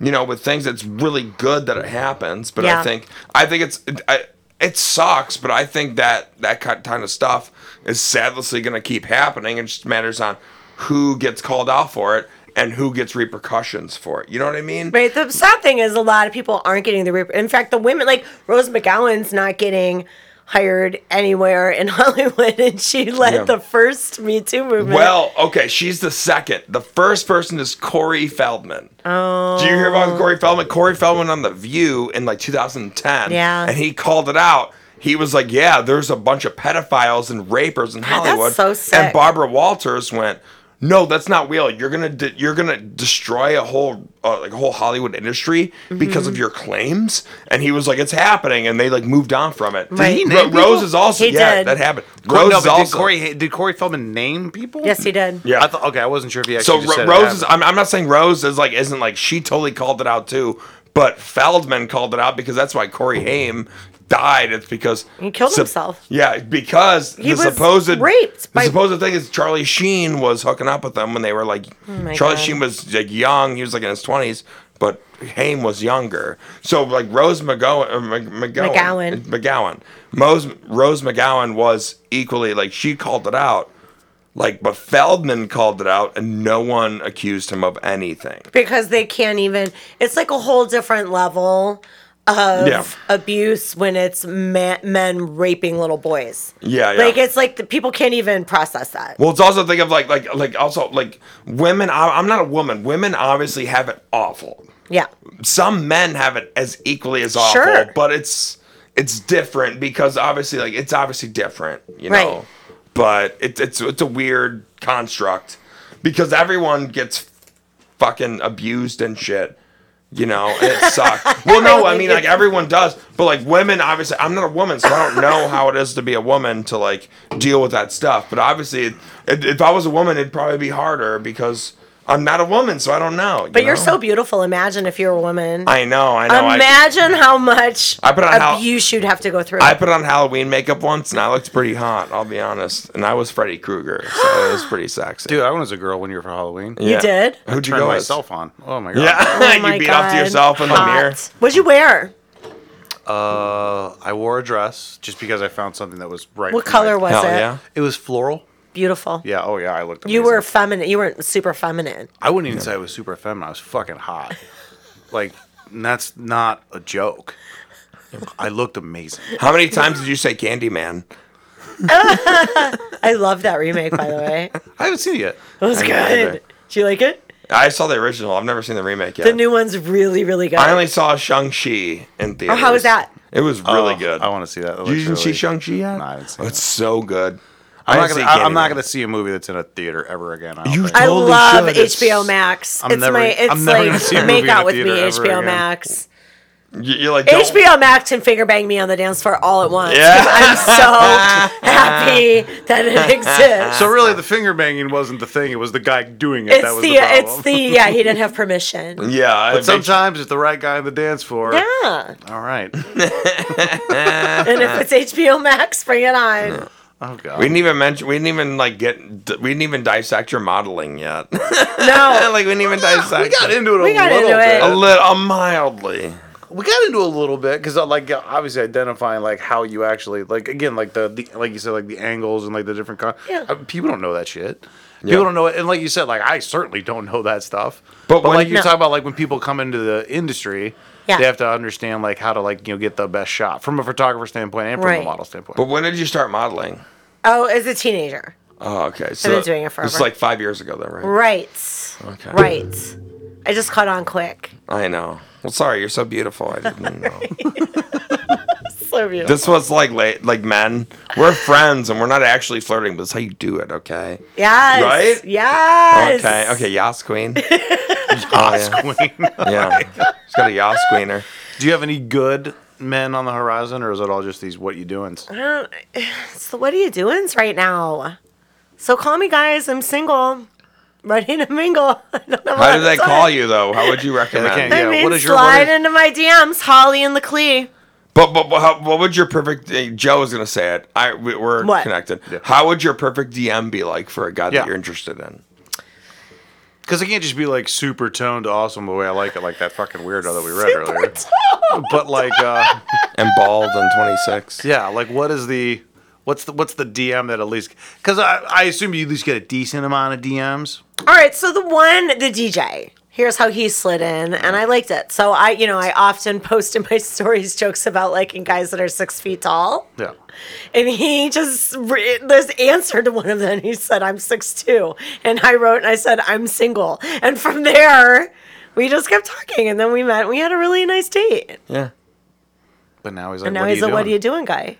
Speaker 3: you know, with things that's really good that it happens. But
Speaker 2: Yeah.
Speaker 3: I think I think it's it, I, it sucks, but I think that that kind of stuff is sadly going to keep happening. It just matters on who gets called out for it and who gets repercussions for it. You know what I mean?
Speaker 2: Right. The sad thing is, a lot of people aren't getting the. Rep- in fact, the women like Rose McGowan's not getting hired anywhere in Hollywood, and she led
Speaker 3: Yeah.
Speaker 2: the first Me Too movement.
Speaker 3: Well, okay, she's the second. The first person is Corey Feldman. Oh. Do you hear about Corey Feldman? Corey Feldman on The View in like 2010.
Speaker 2: Yeah.
Speaker 3: And he called it out. He was like, Yeah, there's a bunch of pedophiles and rapers in
Speaker 2: that's
Speaker 3: Hollywood.
Speaker 2: so sick.
Speaker 3: And Barbara Walters went, no, that's not real. You're gonna de- you're gonna destroy a whole uh, like a whole Hollywood industry
Speaker 2: Mm-hmm.
Speaker 3: because of your claims. And he was like, "It's happening," and they like moved on from it.
Speaker 2: Right. he
Speaker 1: name
Speaker 3: Ro- Rose
Speaker 1: people?
Speaker 3: is also
Speaker 2: He
Speaker 3: yeah,
Speaker 2: did.
Speaker 3: that happened.
Speaker 1: Corey,
Speaker 3: Rose
Speaker 1: no,
Speaker 3: is
Speaker 1: but did
Speaker 3: also
Speaker 1: Corey did Corey Feldman name people?
Speaker 2: yes, he did.
Speaker 3: Yeah.
Speaker 1: I thought okay, I wasn't sure if he actually
Speaker 3: So
Speaker 1: just
Speaker 3: Ro-
Speaker 1: said
Speaker 3: Rose is.
Speaker 1: it happened.
Speaker 3: I'm, I'm not saying Rose is like isn't like she totally called it out too, but Feldman called it out because that's why Corey Haim died. It's because
Speaker 2: He killed himself.
Speaker 3: Yeah, because the
Speaker 2: was
Speaker 3: supposed
Speaker 2: raped by-
Speaker 3: The supposed thing is Charlie Sheen was hooking up with them when they were like
Speaker 2: Oh my
Speaker 3: Charlie
Speaker 2: God.
Speaker 3: Sheen was like young. He was like in his twenties, but Haim was younger. So like Rose uh, McGowan, or Mc- McGowan,
Speaker 2: McGowan.
Speaker 3: McGowan. Mose, Rose McGowan was equally like she called it out. Like, but Feldman called it out, and no one accused him of anything.
Speaker 2: Because they can't even. It's like a whole different level of
Speaker 3: Yeah.
Speaker 2: abuse when it's ma- men raping little boys.
Speaker 3: Yeah, yeah.
Speaker 2: Like it's like the people can't even process that.
Speaker 3: well, it's also think of like, like, like also like women. I, I'm not a woman. Women obviously have it awful.
Speaker 2: yeah.
Speaker 3: Some men have it as equally as awful,
Speaker 2: Sure.
Speaker 3: but it's it's different because obviously, like, it's obviously different, you
Speaker 2: Right.
Speaker 3: know. But it's it's it's a weird construct because everyone gets fucking abused and shit. You know, and it sucks. well, no, I mean, like everyone does, but like women, obviously, I'm not a woman, so I don't know how it is to be a woman to like deal with that stuff. But obviously, it, it, if I was a woman, it'd probably be harder because I'm not a woman, so I don't know.
Speaker 2: But you're so beautiful. Imagine if you're a woman.
Speaker 3: I know, I know. I,
Speaker 2: Imagine how much
Speaker 3: I put on how-
Speaker 2: abuse you'd have to go through.
Speaker 3: I put on Halloween makeup once, and I looked pretty hot. I'll be honest, and I was Freddy Krueger, so it was pretty sexy.
Speaker 1: Dude, I went as a girl one year for Halloween.
Speaker 2: You did?
Speaker 3: Who'd you
Speaker 1: Turned
Speaker 3: go as?
Speaker 1: myself on. Oh my god.
Speaker 3: Yeah,
Speaker 2: Oh my
Speaker 3: you beat off to
Speaker 2: God.
Speaker 3: yourself in the
Speaker 2: Hot.
Speaker 3: mirror.
Speaker 2: What'd you wear?
Speaker 1: Uh, I wore a dress just because I found something that was right.
Speaker 2: What
Speaker 1: for my-
Speaker 2: color was
Speaker 3: Hell
Speaker 2: it?
Speaker 3: yeah.
Speaker 1: It was floral.
Speaker 2: Beautiful.
Speaker 1: Yeah. Oh yeah. I looked.
Speaker 2: You
Speaker 1: amazing.
Speaker 2: were feminine. You weren't super feminine.
Speaker 1: I wouldn't even say I was super feminine. I was fucking hot. Like, and that's not a joke. I looked amazing.
Speaker 3: How many times did you say Candyman?
Speaker 2: I love that remake, by the way. It
Speaker 1: I haven't seen it yet.
Speaker 2: was
Speaker 3: I know,
Speaker 2: good.
Speaker 3: either.
Speaker 2: Do you like it?
Speaker 3: I saw the original. I've never seen the remake yet.
Speaker 2: The new one's really, really good.
Speaker 3: I only saw Shang-Chi in theaters.
Speaker 2: Oh, how was that?
Speaker 3: It was really
Speaker 1: Oh,
Speaker 3: good.
Speaker 1: I want to see that. That
Speaker 3: You
Speaker 1: looks
Speaker 3: didn't see
Speaker 1: really-
Speaker 3: Shang-Chi yet?
Speaker 1: No, I haven't seen
Speaker 3: It's so good.
Speaker 1: I'm
Speaker 3: I
Speaker 1: not
Speaker 3: didn't
Speaker 1: gonna.
Speaker 3: see
Speaker 1: I, am not
Speaker 3: Candyman.
Speaker 1: gonna see a movie that's in a theater ever again. I
Speaker 3: You
Speaker 1: you
Speaker 2: I
Speaker 3: totally
Speaker 2: love
Speaker 3: should. It's-
Speaker 2: HBO Max.
Speaker 1: I'm
Speaker 2: it's
Speaker 1: never-
Speaker 2: my. It's
Speaker 1: I'm never gonna see a
Speaker 2: like
Speaker 1: movie
Speaker 2: make
Speaker 1: in
Speaker 2: out
Speaker 1: a
Speaker 2: with me,
Speaker 1: theater ever
Speaker 2: HBO
Speaker 1: again.
Speaker 2: Max.
Speaker 3: You- You're like don't-
Speaker 2: HBO Max and finger bang me on the dance floor all at once.
Speaker 3: Yeah.
Speaker 2: I'm so happy that it exists.
Speaker 1: so really, the finger banging wasn't the thing. It was the guy doing it.
Speaker 2: it's
Speaker 1: that was
Speaker 2: the,
Speaker 1: the, problem.
Speaker 2: it's the yeah. He didn't have permission.
Speaker 3: Yeah, it
Speaker 1: But
Speaker 3: makes-
Speaker 1: sometimes it's the right guy on the dance floor.
Speaker 2: Yeah,
Speaker 1: All right.
Speaker 2: and if it's HBO Max, bring it on.
Speaker 1: Oh god.
Speaker 3: we didn't even mention. We didn't even like get. We didn't even dissect your modeling yet.
Speaker 2: No,
Speaker 3: like we didn't even dissect.
Speaker 1: we got
Speaker 3: it.
Speaker 1: into it a
Speaker 2: We got
Speaker 1: little
Speaker 2: into
Speaker 1: bit.
Speaker 2: it.
Speaker 3: a little, uh, mildly.
Speaker 1: we got into a little bit because like uh, obviously identifying like how you actually like again like the, the like you said like the angles and like the different con-
Speaker 2: Yeah.
Speaker 1: Uh, people don't know that shit
Speaker 3: Yeah.
Speaker 1: people don't know it and like you said like i certainly don't know that stuff
Speaker 3: But
Speaker 1: but,
Speaker 3: when-
Speaker 1: like you
Speaker 2: No.
Speaker 1: talk about like when people come into the industry
Speaker 2: Yeah.
Speaker 1: they have to understand like how to like you know get the best shot from a photographer standpoint and from a
Speaker 2: Right.
Speaker 1: model standpoint
Speaker 3: But when did you start modeling?
Speaker 2: oh, as a teenager,
Speaker 3: Oh, okay. So
Speaker 2: been doing it
Speaker 3: It's
Speaker 2: forever.
Speaker 3: like five years ago, though, right?
Speaker 2: right,
Speaker 3: Okay.
Speaker 2: right. I just caught on quick.
Speaker 3: I know. Well, sorry, you're so beautiful. I didn't know.
Speaker 2: So beautiful.
Speaker 3: this was like late, like men. We're friends, and we're not actually flirting, but it's how you do it, okay?
Speaker 2: Yes.
Speaker 3: Right?
Speaker 2: Yes.
Speaker 3: Okay, okay, Yas Queen. Yas
Speaker 1: Queen.
Speaker 3: Yeah. She's got a Yas Queener.
Speaker 1: do you have any good men on the horizon or is it all just these what you doings
Speaker 2: I don't- So what are you doing right now? So call me, guys. I'm single, ready to mingle. I don't know
Speaker 3: How do they call you, though? How would you
Speaker 1: can't
Speaker 3: recommend?
Speaker 1: get-
Speaker 2: I
Speaker 1: Yeah,
Speaker 2: mean,
Speaker 1: what is your-
Speaker 2: slide
Speaker 1: what is-
Speaker 2: into my DMs, Holly and the Clee.
Speaker 3: But, but, but how, what would your perfect, eh, Joe was going to say it. I, we, we're
Speaker 2: What?
Speaker 3: connected.
Speaker 1: Yeah.
Speaker 3: How would your perfect DM be like for a guy
Speaker 1: Yeah.
Speaker 3: that you're interested in?
Speaker 1: because it can't just be like super toned awesome the way i like it like that fucking weirdo that we read earlier but like uh
Speaker 3: And bald and 26.
Speaker 1: Yeah, like what is the what's the what's the DM that at least because I, I assume you at least get a decent amount of DMs.
Speaker 2: All right, so the one, the DJ. Here's how he slid in, and I liked it. So I, you know, I often post in my stories jokes about liking guys that are six feet tall,
Speaker 1: Yeah,
Speaker 2: and he just re- this answer to one of them. He said, "I'm six two. and I wrote and I said, "I'm single," and from there, we just kept talking, and then we met. and We had a really nice date,
Speaker 3: Yeah.
Speaker 1: but now he's like,
Speaker 2: and now
Speaker 1: what
Speaker 2: he's
Speaker 1: are
Speaker 2: a
Speaker 1: you
Speaker 2: "What are
Speaker 1: doing?
Speaker 2: you doing?" guy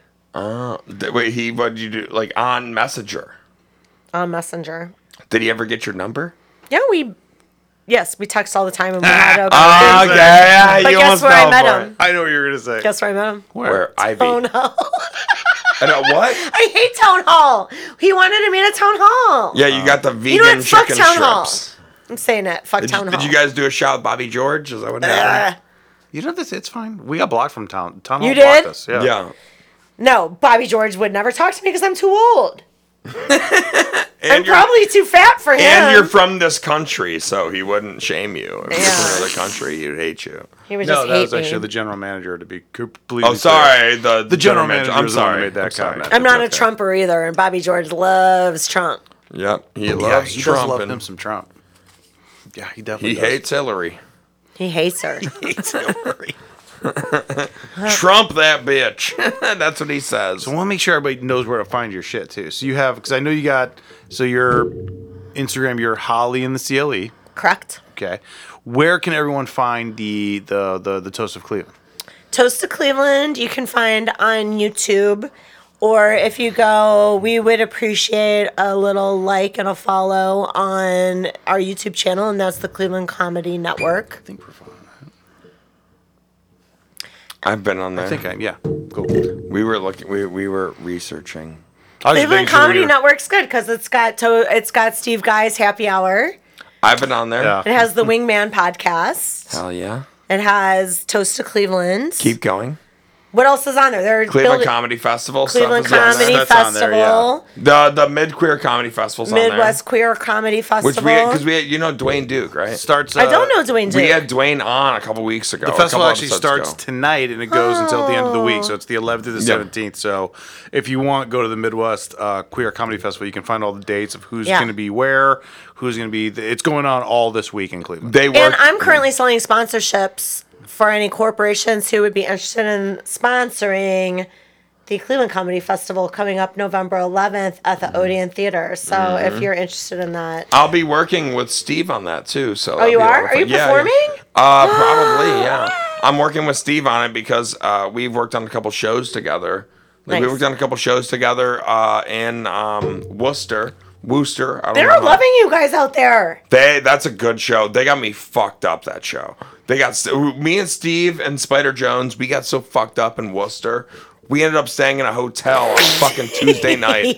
Speaker 3: Th- Wait, he, what did you do? Like on Messenger.
Speaker 2: on Messenger.
Speaker 3: Did he ever get your number?
Speaker 2: Yeah, we. Yes, we text all the time, and we had a.
Speaker 3: ah,
Speaker 1: okay,
Speaker 3: yeah,
Speaker 2: But guess where I met him. Oh,
Speaker 1: I know what you're gonna say.
Speaker 2: Guess where I met him?
Speaker 3: Where? Ivy.
Speaker 2: Town hall.
Speaker 3: I know, what?
Speaker 2: I hate town hall. He wanted to meet at town hall.
Speaker 3: Yeah, you got the vegan
Speaker 2: know what? Fuck
Speaker 3: chicken
Speaker 2: Town Hall.
Speaker 3: strips.
Speaker 2: I'm saying it. Fuck
Speaker 3: Did
Speaker 2: town
Speaker 3: you,
Speaker 2: hall.
Speaker 3: did you guys do a shout with Bobby George? Is that what happened?
Speaker 2: Ugh.
Speaker 1: you know this? It's fine. We got blocked from town. Town hall
Speaker 2: You
Speaker 1: blocked
Speaker 2: did?
Speaker 1: us. Yeah.
Speaker 3: yeah.
Speaker 2: no, Bobby George would never talk to me because I'm too old.
Speaker 3: And
Speaker 2: I'm
Speaker 3: you're-
Speaker 2: probably too fat for him.
Speaker 3: And you're from this country, so he wouldn't shame you. If you're
Speaker 2: Yeah.
Speaker 3: from another country, he'd hate you.
Speaker 2: he would
Speaker 1: No,
Speaker 2: just
Speaker 1: that
Speaker 2: hate
Speaker 1: was
Speaker 2: me.
Speaker 1: actually the general manager. To be completely.
Speaker 3: Oh, sorry. The,
Speaker 1: The general manager.
Speaker 3: I'm
Speaker 1: was the one who
Speaker 3: sorry.
Speaker 1: Made that
Speaker 3: I'm sorry.
Speaker 1: comment.
Speaker 2: I'm not
Speaker 3: Okay.
Speaker 2: a Trumper either, and Bobby George loves Trump.
Speaker 3: Yep. He
Speaker 1: Yeah,
Speaker 3: loves
Speaker 1: he does
Speaker 3: Trump.
Speaker 1: love
Speaker 3: and
Speaker 1: him some Trump. Yeah, he definitely.
Speaker 3: he
Speaker 1: does.
Speaker 3: hates Hillary.
Speaker 2: He hates her.
Speaker 3: Trump that bitch. That's what he says.
Speaker 1: I want to make sure everybody knows where to find your shit too. So you have because I know you got so your Instagram, your Holly in the E. CLE.
Speaker 2: Correct.
Speaker 1: Okay. Where can everyone find the the the, the toast of Cleveland?
Speaker 2: Toast to Cleveland, you can find on YouTube. Or if you go, we would appreciate a little like and a follow on our YouTube channel, and that's the Cleveland Comedy Network.
Speaker 1: I think we're fine.
Speaker 3: I've been on there.
Speaker 1: I think I'm yeah. Cool.
Speaker 3: we were looking. We, we were researching.
Speaker 2: Cleveland Comedy Network's good because it's got to- it's got Steve Guy's Happy Hour.
Speaker 3: I've been on there.
Speaker 1: Yeah.
Speaker 2: It has the Wingman podcast.
Speaker 3: Hell yeah.
Speaker 2: It has Toast to Cleveland.
Speaker 3: Keep going.
Speaker 2: what else is on there? There are
Speaker 3: Cleveland
Speaker 2: build-
Speaker 3: Comedy Festival. stuff
Speaker 2: Cleveland
Speaker 3: is on there.
Speaker 2: Comedy
Speaker 1: That's on there,
Speaker 2: Festival,
Speaker 1: yeah.
Speaker 3: The the mid queer comedy festivals on there.
Speaker 2: Midwest Queer Comedy
Speaker 3: which
Speaker 2: Festival.
Speaker 3: we because we had, you know Dwayne Duke right.
Speaker 1: Starts.
Speaker 2: I don't know Dwayne
Speaker 3: we
Speaker 2: Duke.
Speaker 3: had Dwayne on a couple weeks ago.
Speaker 1: The
Speaker 3: a
Speaker 1: festival
Speaker 3: couple
Speaker 1: actually
Speaker 3: episodes
Speaker 1: starts
Speaker 3: ago.
Speaker 1: tonight and it goes until the end of the week.
Speaker 2: Oh.
Speaker 1: So it's the 11th to the
Speaker 3: Yeah.
Speaker 1: 17th. So if you want, go to the Midwest uh, Queer Comedy Festival. You can find all the dates of who's
Speaker 2: Yeah.
Speaker 1: going to be where, who's going to be. Th- it's going on all this week in Cleveland.
Speaker 3: they
Speaker 2: And
Speaker 3: work.
Speaker 2: I'm currently selling sponsorships for any corporations who would be interested in sponsoring the Cleveland Comedy Festival coming up November 11th at
Speaker 3: Mm-hmm.
Speaker 2: the Odeon Theater. So if you're interested in that,
Speaker 3: I'll be working with Steve on that too. So
Speaker 2: oh, you are? Are you performing?
Speaker 3: Uh, probably, yeah. I'm working with Steve on it because uh, we've worked on a couple shows together. Like we
Speaker 2: Nice.
Speaker 3: worked on a couple shows together uh, in um, Worcester. Worcester. I don't
Speaker 2: They're
Speaker 3: know how-
Speaker 2: loving you guys out there.
Speaker 3: They that's a good show. They got me fucked up that show. They got st- me and Steve and Spider Jones. We got so fucked up in Worcester. We ended up staying in a hotel on fucking Tuesday night,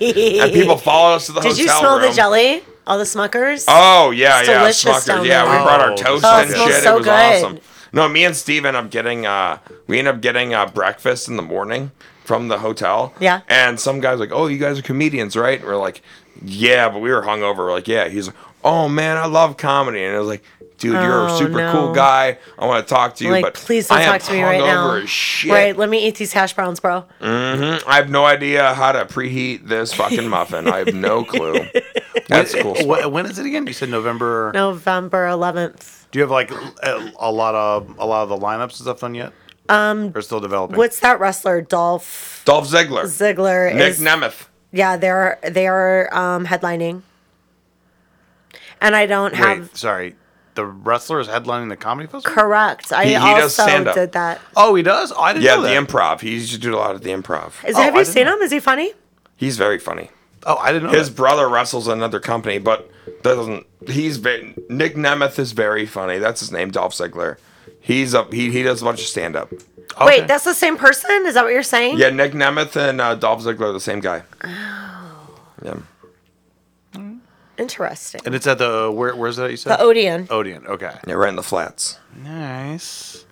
Speaker 3: and people followed us to the
Speaker 2: Did
Speaker 3: hotel
Speaker 2: you smell
Speaker 3: room.
Speaker 2: the jelly? All the smuckers?
Speaker 3: Oh yeah,
Speaker 2: It's
Speaker 3: yeah,
Speaker 2: delicious
Speaker 3: Smucker.
Speaker 2: down
Speaker 3: Yeah,
Speaker 2: there.
Speaker 3: we brought our
Speaker 1: Oh,
Speaker 3: toast
Speaker 1: Oh, it
Speaker 3: and
Speaker 1: smells
Speaker 3: shit.
Speaker 2: so
Speaker 3: it was
Speaker 2: good.
Speaker 3: awesome. No, me and Steve end up getting uh, we end up getting uh, breakfast in the morning from the hotel.
Speaker 2: Yeah.
Speaker 3: And some guys like, oh, you guys are comedians, right? And we're like, yeah, but we were hungover. We're like, yeah. He's like, oh man, I love comedy, and I was like. Dude, you're a
Speaker 2: Oh,
Speaker 3: super
Speaker 2: no.
Speaker 3: cool guy. I want to talk to you,
Speaker 2: like,
Speaker 3: but
Speaker 2: please don't
Speaker 3: I am
Speaker 2: talk to me right now.
Speaker 3: hungover As shit. Mm.
Speaker 2: Right, let me eat these hash browns, bro.
Speaker 3: I have no idea how to preheat this fucking muffin. I have no clue. That's cool.
Speaker 1: Wh- Oh, when is it again? You said November.
Speaker 2: November 11th.
Speaker 1: Do you have like a, a lot of a lot of the lineups and stuff done yet? Um, or still developing.
Speaker 2: What's that wrestler, Dolph
Speaker 3: Dolph Ziggler,
Speaker 2: Ziggler?
Speaker 3: Nick
Speaker 2: is,
Speaker 3: Nemeth.
Speaker 2: yeah, they're they are um, headlining. And I don't
Speaker 1: Wait,
Speaker 2: have
Speaker 1: sorry. The wrestler is headlining the comedy festival.
Speaker 2: correct. I
Speaker 3: He- he does
Speaker 2: also
Speaker 3: stand-up.
Speaker 2: did that.
Speaker 1: oh, he does. Oh, I didn't
Speaker 3: Yeah,
Speaker 1: know
Speaker 3: the
Speaker 1: that.
Speaker 3: improv. He used to do a lot at the improv.
Speaker 2: Is
Speaker 1: Oh,
Speaker 2: have
Speaker 1: I
Speaker 2: you
Speaker 1: didn't
Speaker 2: seen
Speaker 1: know.
Speaker 2: him? Is he funny?
Speaker 3: He's very funny.
Speaker 1: oh, I didn't know.
Speaker 3: His
Speaker 1: that.
Speaker 3: brother wrestles another company, but doesn't. He's ve- Nick Nemeth is very funny. That's his name, Dolph Ziggler. He's up. He he does a bunch of stand up.
Speaker 1: Okay.
Speaker 2: Wait, that's the same person? Is that what you're saying?
Speaker 3: Yeah, Nick Nemeth and uh, Dolph Ziggler are the same guy.
Speaker 2: Oh.
Speaker 3: Yeah.
Speaker 2: Interesting.
Speaker 1: And it's at the where? Where's that you said?
Speaker 2: The Odeon.
Speaker 1: Odeon. Okay.
Speaker 3: Yeah, right in the flats.
Speaker 1: Nice.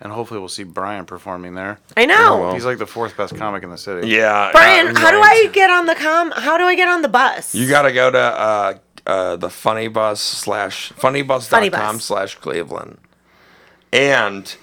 Speaker 1: And hopefully we'll see Brian performing there.
Speaker 2: I know.
Speaker 3: Oh, well.
Speaker 1: He's like the fourth best comic in the city.
Speaker 3: Yeah.
Speaker 2: Brian,
Speaker 3: uh,
Speaker 2: how do
Speaker 3: right.
Speaker 2: I get on the com? How do I get on the bus?
Speaker 3: You gotta go to uh, uh, the Funny Bus slash funnybus.com
Speaker 2: Bus.
Speaker 3: slash Cleveland, and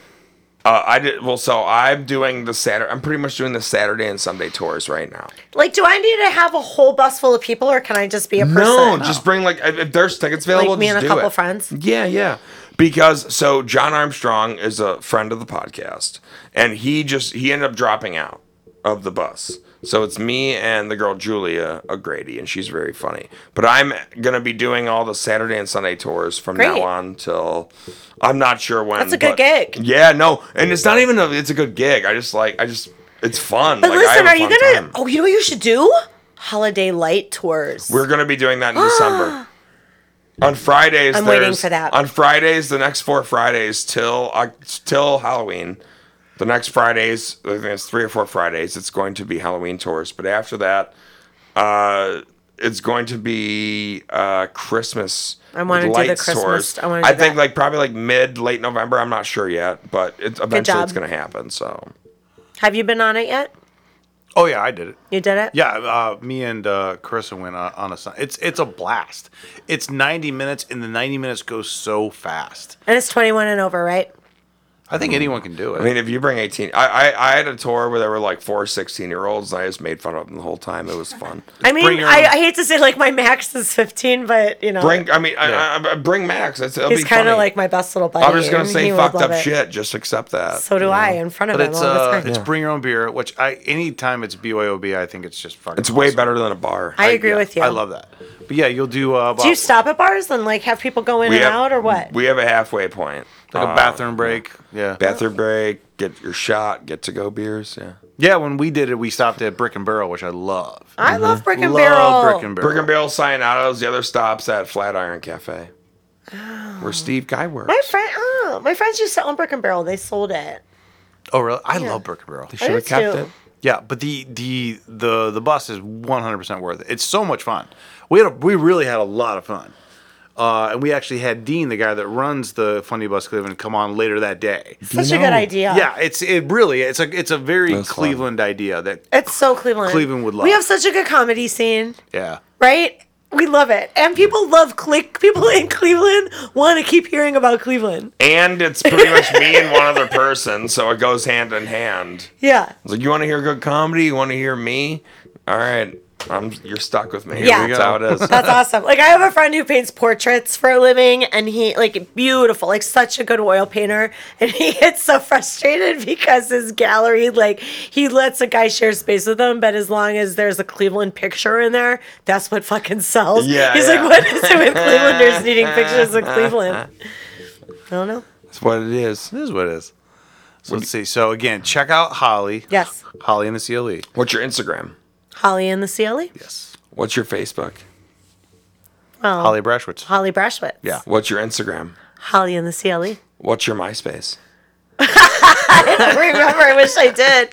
Speaker 3: uh, I did well. So I'm doing the Saturday. I'm pretty much doing the Saturday and Sunday tours right now.
Speaker 2: like, do I need to have a whole bus full of people, or can I just be a person?
Speaker 3: No, just bring like if if there's tickets available.
Speaker 2: like me
Speaker 3: just
Speaker 2: and a
Speaker 3: do
Speaker 2: couple
Speaker 3: it.
Speaker 2: friends.
Speaker 3: Yeah, yeah. Because so John Armstrong is a friend of the podcast, and he just he ended up dropping out of the bus. So it's me and the girl Julia O'Grady, and she's very funny. But I'm gonna be doing all the Saturday and Sunday tours from now
Speaker 2: Great.
Speaker 3: on till I'm not sure when.
Speaker 2: That's a good
Speaker 3: but-
Speaker 2: gig.
Speaker 3: Yeah, no, and it's not even a it's a good gig. I just like I just it's fun.
Speaker 2: But
Speaker 3: like, I
Speaker 2: listen,
Speaker 3: have a
Speaker 2: are you
Speaker 3: fun
Speaker 2: gonna?
Speaker 3: time.
Speaker 2: Oh, you know what you should do? Holiday light tours.
Speaker 3: We're gonna be doing that in December. On Fridays,
Speaker 2: I'm waiting
Speaker 3: there's-
Speaker 2: for that.
Speaker 3: On Fridays, the next four Fridays till uh, till Halloween, the next Fridays, I think it's three or four Fridays. It's going to be Halloween tours, but after that, uh, it's going to be uh, Christmas.
Speaker 2: I wanna do the
Speaker 3: lights
Speaker 2: Christmas- I wanna do
Speaker 3: I think
Speaker 2: that.
Speaker 3: like probably like mid late November. I'm not sure yet, but it's eventually it's
Speaker 2: job.
Speaker 3: gonna happen. So
Speaker 2: Have you been on it yet?
Speaker 1: Oh yeah, I did it.
Speaker 2: You did it.
Speaker 1: Yeah, uh, me and uh, Carissa went on, on a Sun- It's it's a blast. It's 90 minutes, and the 90 minutes go so fast.
Speaker 2: And it's 21 and over, right?
Speaker 1: I think anyone can do it.
Speaker 3: I mean, if you bring 18, I, I, I had a tour where there were like four 16 year olds, and I just made fun of them the whole time. It was fun.
Speaker 2: I mean,
Speaker 1: your
Speaker 2: I,
Speaker 1: own-
Speaker 2: I hate to say like my max is 15, but you know,
Speaker 3: Bring, I mean, I-
Speaker 1: Yeah.
Speaker 3: I, I, bring Max. It's, it'll
Speaker 2: he's
Speaker 3: be
Speaker 2: kind of
Speaker 3: funny.
Speaker 2: like my best little buddy.
Speaker 3: I'm just gonna
Speaker 2: and
Speaker 3: say
Speaker 2: he would
Speaker 3: fucked
Speaker 2: love
Speaker 3: up
Speaker 2: it.
Speaker 3: shit. Just accept that.
Speaker 2: So do I in front of
Speaker 1: but
Speaker 2: him
Speaker 1: it's
Speaker 2: all the
Speaker 1: uh,
Speaker 2: time.
Speaker 1: it's bring your own beer, which I anytime it's BYOB, I think it's just fucking.
Speaker 3: it's way
Speaker 1: awesome.
Speaker 3: better than a bar.
Speaker 2: I agree
Speaker 1: Yeah,
Speaker 2: with you.
Speaker 1: I love that. But yeah, you'll do. Uh,
Speaker 2: Do you stop at bars and like have people go in and out, or what?
Speaker 3: We have a halfway point.
Speaker 1: like a
Speaker 3: Uh,
Speaker 1: bathroom break. Yeah.
Speaker 3: bathroom break. Get your shot. Get to go beers. Yeah.
Speaker 1: Yeah, when we did it, we stopped at Brick and Barrel, which I love.
Speaker 2: I love Brick and
Speaker 1: love
Speaker 2: Barrel.
Speaker 1: Brick and Barrel.
Speaker 3: Brick and Barrel Cyanato's. The other stops at Flatiron Cafe, where Steve Guy works.
Speaker 2: Oh. My friend, oh, my friends used to own Brick and Barrel. They sold it.
Speaker 1: Oh really? I love Brick and Barrel.
Speaker 3: Should have
Speaker 2: do
Speaker 3: kept
Speaker 2: too.
Speaker 3: it.
Speaker 1: Yeah, but the the the the bus is 100% worth it. It's so much fun. We had a, we really had a lot of fun. Uh, and we actually had Dean, the guy that runs the Funny Bus Cleveland, come on later that day.
Speaker 2: Such a
Speaker 3: know.
Speaker 2: good idea.
Speaker 1: Yeah, it's it really it's a it's a very
Speaker 3: That's fun.
Speaker 1: Cleveland idea that
Speaker 2: it's so Cleveland.
Speaker 1: Cleveland would love
Speaker 2: We
Speaker 1: it.
Speaker 2: have such a good comedy scene,
Speaker 1: yeah.
Speaker 2: right? We love it, and people love click. People in Cleveland want to keep hearing about Cleveland.
Speaker 3: And it's pretty much me and one other person, so it goes hand in hand.
Speaker 2: Yeah,
Speaker 3: It's like, you want to hear good comedy? You want to hear me? All right. I'm, you're stuck with me.
Speaker 2: Yeah.
Speaker 3: That's how it is.
Speaker 2: That's awesome. Like I have a friend who paints portraits for a living and he like beautiful, like such a good oil painter and he gets so frustrated because his gallery like he lets a guy share space with him, but as long as there's a Cleveland picture in there, that's what fucking sells.
Speaker 3: Yeah,
Speaker 2: He's
Speaker 3: yeah.
Speaker 2: like what is it with Clevelanders needing pictures of Cleveland? I don't know.
Speaker 3: That's what it is.
Speaker 1: This is what it is. So let's see. So again, check out Holly.
Speaker 2: Yes.
Speaker 1: Holly and the E. CLE.
Speaker 3: What's your Instagram?
Speaker 2: Holly and the E? CLE?
Speaker 1: Yes.
Speaker 3: What's your Facebook?
Speaker 2: Well, Holly,
Speaker 1: Holly Brashwitz.
Speaker 2: Brashwitz.
Speaker 1: Yeah.
Speaker 3: What's your Instagram?
Speaker 2: Holly and the E. CLE.
Speaker 3: What's your MySpace?
Speaker 2: Remember, I wish I did.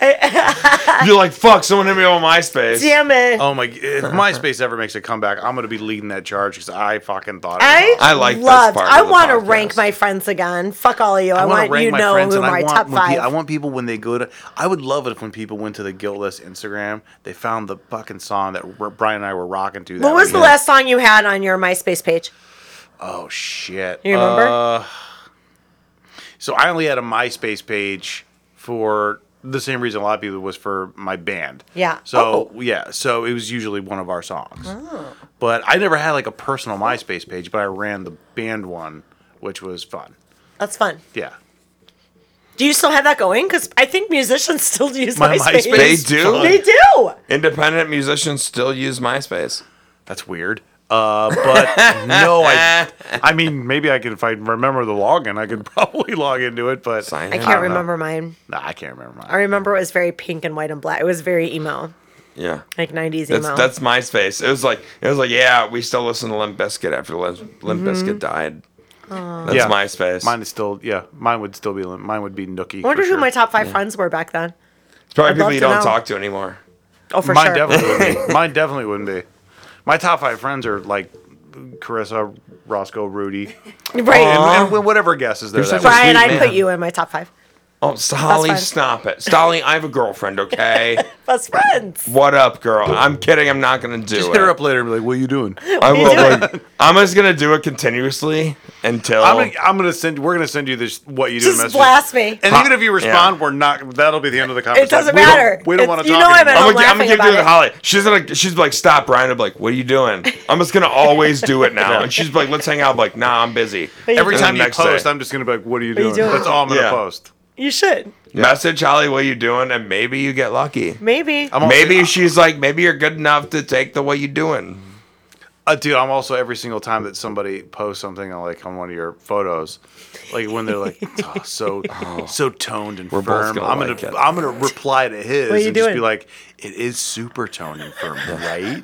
Speaker 2: Uh,
Speaker 3: You're like, fuck, someone hit me on MySpace.
Speaker 2: Damn it.
Speaker 1: Oh my! If MySpace ever makes a comeback, I'm gonna be leading that charge because I fucking thought. it
Speaker 2: I,
Speaker 1: was
Speaker 3: I like this
Speaker 2: loved.
Speaker 3: part
Speaker 2: I
Speaker 3: of the
Speaker 2: want to
Speaker 3: podcast.
Speaker 2: rank my friends again. Fuck all of you. I,
Speaker 1: I, want
Speaker 2: want
Speaker 1: to rank
Speaker 2: you
Speaker 1: my
Speaker 2: know
Speaker 1: friends,
Speaker 2: who
Speaker 1: and I
Speaker 2: my
Speaker 1: want
Speaker 2: top
Speaker 1: when pe-
Speaker 2: five.
Speaker 1: I want people when they go to. I would love it if when people went to the Guiltless Instagram, they found the fucking song that R- Brian and I were rocking to. That
Speaker 2: what was the
Speaker 1: weekend.
Speaker 2: last song you had on your MySpace page?
Speaker 1: Oh shit!
Speaker 2: You remember?
Speaker 1: Uh, so I only had a MySpace page for the same reason a lot of people was for my band.
Speaker 2: Yeah. Oh.
Speaker 1: So yeah, so it was usually one of our songs. But I never had like a personal MySpace page, but I ran the band one, which was fun.
Speaker 2: That's fun.
Speaker 1: Yeah.
Speaker 2: Do you still have that going? Because I think musicians still use
Speaker 1: My
Speaker 2: MySpace.
Speaker 1: MySpace.
Speaker 3: They do?
Speaker 2: They do.
Speaker 3: Independent musicians still use MySpace.
Speaker 1: That's weird. Uh, but no, I. I mean, maybe I can if I remember the login, I could probably log into it. But
Speaker 3: Sign
Speaker 2: I
Speaker 3: in.
Speaker 2: can't
Speaker 3: don't know.
Speaker 2: remember mine.
Speaker 1: Nah, I can't remember. Mine.
Speaker 2: I remember it was very pink and white and black. It was very emo,
Speaker 3: Yeah.
Speaker 2: like '90s emo.
Speaker 3: That's that's MySpace. It was like it was like yeah, we still listen to Limp Bizkit after Limp, Limp
Speaker 2: Mm-hmm.
Speaker 3: Bizkit died. That's
Speaker 1: Yeah.
Speaker 3: MySpace.
Speaker 1: Mine is still yeah. Mine would still be mine would be Nookie.
Speaker 2: I wonder
Speaker 1: for
Speaker 2: who
Speaker 1: sure.
Speaker 2: my top five friends were back then.
Speaker 3: it's probably
Speaker 2: I'd
Speaker 3: people
Speaker 2: love
Speaker 3: you
Speaker 2: to
Speaker 3: don't
Speaker 2: know.
Speaker 3: talk to anymore.
Speaker 2: Oh, for
Speaker 1: mine
Speaker 2: sure.
Speaker 1: definitely wouldn't be. Mine definitely wouldn't be. My top five friends are like Carissa, Roscoe, Rudy,
Speaker 2: Right.
Speaker 1: and, and whatever guesses there.
Speaker 3: You're
Speaker 1: That
Speaker 3: such a-
Speaker 1: was.
Speaker 2: Brian,
Speaker 3: Sweet
Speaker 2: I'd
Speaker 3: man.
Speaker 2: put you in my top five
Speaker 3: Oh, Stolly,
Speaker 2: fine.
Speaker 3: stop it, Stolly. I have a girlfriend. Okay,
Speaker 2: best friends.
Speaker 3: what up, girl? I'm kidding. I'm not gonna do
Speaker 1: Just
Speaker 3: it.
Speaker 1: hit her up later and be like, "What are you doing?"
Speaker 3: I will.
Speaker 2: doing?
Speaker 3: like, I'm just gonna do it continuously until.
Speaker 1: I'm gonna, I'm gonna send. We're gonna send you this. What you do?
Speaker 2: Just
Speaker 1: message.
Speaker 2: blast me.
Speaker 1: And
Speaker 3: Huh.
Speaker 1: even if you respond, we're not. That'll be the end of the conversation.
Speaker 2: doesn't
Speaker 1: We don't-
Speaker 2: matter.
Speaker 1: We don't
Speaker 2: It's-
Speaker 1: want to
Speaker 2: you
Speaker 1: talk.
Speaker 2: know I'm
Speaker 1: anymore.
Speaker 2: at-
Speaker 3: I'm gonna, I'm
Speaker 2: laughing
Speaker 3: gonna give
Speaker 2: about
Speaker 3: you the
Speaker 2: it.
Speaker 3: Holly. She's gonna, she's like, stop, Brian. I'm like, what are you doing? I'm just gonna always do it now. And she's like, let's hang out. I'm like, nah, I'm busy.
Speaker 1: Every
Speaker 3: And
Speaker 1: time
Speaker 3: the
Speaker 1: you
Speaker 3: next day-
Speaker 1: post, I'm just gonna be like, "What are you
Speaker 2: you
Speaker 1: doing?"
Speaker 2: doing?
Speaker 1: That's all I'm gonna
Speaker 3: Yeah.
Speaker 1: post.
Speaker 2: You should.
Speaker 3: Message Holly what you doing, and maybe you get lucky.
Speaker 2: Maybe.
Speaker 1: I'm also-
Speaker 3: Maybe she's like, maybe you're good enough to take the what you doing.
Speaker 1: Uh, dude, I'm also every single time that somebody posts something on like on one of your photos, like when they're like "Oh, so so toned and
Speaker 3: both
Speaker 1: firm.
Speaker 3: gonna
Speaker 1: I'm
Speaker 3: like
Speaker 1: gonna
Speaker 3: it.
Speaker 1: I'm gonna reply to his
Speaker 2: What are you
Speaker 1: and just be
Speaker 2: doing?
Speaker 1: like, it is super toned and firm, right?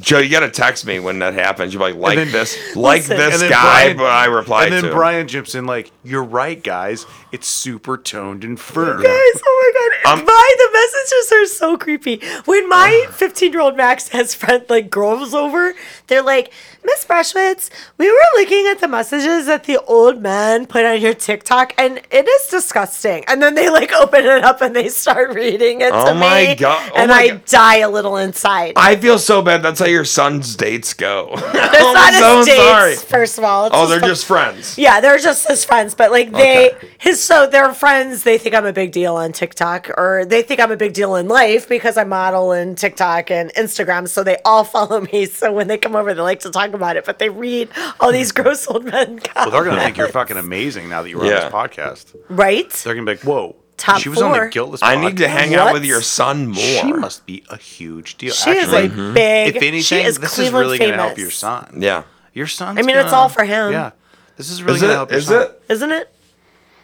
Speaker 3: Joe, you gotta text me when that happens. You're like, like
Speaker 1: then-
Speaker 3: this, like
Speaker 2: Listen.
Speaker 3: this
Speaker 1: And then
Speaker 3: guy,
Speaker 1: Brian-
Speaker 3: but I reply
Speaker 1: and then
Speaker 3: to.
Speaker 1: Brian jumps in like, you're right, guys. It's super toned and firm.
Speaker 2: guys. Oh my god.
Speaker 3: Um,
Speaker 2: my the messages are so creepy. When my 15 year old Max has friend like girls over, they're like, Miss Freshwitz, we were looking at the messages that the old man put on your TikTok, and it is disgusting. And then they like open it up and they start reading it
Speaker 3: Oh
Speaker 2: to
Speaker 3: my
Speaker 2: me,
Speaker 3: God. Oh
Speaker 2: and
Speaker 3: my
Speaker 2: I
Speaker 3: God.
Speaker 2: die a little inside.
Speaker 3: I feel so bad. That's how your son's dates go.
Speaker 2: That's not
Speaker 3: I'm
Speaker 2: his
Speaker 3: so
Speaker 2: dates,
Speaker 3: sorry.
Speaker 2: First of all, It's
Speaker 3: Oh, they're
Speaker 2: fuck-
Speaker 3: just friends.
Speaker 2: Yeah, they're just his friends, but like they
Speaker 3: Okay.
Speaker 2: his so their friends they think I'm a big deal on TikTok or they think I'm a big deal in life because I model in TikTok and Instagram, so they all follow me. So when they come over, they like to talk about it, but they read all these gross old men.
Speaker 1: Mm-hmm. Well, they're gonna think you're fucking amazing now that you're
Speaker 3: Yeah.
Speaker 1: on this podcast.
Speaker 2: right?
Speaker 1: They're gonna be like, whoa,
Speaker 2: Top
Speaker 1: she was on
Speaker 2: four.
Speaker 1: the guiltless.
Speaker 3: I need to
Speaker 1: podcast.
Speaker 3: hang out
Speaker 2: What?
Speaker 3: with your son more.
Speaker 1: She must be a huge deal.
Speaker 2: She is
Speaker 1: Actually, Mm-hmm.
Speaker 2: like big.
Speaker 1: if anything,
Speaker 2: she is
Speaker 1: this
Speaker 2: Cleveland
Speaker 1: is really
Speaker 2: famous.
Speaker 1: gonna help your son.
Speaker 3: yeah.
Speaker 1: Your son.
Speaker 2: I mean, it's all for him.
Speaker 1: Yeah, this is really
Speaker 3: Is
Speaker 1: gonna
Speaker 3: it?
Speaker 1: help. Your
Speaker 3: Is
Speaker 1: son.
Speaker 3: it?
Speaker 2: isn't it?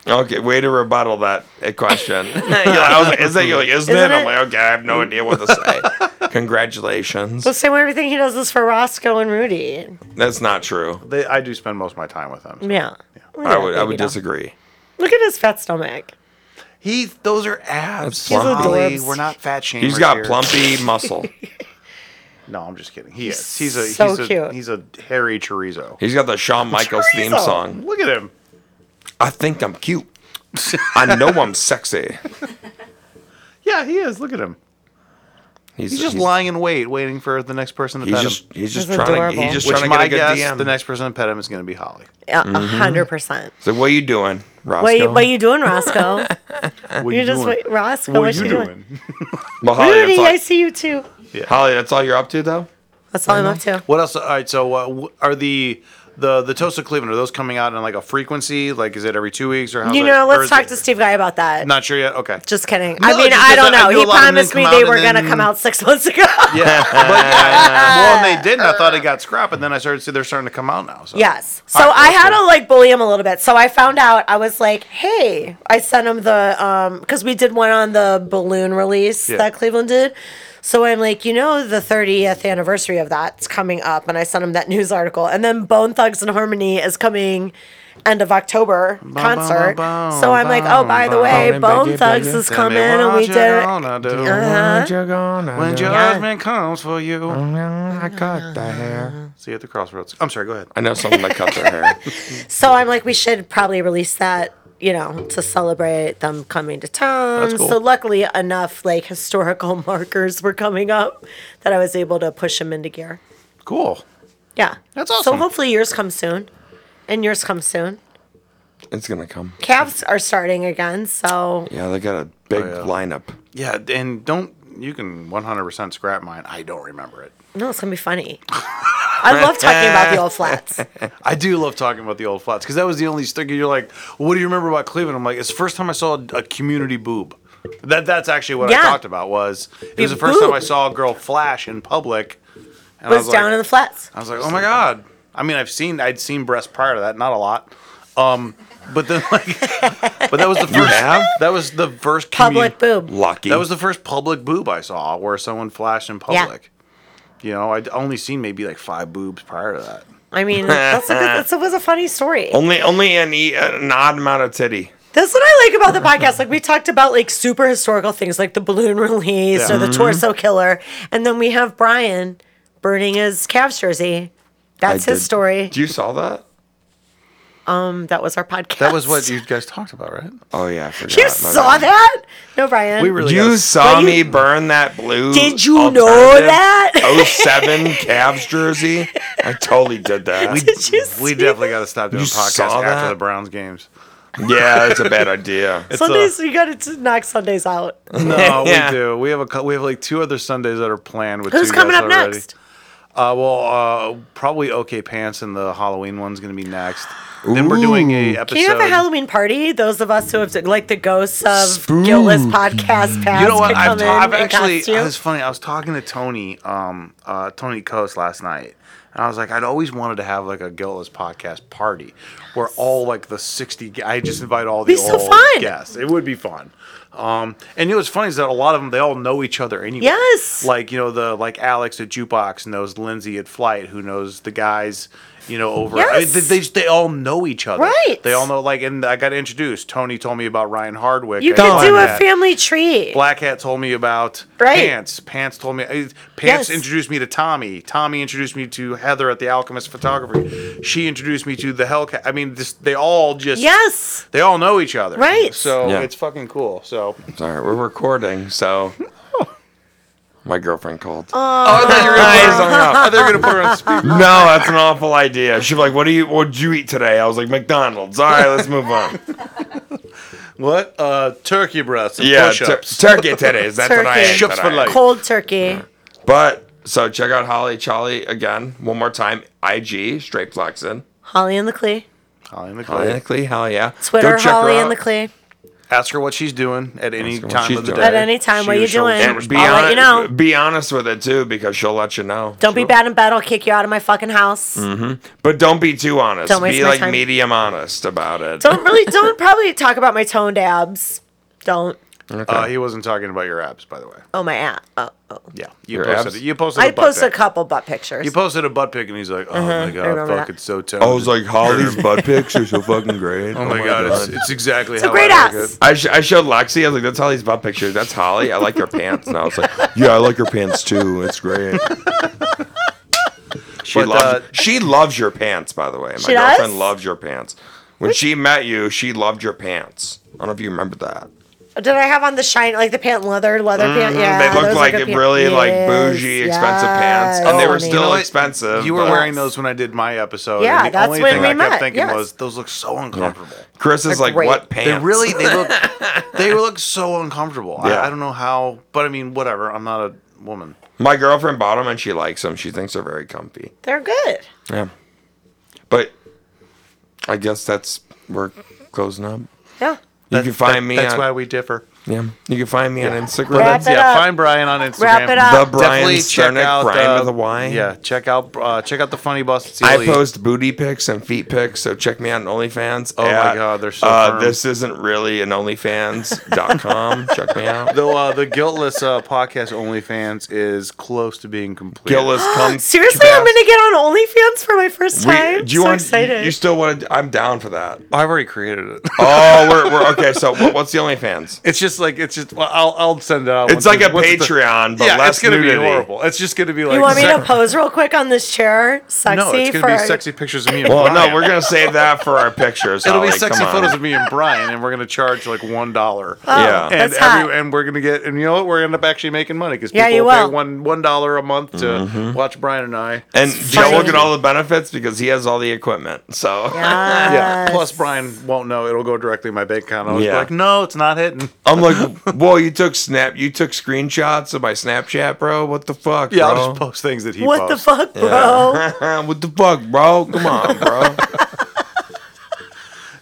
Speaker 3: Okay, way to rebuttal that uh, question. You're like, I was like, is that you like, isn't,
Speaker 2: Isn't
Speaker 3: it? I'm
Speaker 2: it?
Speaker 3: like, okay, I have no idea what to say. Congratulations.
Speaker 2: The same way everything he does is for Roscoe and Rudy.
Speaker 3: That's not true.
Speaker 1: They, I do spend most of my time with him.
Speaker 2: Yeah, Look at
Speaker 3: I
Speaker 2: that
Speaker 3: would I
Speaker 2: baby
Speaker 3: would
Speaker 2: doll.
Speaker 3: disagree.
Speaker 2: Look at his fat stomach.
Speaker 1: He, those are abs.
Speaker 3: He's plumpy.
Speaker 1: Holly,
Speaker 2: adorbs.
Speaker 1: we're not fat shaming.
Speaker 3: He's got plumpy muscle.
Speaker 1: No, I'm just kidding. He is. He's a.
Speaker 2: so
Speaker 1: he's a,
Speaker 2: cute.
Speaker 1: He's a hairy chorizo.
Speaker 3: He's got the Shawn Michaels theme
Speaker 2: Chorizo.
Speaker 3: song.
Speaker 1: Look at him.
Speaker 3: I think I'm cute. I know I'm sexy.
Speaker 1: Yeah, he is. Look at him.
Speaker 3: He's,
Speaker 1: He's just lying in wait, waiting for the next person to
Speaker 3: He's
Speaker 1: pet
Speaker 3: just
Speaker 1: him.
Speaker 3: he's just
Speaker 2: That's
Speaker 3: trying to
Speaker 2: adorable.
Speaker 3: he's just
Speaker 1: Which
Speaker 3: trying
Speaker 1: my
Speaker 3: to get a good
Speaker 1: guess,
Speaker 3: DM.
Speaker 1: the next person to pet him is going to be Holly.
Speaker 2: Yeah, a
Speaker 1: Mm-hmm.
Speaker 2: hundred percent.
Speaker 3: so what you doing, Roscoe?
Speaker 2: What you, what you doing, Roscoe?
Speaker 1: What
Speaker 2: You're just
Speaker 1: doing?
Speaker 2: wait, Roscoe.
Speaker 1: What
Speaker 2: what
Speaker 1: you
Speaker 2: you doing?
Speaker 1: doing? Oh,
Speaker 3: Well, Holly, it's
Speaker 2: Rudy, I
Speaker 3: like,
Speaker 2: see you too.
Speaker 1: Yeah.
Speaker 3: Holly, that's all you're up to though.
Speaker 2: That's all I'm up to.
Speaker 1: What else? All right. So uh, w- are the the the toast of Cleveland? Are those coming out in like a frequency? Like, is it every two weeks or how?
Speaker 2: You know, let's talk to Steve Guy about that.
Speaker 1: Not sure yet. Okay.
Speaker 2: Just kidding.
Speaker 1: No,
Speaker 2: I mean,
Speaker 1: just
Speaker 2: I
Speaker 1: because
Speaker 2: don't
Speaker 1: I- I
Speaker 2: know.
Speaker 1: knew a lot
Speaker 2: He
Speaker 1: of them
Speaker 2: promised
Speaker 1: didn't
Speaker 2: me
Speaker 1: come
Speaker 2: they
Speaker 1: out
Speaker 2: were
Speaker 1: and
Speaker 2: going to
Speaker 1: then-
Speaker 2: come out six months ago.
Speaker 1: Yeah, but yeah, well, and they didn't. I thought it got scrapped, and then I started to see they're starting to come out now. So.
Speaker 2: Yes. So
Speaker 1: All right,
Speaker 2: I
Speaker 1: that's
Speaker 2: had
Speaker 1: good.
Speaker 2: to like bully him a little bit. So I found out I was like, "Hey," I sent him the um because we did one on the balloon release
Speaker 1: Yeah.
Speaker 2: that Cleveland did. So I'm like, you know, the 30th anniversary of that's coming up, and I sent him that news article. And then Bone Thugs and Harmony is coming end of October concert.
Speaker 1: bum,
Speaker 2: so I'm like, oh,
Speaker 1: bum,
Speaker 2: by the
Speaker 1: bum,
Speaker 2: way,
Speaker 3: bum,
Speaker 2: Bone
Speaker 3: biggie,
Speaker 2: Thugs
Speaker 3: biggie.
Speaker 2: is
Speaker 1: Tell me
Speaker 2: coming, and
Speaker 1: what
Speaker 2: we
Speaker 1: you
Speaker 2: did it.
Speaker 1: gonna do
Speaker 3: What you gonna
Speaker 1: When
Speaker 3: do?
Speaker 1: judgment comes for you.
Speaker 3: I cut the hair.
Speaker 1: See you at the crossroads. I'm sorry. Go ahead.
Speaker 3: I know someone that cut their hair.
Speaker 2: So I'm like, we should probably release that, you know, to celebrate them coming to town.
Speaker 1: That's cool.
Speaker 2: So luckily enough, like historical markers were coming up that I was able to push them into gear.
Speaker 1: Cool.
Speaker 2: Yeah,
Speaker 1: That's
Speaker 2: So
Speaker 1: awesome.
Speaker 2: hopefully yours comes soon, and yours comes soon.
Speaker 3: It's gonna come.
Speaker 2: Cavs are starting again, so
Speaker 3: Oh, Yeah, they got a big
Speaker 1: yeah.
Speaker 3: lineup.
Speaker 1: Yeah, and don't you can 100% scrap mine. I don't remember it.
Speaker 2: no, it's gonna be funny. I love talking about the old flats.
Speaker 1: I do love talking about the old flats because that was the only sticker. You're like, what do you remember about Cleveland? I'm like, it's the first time I saw a, a community boob. That that's actually what
Speaker 2: Yeah.
Speaker 1: I talked about. Was it was the first time I
Speaker 2: boob.
Speaker 1: saw a girl flash in public. And I
Speaker 2: Was down
Speaker 1: like,
Speaker 2: in the flats.
Speaker 1: I was like, oh my god. I mean, I've seen I'd seen breasts prior to that, not a lot. Um, but then like, but that was the first.
Speaker 3: have?
Speaker 1: That was the first
Speaker 2: Public
Speaker 1: commu-
Speaker 2: boob.
Speaker 3: Lucky.
Speaker 1: That was the first public boob I saw where someone flashed in public. You know, I'd only seen maybe like five boobs prior to that.
Speaker 2: I mean, that's a good, that's a, was a funny story.
Speaker 3: only only an, e- an odd amount of titty.
Speaker 2: That's what I like about the podcast. Like we talked about like super historical things like the balloon release
Speaker 1: Yeah. Mm-hmm.
Speaker 2: or the torso killer. And then we have Brian burning his Cavs jersey. That's
Speaker 3: I
Speaker 2: his
Speaker 3: did-
Speaker 2: story.
Speaker 3: You saw that?
Speaker 2: Um, that was our podcast.
Speaker 1: That was what you guys talked about, right?
Speaker 3: Oh yeah, I forgot.
Speaker 2: You
Speaker 3: my
Speaker 2: saw
Speaker 3: bad.
Speaker 2: that? No, Brian.
Speaker 1: We really
Speaker 3: You
Speaker 1: gotta-
Speaker 3: saw
Speaker 2: But you-
Speaker 3: me burn that blue.
Speaker 2: Did you know
Speaker 3: alternative
Speaker 2: that?
Speaker 3: 07 Cavs jersey. I totally did that.
Speaker 2: Did you see
Speaker 1: we definitely got to stop doing
Speaker 3: You
Speaker 1: podcasts
Speaker 3: saw
Speaker 1: after
Speaker 3: that?
Speaker 1: the Browns games.
Speaker 3: yeah, that's a bad idea.
Speaker 2: Sundays? you got to knock Sundays out.
Speaker 1: No,
Speaker 3: Yeah.
Speaker 1: we do. We have a cou- we have like two other Sundays that are planned with
Speaker 2: Who's
Speaker 1: two
Speaker 2: coming
Speaker 1: guests
Speaker 2: up
Speaker 1: already.
Speaker 2: next?
Speaker 1: Uh, well, uh, probably OK Pants and the Halloween one's going to be next. Then we're doing a episode.
Speaker 2: Can you have a Halloween party? Those of us who have like the ghosts of
Speaker 3: Spooky.
Speaker 2: guiltless podcast past
Speaker 1: You know what?
Speaker 2: could
Speaker 1: I've,
Speaker 2: come
Speaker 1: ta-
Speaker 2: in
Speaker 1: I've
Speaker 2: and
Speaker 1: actually. uh,
Speaker 2: costume.
Speaker 1: It's funny. I was talking to Tony, um, uh, Tony Coates last night, and I was like, I'd always wanted to have like a guiltless podcast party where all like the sixty. gu- I just invite all the
Speaker 2: Be so
Speaker 1: old
Speaker 2: fun.
Speaker 1: guests. It would be fun. Um, and you know what's funny is that a lot of them they all know each other anyway.
Speaker 2: Yes.
Speaker 1: Like you know the like Alex at Jukebox knows Lindsay at Flight, who knows the guys. You know, over I mean,
Speaker 2: Yes.
Speaker 1: they, they just- they all know each other.
Speaker 2: Right.
Speaker 1: They all know like, and I got introduced. Tony told me about Ryan Hardwick.
Speaker 2: you
Speaker 1: I
Speaker 2: could
Speaker 1: learned
Speaker 2: do a
Speaker 1: that.
Speaker 2: family tree.
Speaker 1: Black Hat told me about
Speaker 2: Right.
Speaker 1: Pants. Pants told me. uh, Pants
Speaker 2: Yes.
Speaker 1: introduced me to Tommy. Tommy introduced me to Heather at the Alchemist Photography. She introduced me to the Hellcat. I mean, this, they all just
Speaker 2: Yes.
Speaker 1: They all know each other,
Speaker 2: Right.
Speaker 1: So
Speaker 3: Yeah.
Speaker 1: it's fucking cool. So
Speaker 3: Sorry, we're recording, so my girlfriend called. Oh,
Speaker 1: oh, they're gonna put her on speed.
Speaker 3: no, that's an awful idea. She'd be like, "What do you? What would you eat today?" I was like, "McDonald's." All right, let's move on.
Speaker 1: What? Uh, turkey breasts and
Speaker 3: Yeah, tur-
Speaker 1: push-ups.
Speaker 3: turkey titties. That's what I
Speaker 2: Turkey.
Speaker 3: ate
Speaker 1: Shucks for
Speaker 3: today.
Speaker 1: life.
Speaker 2: Cold turkey.
Speaker 3: But so check out Holly Charlie again one more time. IG straight Flexin.
Speaker 2: Holly and the Clee.
Speaker 1: Holly McLean.
Speaker 3: Holly, hell yeah. Go
Speaker 2: Twitter,
Speaker 3: check her
Speaker 2: Holly
Speaker 3: out.
Speaker 2: and the Clee.
Speaker 1: Ask her what she's doing at any
Speaker 3: Ask her what
Speaker 1: time
Speaker 3: she's
Speaker 1: of the day.
Speaker 3: doing.
Speaker 2: At any time, what
Speaker 1: She-
Speaker 2: you
Speaker 1: she'll-
Speaker 2: doing?
Speaker 1: she'll
Speaker 3: And be,
Speaker 2: I'll let
Speaker 3: hon-
Speaker 2: you know.
Speaker 3: be honest with it too, because she'll let you know.
Speaker 2: Don't be bad in bed. I'll kick you out of my fucking house.
Speaker 3: Mm. But don't be too honest.
Speaker 2: Don't waste
Speaker 3: be
Speaker 2: my
Speaker 3: like
Speaker 2: time.
Speaker 3: medium honest about it.
Speaker 2: Don't really, don't probably talk about my toned abs. Don't.
Speaker 1: Uh, he wasn't talking about your abs, by the way.
Speaker 2: Oh, my ab. Oh, oh.
Speaker 1: Yeah, you
Speaker 3: Your
Speaker 1: posted.
Speaker 3: abs?
Speaker 1: it- You posted.
Speaker 2: I
Speaker 1: a butt
Speaker 2: posted a
Speaker 1: pic.
Speaker 2: couple butt pictures.
Speaker 1: You posted a butt pic, and he's like, "Oh my god,
Speaker 2: remember
Speaker 1: fuck,
Speaker 2: that.
Speaker 1: it's so toned."
Speaker 3: I Oh, was like, Holly's butt pics are so fucking great.
Speaker 1: Oh my, god, It's, it's exactly
Speaker 2: a
Speaker 1: how
Speaker 2: great
Speaker 1: I like
Speaker 2: ass.
Speaker 1: it.
Speaker 3: I, sh- I showed Lexi. I was like, "That's Holly's butt picture. That's Holly. I like your pants." And I was like, "Yeah, I like your pants too. It's great." She
Speaker 1: But,
Speaker 3: loves.
Speaker 1: uh,
Speaker 3: she loves your pants, by the way. My
Speaker 2: She does?
Speaker 3: girlfriend loves your pants. When she met you, she loved your pants. I don't know if you remember that.
Speaker 2: Did I have on the shine, like the pant leather, leather pant? Yeah.
Speaker 3: Mm-hmm. they looked
Speaker 2: those are
Speaker 3: like
Speaker 2: good pant-
Speaker 3: really like
Speaker 2: Yes, Oh,
Speaker 3: bougie, expensive pants, and they
Speaker 2: yes,
Speaker 3: were
Speaker 2: honey.
Speaker 3: still
Speaker 1: You know what?
Speaker 3: expensive.
Speaker 1: You were
Speaker 3: but-
Speaker 1: wearing those when I did my episode.
Speaker 2: Yeah,
Speaker 1: and the
Speaker 2: that's
Speaker 1: only
Speaker 2: when
Speaker 1: thing
Speaker 2: we
Speaker 1: I
Speaker 2: met,
Speaker 1: kept thinking
Speaker 2: yes.
Speaker 1: was those look so uncomfortable.
Speaker 3: Chris is
Speaker 2: They're
Speaker 3: like,
Speaker 2: great.
Speaker 3: "What
Speaker 1: They
Speaker 3: pants?"
Speaker 1: really they look they look so uncomfortable.
Speaker 3: Yeah.
Speaker 1: I, I don't know how, but I mean, whatever. I'm not a woman.
Speaker 3: My girlfriend bought them and she likes them. She thinks they're very comfy.
Speaker 2: They're good.
Speaker 3: Yeah. But I guess that's we're closing up.
Speaker 2: Yeah.
Speaker 3: You
Speaker 1: That-
Speaker 3: can find
Speaker 1: that-
Speaker 3: me
Speaker 1: That's
Speaker 3: on
Speaker 1: why we differ.
Speaker 3: yeah. You can find me on
Speaker 2: Wrap
Speaker 3: Instagram.
Speaker 1: That's-
Speaker 2: it
Speaker 1: yeah,
Speaker 2: up.
Speaker 1: find Brian on Instagram.
Speaker 2: uh, Wrap it up.
Speaker 3: The Brian
Speaker 1: Definitely check
Speaker 3: Cernick,
Speaker 1: out
Speaker 3: Brian
Speaker 1: uh,
Speaker 3: with a Y.
Speaker 1: Yeah, check out uh, check out the funny bus. It's
Speaker 3: I
Speaker 1: elite.
Speaker 3: post booty pics and feet pics, so check me out on OnlyFans. Oh
Speaker 1: my God, they're so firm.
Speaker 3: this isn't really an OnlyFans.com. check me out.
Speaker 1: the uh, the guiltless uh, podcast OnlyFans is close to being complete.
Speaker 3: Gillis come.
Speaker 2: Seriously, I'm gonna get on OnlyFans for my first time.
Speaker 3: do you
Speaker 2: so
Speaker 3: want?
Speaker 2: excited.
Speaker 3: You still want? To, I'm down for that.
Speaker 1: I've already created it.
Speaker 3: Oh, we're, we're okay. So what, what's the OnlyFans?
Speaker 1: It's just like it's just. Well, I'll I'll send it out. once
Speaker 3: It's like a
Speaker 1: once it's-
Speaker 3: Patreon, but
Speaker 1: yeah,
Speaker 3: less
Speaker 1: it's gonna
Speaker 3: nudity.
Speaker 1: be horrible. It's just gonna be like.
Speaker 2: You want me to
Speaker 1: sex-
Speaker 2: pose real quick on this chair? Sexy
Speaker 1: No, it's
Speaker 2: for
Speaker 1: gonna be sexy pictures of me. And
Speaker 3: Well,
Speaker 1: Brian.
Speaker 3: no, we're gonna save that for our pictures.
Speaker 1: It'll be
Speaker 3: Holly,
Speaker 1: sexy
Speaker 3: come on.
Speaker 1: photos of me and Brian, and we're gonna charge like one dollar.
Speaker 2: Oh,
Speaker 3: Yeah.
Speaker 1: and
Speaker 2: that's hot.
Speaker 1: every, and we're gonna get and you know what we're gonna end up actually making money because
Speaker 2: Yeah,
Speaker 1: people
Speaker 2: you
Speaker 1: will pay
Speaker 2: will.
Speaker 1: one one dollar a month to
Speaker 3: Mm-hmm.
Speaker 1: watch Brian and I.
Speaker 3: And Joe will
Speaker 2: funny.
Speaker 3: get all the benefits because he has all the equipment. So
Speaker 1: yeah.
Speaker 2: Yes.
Speaker 1: Plus, Brian won't know; it'll go directly in my bank account. I was
Speaker 3: Yeah.
Speaker 1: like, "No, it's not hitting."
Speaker 3: I'm like, whoa, you took snap, you took screenshots of my Snapchat, bro. What the fuck,
Speaker 1: Yeah, I'll
Speaker 3: bro?
Speaker 1: just post things that he
Speaker 2: What the
Speaker 1: posts.
Speaker 2: fuck, bro?
Speaker 3: what the fuck, bro? Come on, bro.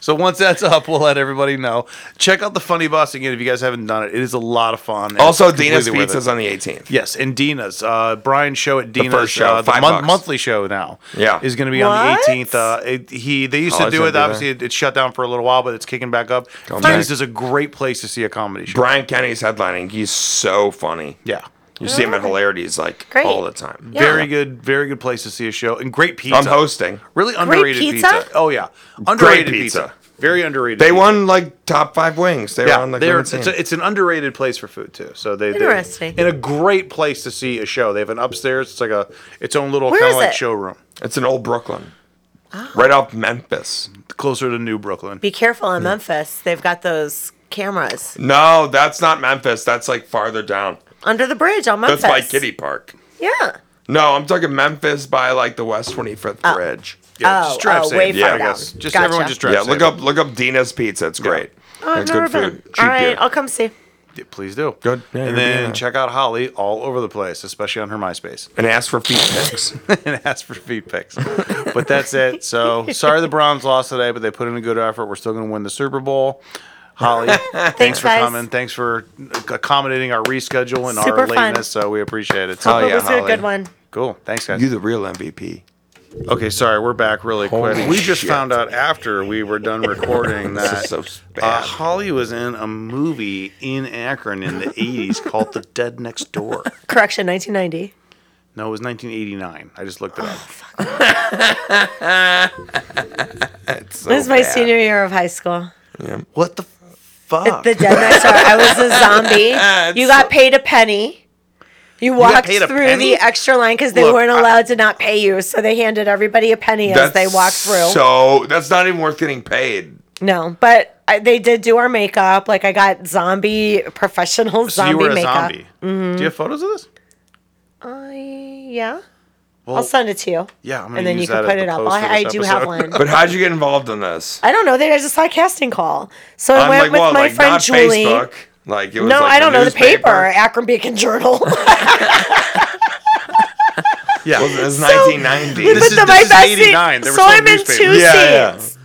Speaker 1: So once that's up, we'll let everybody know. Check out the Funny Bus again if you guys haven't done it. It is a lot of fun. and
Speaker 3: also,
Speaker 1: it's
Speaker 3: Dina's
Speaker 1: completely worth it.
Speaker 3: Pizza's on the 18th.
Speaker 1: Yes, and Dina's. Uh, Brian show at Dina's.
Speaker 3: first show,
Speaker 1: uh, the
Speaker 3: five
Speaker 1: mon-
Speaker 3: bucks.
Speaker 1: monthly show now.
Speaker 3: Yeah.
Speaker 1: is going to be on
Speaker 2: What?
Speaker 1: the 18th. Uh, it, he they used
Speaker 3: Oh, I
Speaker 1: to do
Speaker 3: should
Speaker 1: it.
Speaker 3: be
Speaker 1: Obviously, it, it shut down for a little while, but it's kicking back up.
Speaker 3: Come
Speaker 1: Dina's
Speaker 3: back.
Speaker 1: is a great place to see a comedy show.
Speaker 3: Brian Kenny's headlining. He's so funny.
Speaker 1: yeah.
Speaker 3: You see him at hilarities like
Speaker 2: Great.
Speaker 3: all the time.
Speaker 2: Yeah.
Speaker 1: very good, very good place to see a show, and great pizza.
Speaker 3: I'm hosting.
Speaker 1: Really underrated pizza?
Speaker 2: pizza?
Speaker 1: Oh yeah, underrated
Speaker 3: pizza.
Speaker 1: pizza. Very underrated.
Speaker 3: They won like top five wings. They
Speaker 1: Yeah,
Speaker 3: were on the
Speaker 1: they're,
Speaker 3: green
Speaker 1: it's,
Speaker 3: team.
Speaker 1: a, it's an underrated place for food too. So they they're
Speaker 2: Interesting.
Speaker 1: in a great place to see a show. They have an upstairs. It's like a its own little
Speaker 2: Where
Speaker 1: kind of
Speaker 2: is
Speaker 1: like
Speaker 2: it?
Speaker 1: showroom
Speaker 3: It's in old Brooklyn, right off Memphis.
Speaker 1: closer to New Brooklyn.
Speaker 2: Be careful in Memphis. They've got those cameras
Speaker 3: No, that's not Memphis. That's like farther down.
Speaker 2: under the bridge on Memphis.
Speaker 3: That's by Kitty Park.
Speaker 2: Yeah. Oh,
Speaker 3: No, I'm talking Memphis by like the West 25th
Speaker 1: Yeah,
Speaker 3: Bridge.
Speaker 2: Oh,
Speaker 1: just drive
Speaker 2: oh,
Speaker 1: safe.
Speaker 2: way
Speaker 1: Yeah,
Speaker 3: far
Speaker 1: I
Speaker 3: down.
Speaker 1: guess. Just
Speaker 2: Gotcha.
Speaker 1: everyone just drive
Speaker 3: Yeah,
Speaker 1: safe.
Speaker 3: look up look up Dina's Pizza. It's great.
Speaker 2: Oh, I've
Speaker 3: It's
Speaker 2: never been. All right,
Speaker 3: beer.
Speaker 2: I'll come see.
Speaker 1: Yeah, please do.
Speaker 3: Good. Yeah, you're
Speaker 1: and
Speaker 3: doing
Speaker 1: then
Speaker 3: that.
Speaker 1: check out Holly all over the place, especially on her MySpace,
Speaker 3: and ask for feet pics.
Speaker 1: and ask for feed pics. but that's it. So sorry the Browns lost today, but they put in a good effort. We're still going to win the Super Bowl. Holly, thanks for
Speaker 2: guys.
Speaker 1: coming. Thanks for accommodating our reschedule and our
Speaker 2: Super fun.
Speaker 1: lateness. So we appreciate it.
Speaker 3: Oh,
Speaker 2: Hope
Speaker 3: yeah,
Speaker 2: it was a
Speaker 3: Holly.
Speaker 2: good one.
Speaker 1: Cool. Thanks, guys.
Speaker 3: you the real MVP.
Speaker 1: Okay, sorry, we're back really
Speaker 3: Holy
Speaker 1: quick. We just
Speaker 3: shit.
Speaker 1: found out after we were done recording
Speaker 3: This is
Speaker 1: that
Speaker 3: so
Speaker 1: uh,
Speaker 3: bad.
Speaker 1: Holly was in a movie in Akron in the 80s called The Dead Next Door.
Speaker 2: Correction, 1990.
Speaker 1: No, it was 1989. I just looked it up.
Speaker 2: this is my senior year of high school.
Speaker 1: What the fuck?
Speaker 2: The dead next door. I was a zombie. you got paid a penny. You walked
Speaker 1: paid a
Speaker 2: through
Speaker 1: penny?
Speaker 2: the extra line because they
Speaker 1: Look,
Speaker 2: weren't
Speaker 1: I-
Speaker 2: allowed to not pay you, so they handed everybody a penny as they walked through.
Speaker 3: So that's not even worth getting paid.
Speaker 2: no, but I, they did do our makeup. Like I got zombie professional
Speaker 1: so you
Speaker 2: zombie
Speaker 1: were a
Speaker 2: makeup. Mm-hmm.
Speaker 1: zombie. Do you have photos of this?
Speaker 2: I- Uh, yeah,
Speaker 1: Well,
Speaker 2: I'll send it to you.
Speaker 1: yeah, I'm gonna
Speaker 2: and then
Speaker 1: use
Speaker 2: you can
Speaker 1: that
Speaker 2: put
Speaker 1: as
Speaker 2: it
Speaker 1: the
Speaker 2: up.
Speaker 1: post for
Speaker 2: I, I
Speaker 1: this
Speaker 2: do have
Speaker 1: episode.
Speaker 2: one.
Speaker 3: But how'd you get involved in this?
Speaker 2: I don't know. They just saw a casting call, so I
Speaker 3: On,
Speaker 2: went with
Speaker 3: what,
Speaker 2: my friend
Speaker 3: not
Speaker 2: Julie.
Speaker 3: Facebook. Like it was
Speaker 2: No,
Speaker 3: like
Speaker 2: I
Speaker 3: a
Speaker 2: don't know the paper.
Speaker 3: newspaper.
Speaker 2: Akron Beacon Journal.
Speaker 1: Yeah.
Speaker 3: It was 1990.
Speaker 2: But
Speaker 1: This
Speaker 2: the,
Speaker 1: is-
Speaker 2: my
Speaker 1: this is
Speaker 2: best
Speaker 1: 89.
Speaker 2: scene.
Speaker 1: There were
Speaker 2: So
Speaker 1: still
Speaker 2: I'm in
Speaker 1: newspapers.
Speaker 2: two
Speaker 3: Yeah,
Speaker 2: scenes.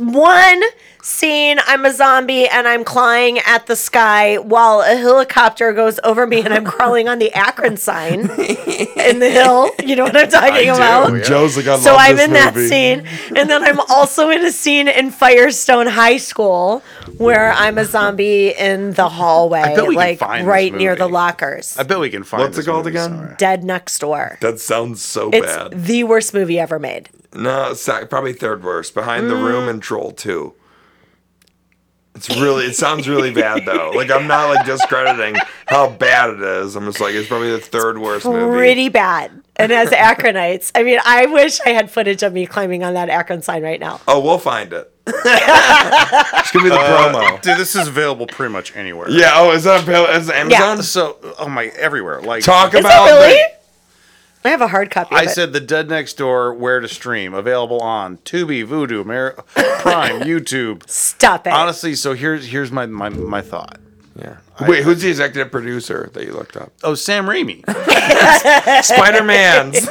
Speaker 2: One scene, I'm a zombie and I'm clawing at the sky while a helicopter goes over me and I'm crawling on the Akron sign in the hill. You know what I'm talking about?
Speaker 3: Joe's like, Oh, I
Speaker 2: So I'm in that scene, and then I'm also in a scene in Firestone High School where I'm a zombie in the hallway,
Speaker 1: bet we can
Speaker 2: like
Speaker 1: find this
Speaker 2: right near the
Speaker 1: movie.
Speaker 2: lockers,
Speaker 1: I bet we can find
Speaker 3: What's it
Speaker 1: this
Speaker 3: called
Speaker 1: movie
Speaker 3: again?
Speaker 1: somewhere.
Speaker 2: dead next door.
Speaker 3: That sounds so
Speaker 2: It's
Speaker 3: bad.
Speaker 2: the worst movie ever made.
Speaker 3: No, it's not- probably third worst. Behind the room
Speaker 2: Mm.
Speaker 3: and Troll Two. It's really. It sounds really bad though. Like I'm not like discrediting how bad it is. I'm just like it's probably the third worst movie.
Speaker 2: pretty bad. And as Akronites, I mean, I wish I had footage of me climbing on that Akron sign right now.
Speaker 3: Oh, we'll find it. it's gonna be the
Speaker 1: Uh,
Speaker 3: promo.
Speaker 1: Dude, this is available pretty much anywhere.
Speaker 3: Yeah. Oh, is that avail- is it Amazon?
Speaker 1: So, oh my, everywhere. Like
Speaker 3: Talk
Speaker 2: Is
Speaker 3: about
Speaker 2: it really?
Speaker 3: the-
Speaker 2: I have a hard copy. Of
Speaker 1: I
Speaker 2: it.
Speaker 1: said the dead next door. Where to stream? Available on Tubi, Voodoo, Mer- Prime, YouTube.
Speaker 2: stop it.
Speaker 1: Honestly, so here's here's my my, my thought.
Speaker 3: Yeah. Wait, who's the executive producer that you looked up?
Speaker 1: Oh, Sam Raimi.
Speaker 3: Spider Man's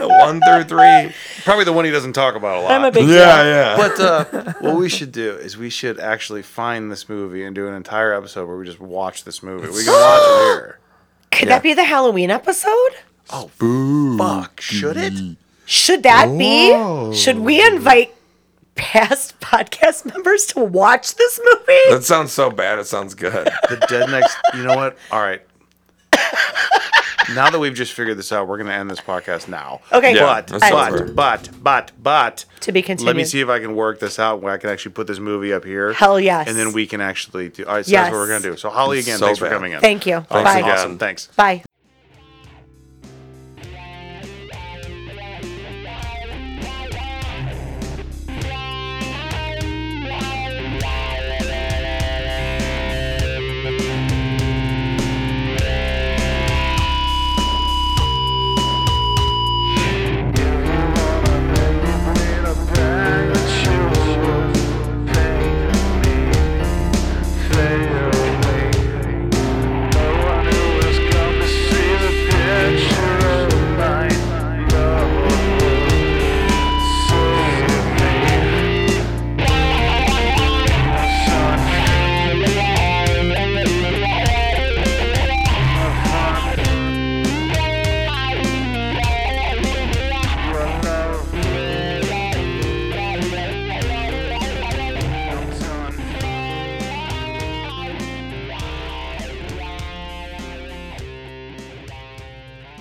Speaker 3: one through three.
Speaker 1: Probably the one he doesn't talk about a lot.
Speaker 2: I'm a big deal.
Speaker 3: Yeah,
Speaker 1: but uh, what we should do is we should actually find this movie and do an entire episode where we just watch this movie. We can watch it here.
Speaker 2: Could that be the Halloween episode?
Speaker 1: Fuck, should it?
Speaker 2: Should that be? Should we invite past podcast members to watch this movie?
Speaker 3: That sounds so bad. It sounds good.
Speaker 1: The dead next. You know what? All right. Now that we've just figured this out, we're going to end this podcast now.
Speaker 2: Okay.
Speaker 3: Yeah,
Speaker 1: But,
Speaker 3: that's over.
Speaker 1: but, but, but, but,
Speaker 2: to be
Speaker 1: let me
Speaker 2: continued.
Speaker 1: see if I can work this out where I can actually put this movie up here.
Speaker 2: Hell yes.
Speaker 1: And then we can actually do. All right, so that's what we're
Speaker 2: Yes.
Speaker 1: going to do. So, Holly, again,
Speaker 3: So
Speaker 1: thanks for
Speaker 3: bad.
Speaker 1: coming in.
Speaker 2: Thank you.
Speaker 3: Thanks
Speaker 2: Bye.
Speaker 3: again.
Speaker 1: Awesome. Thanks.
Speaker 2: Bye.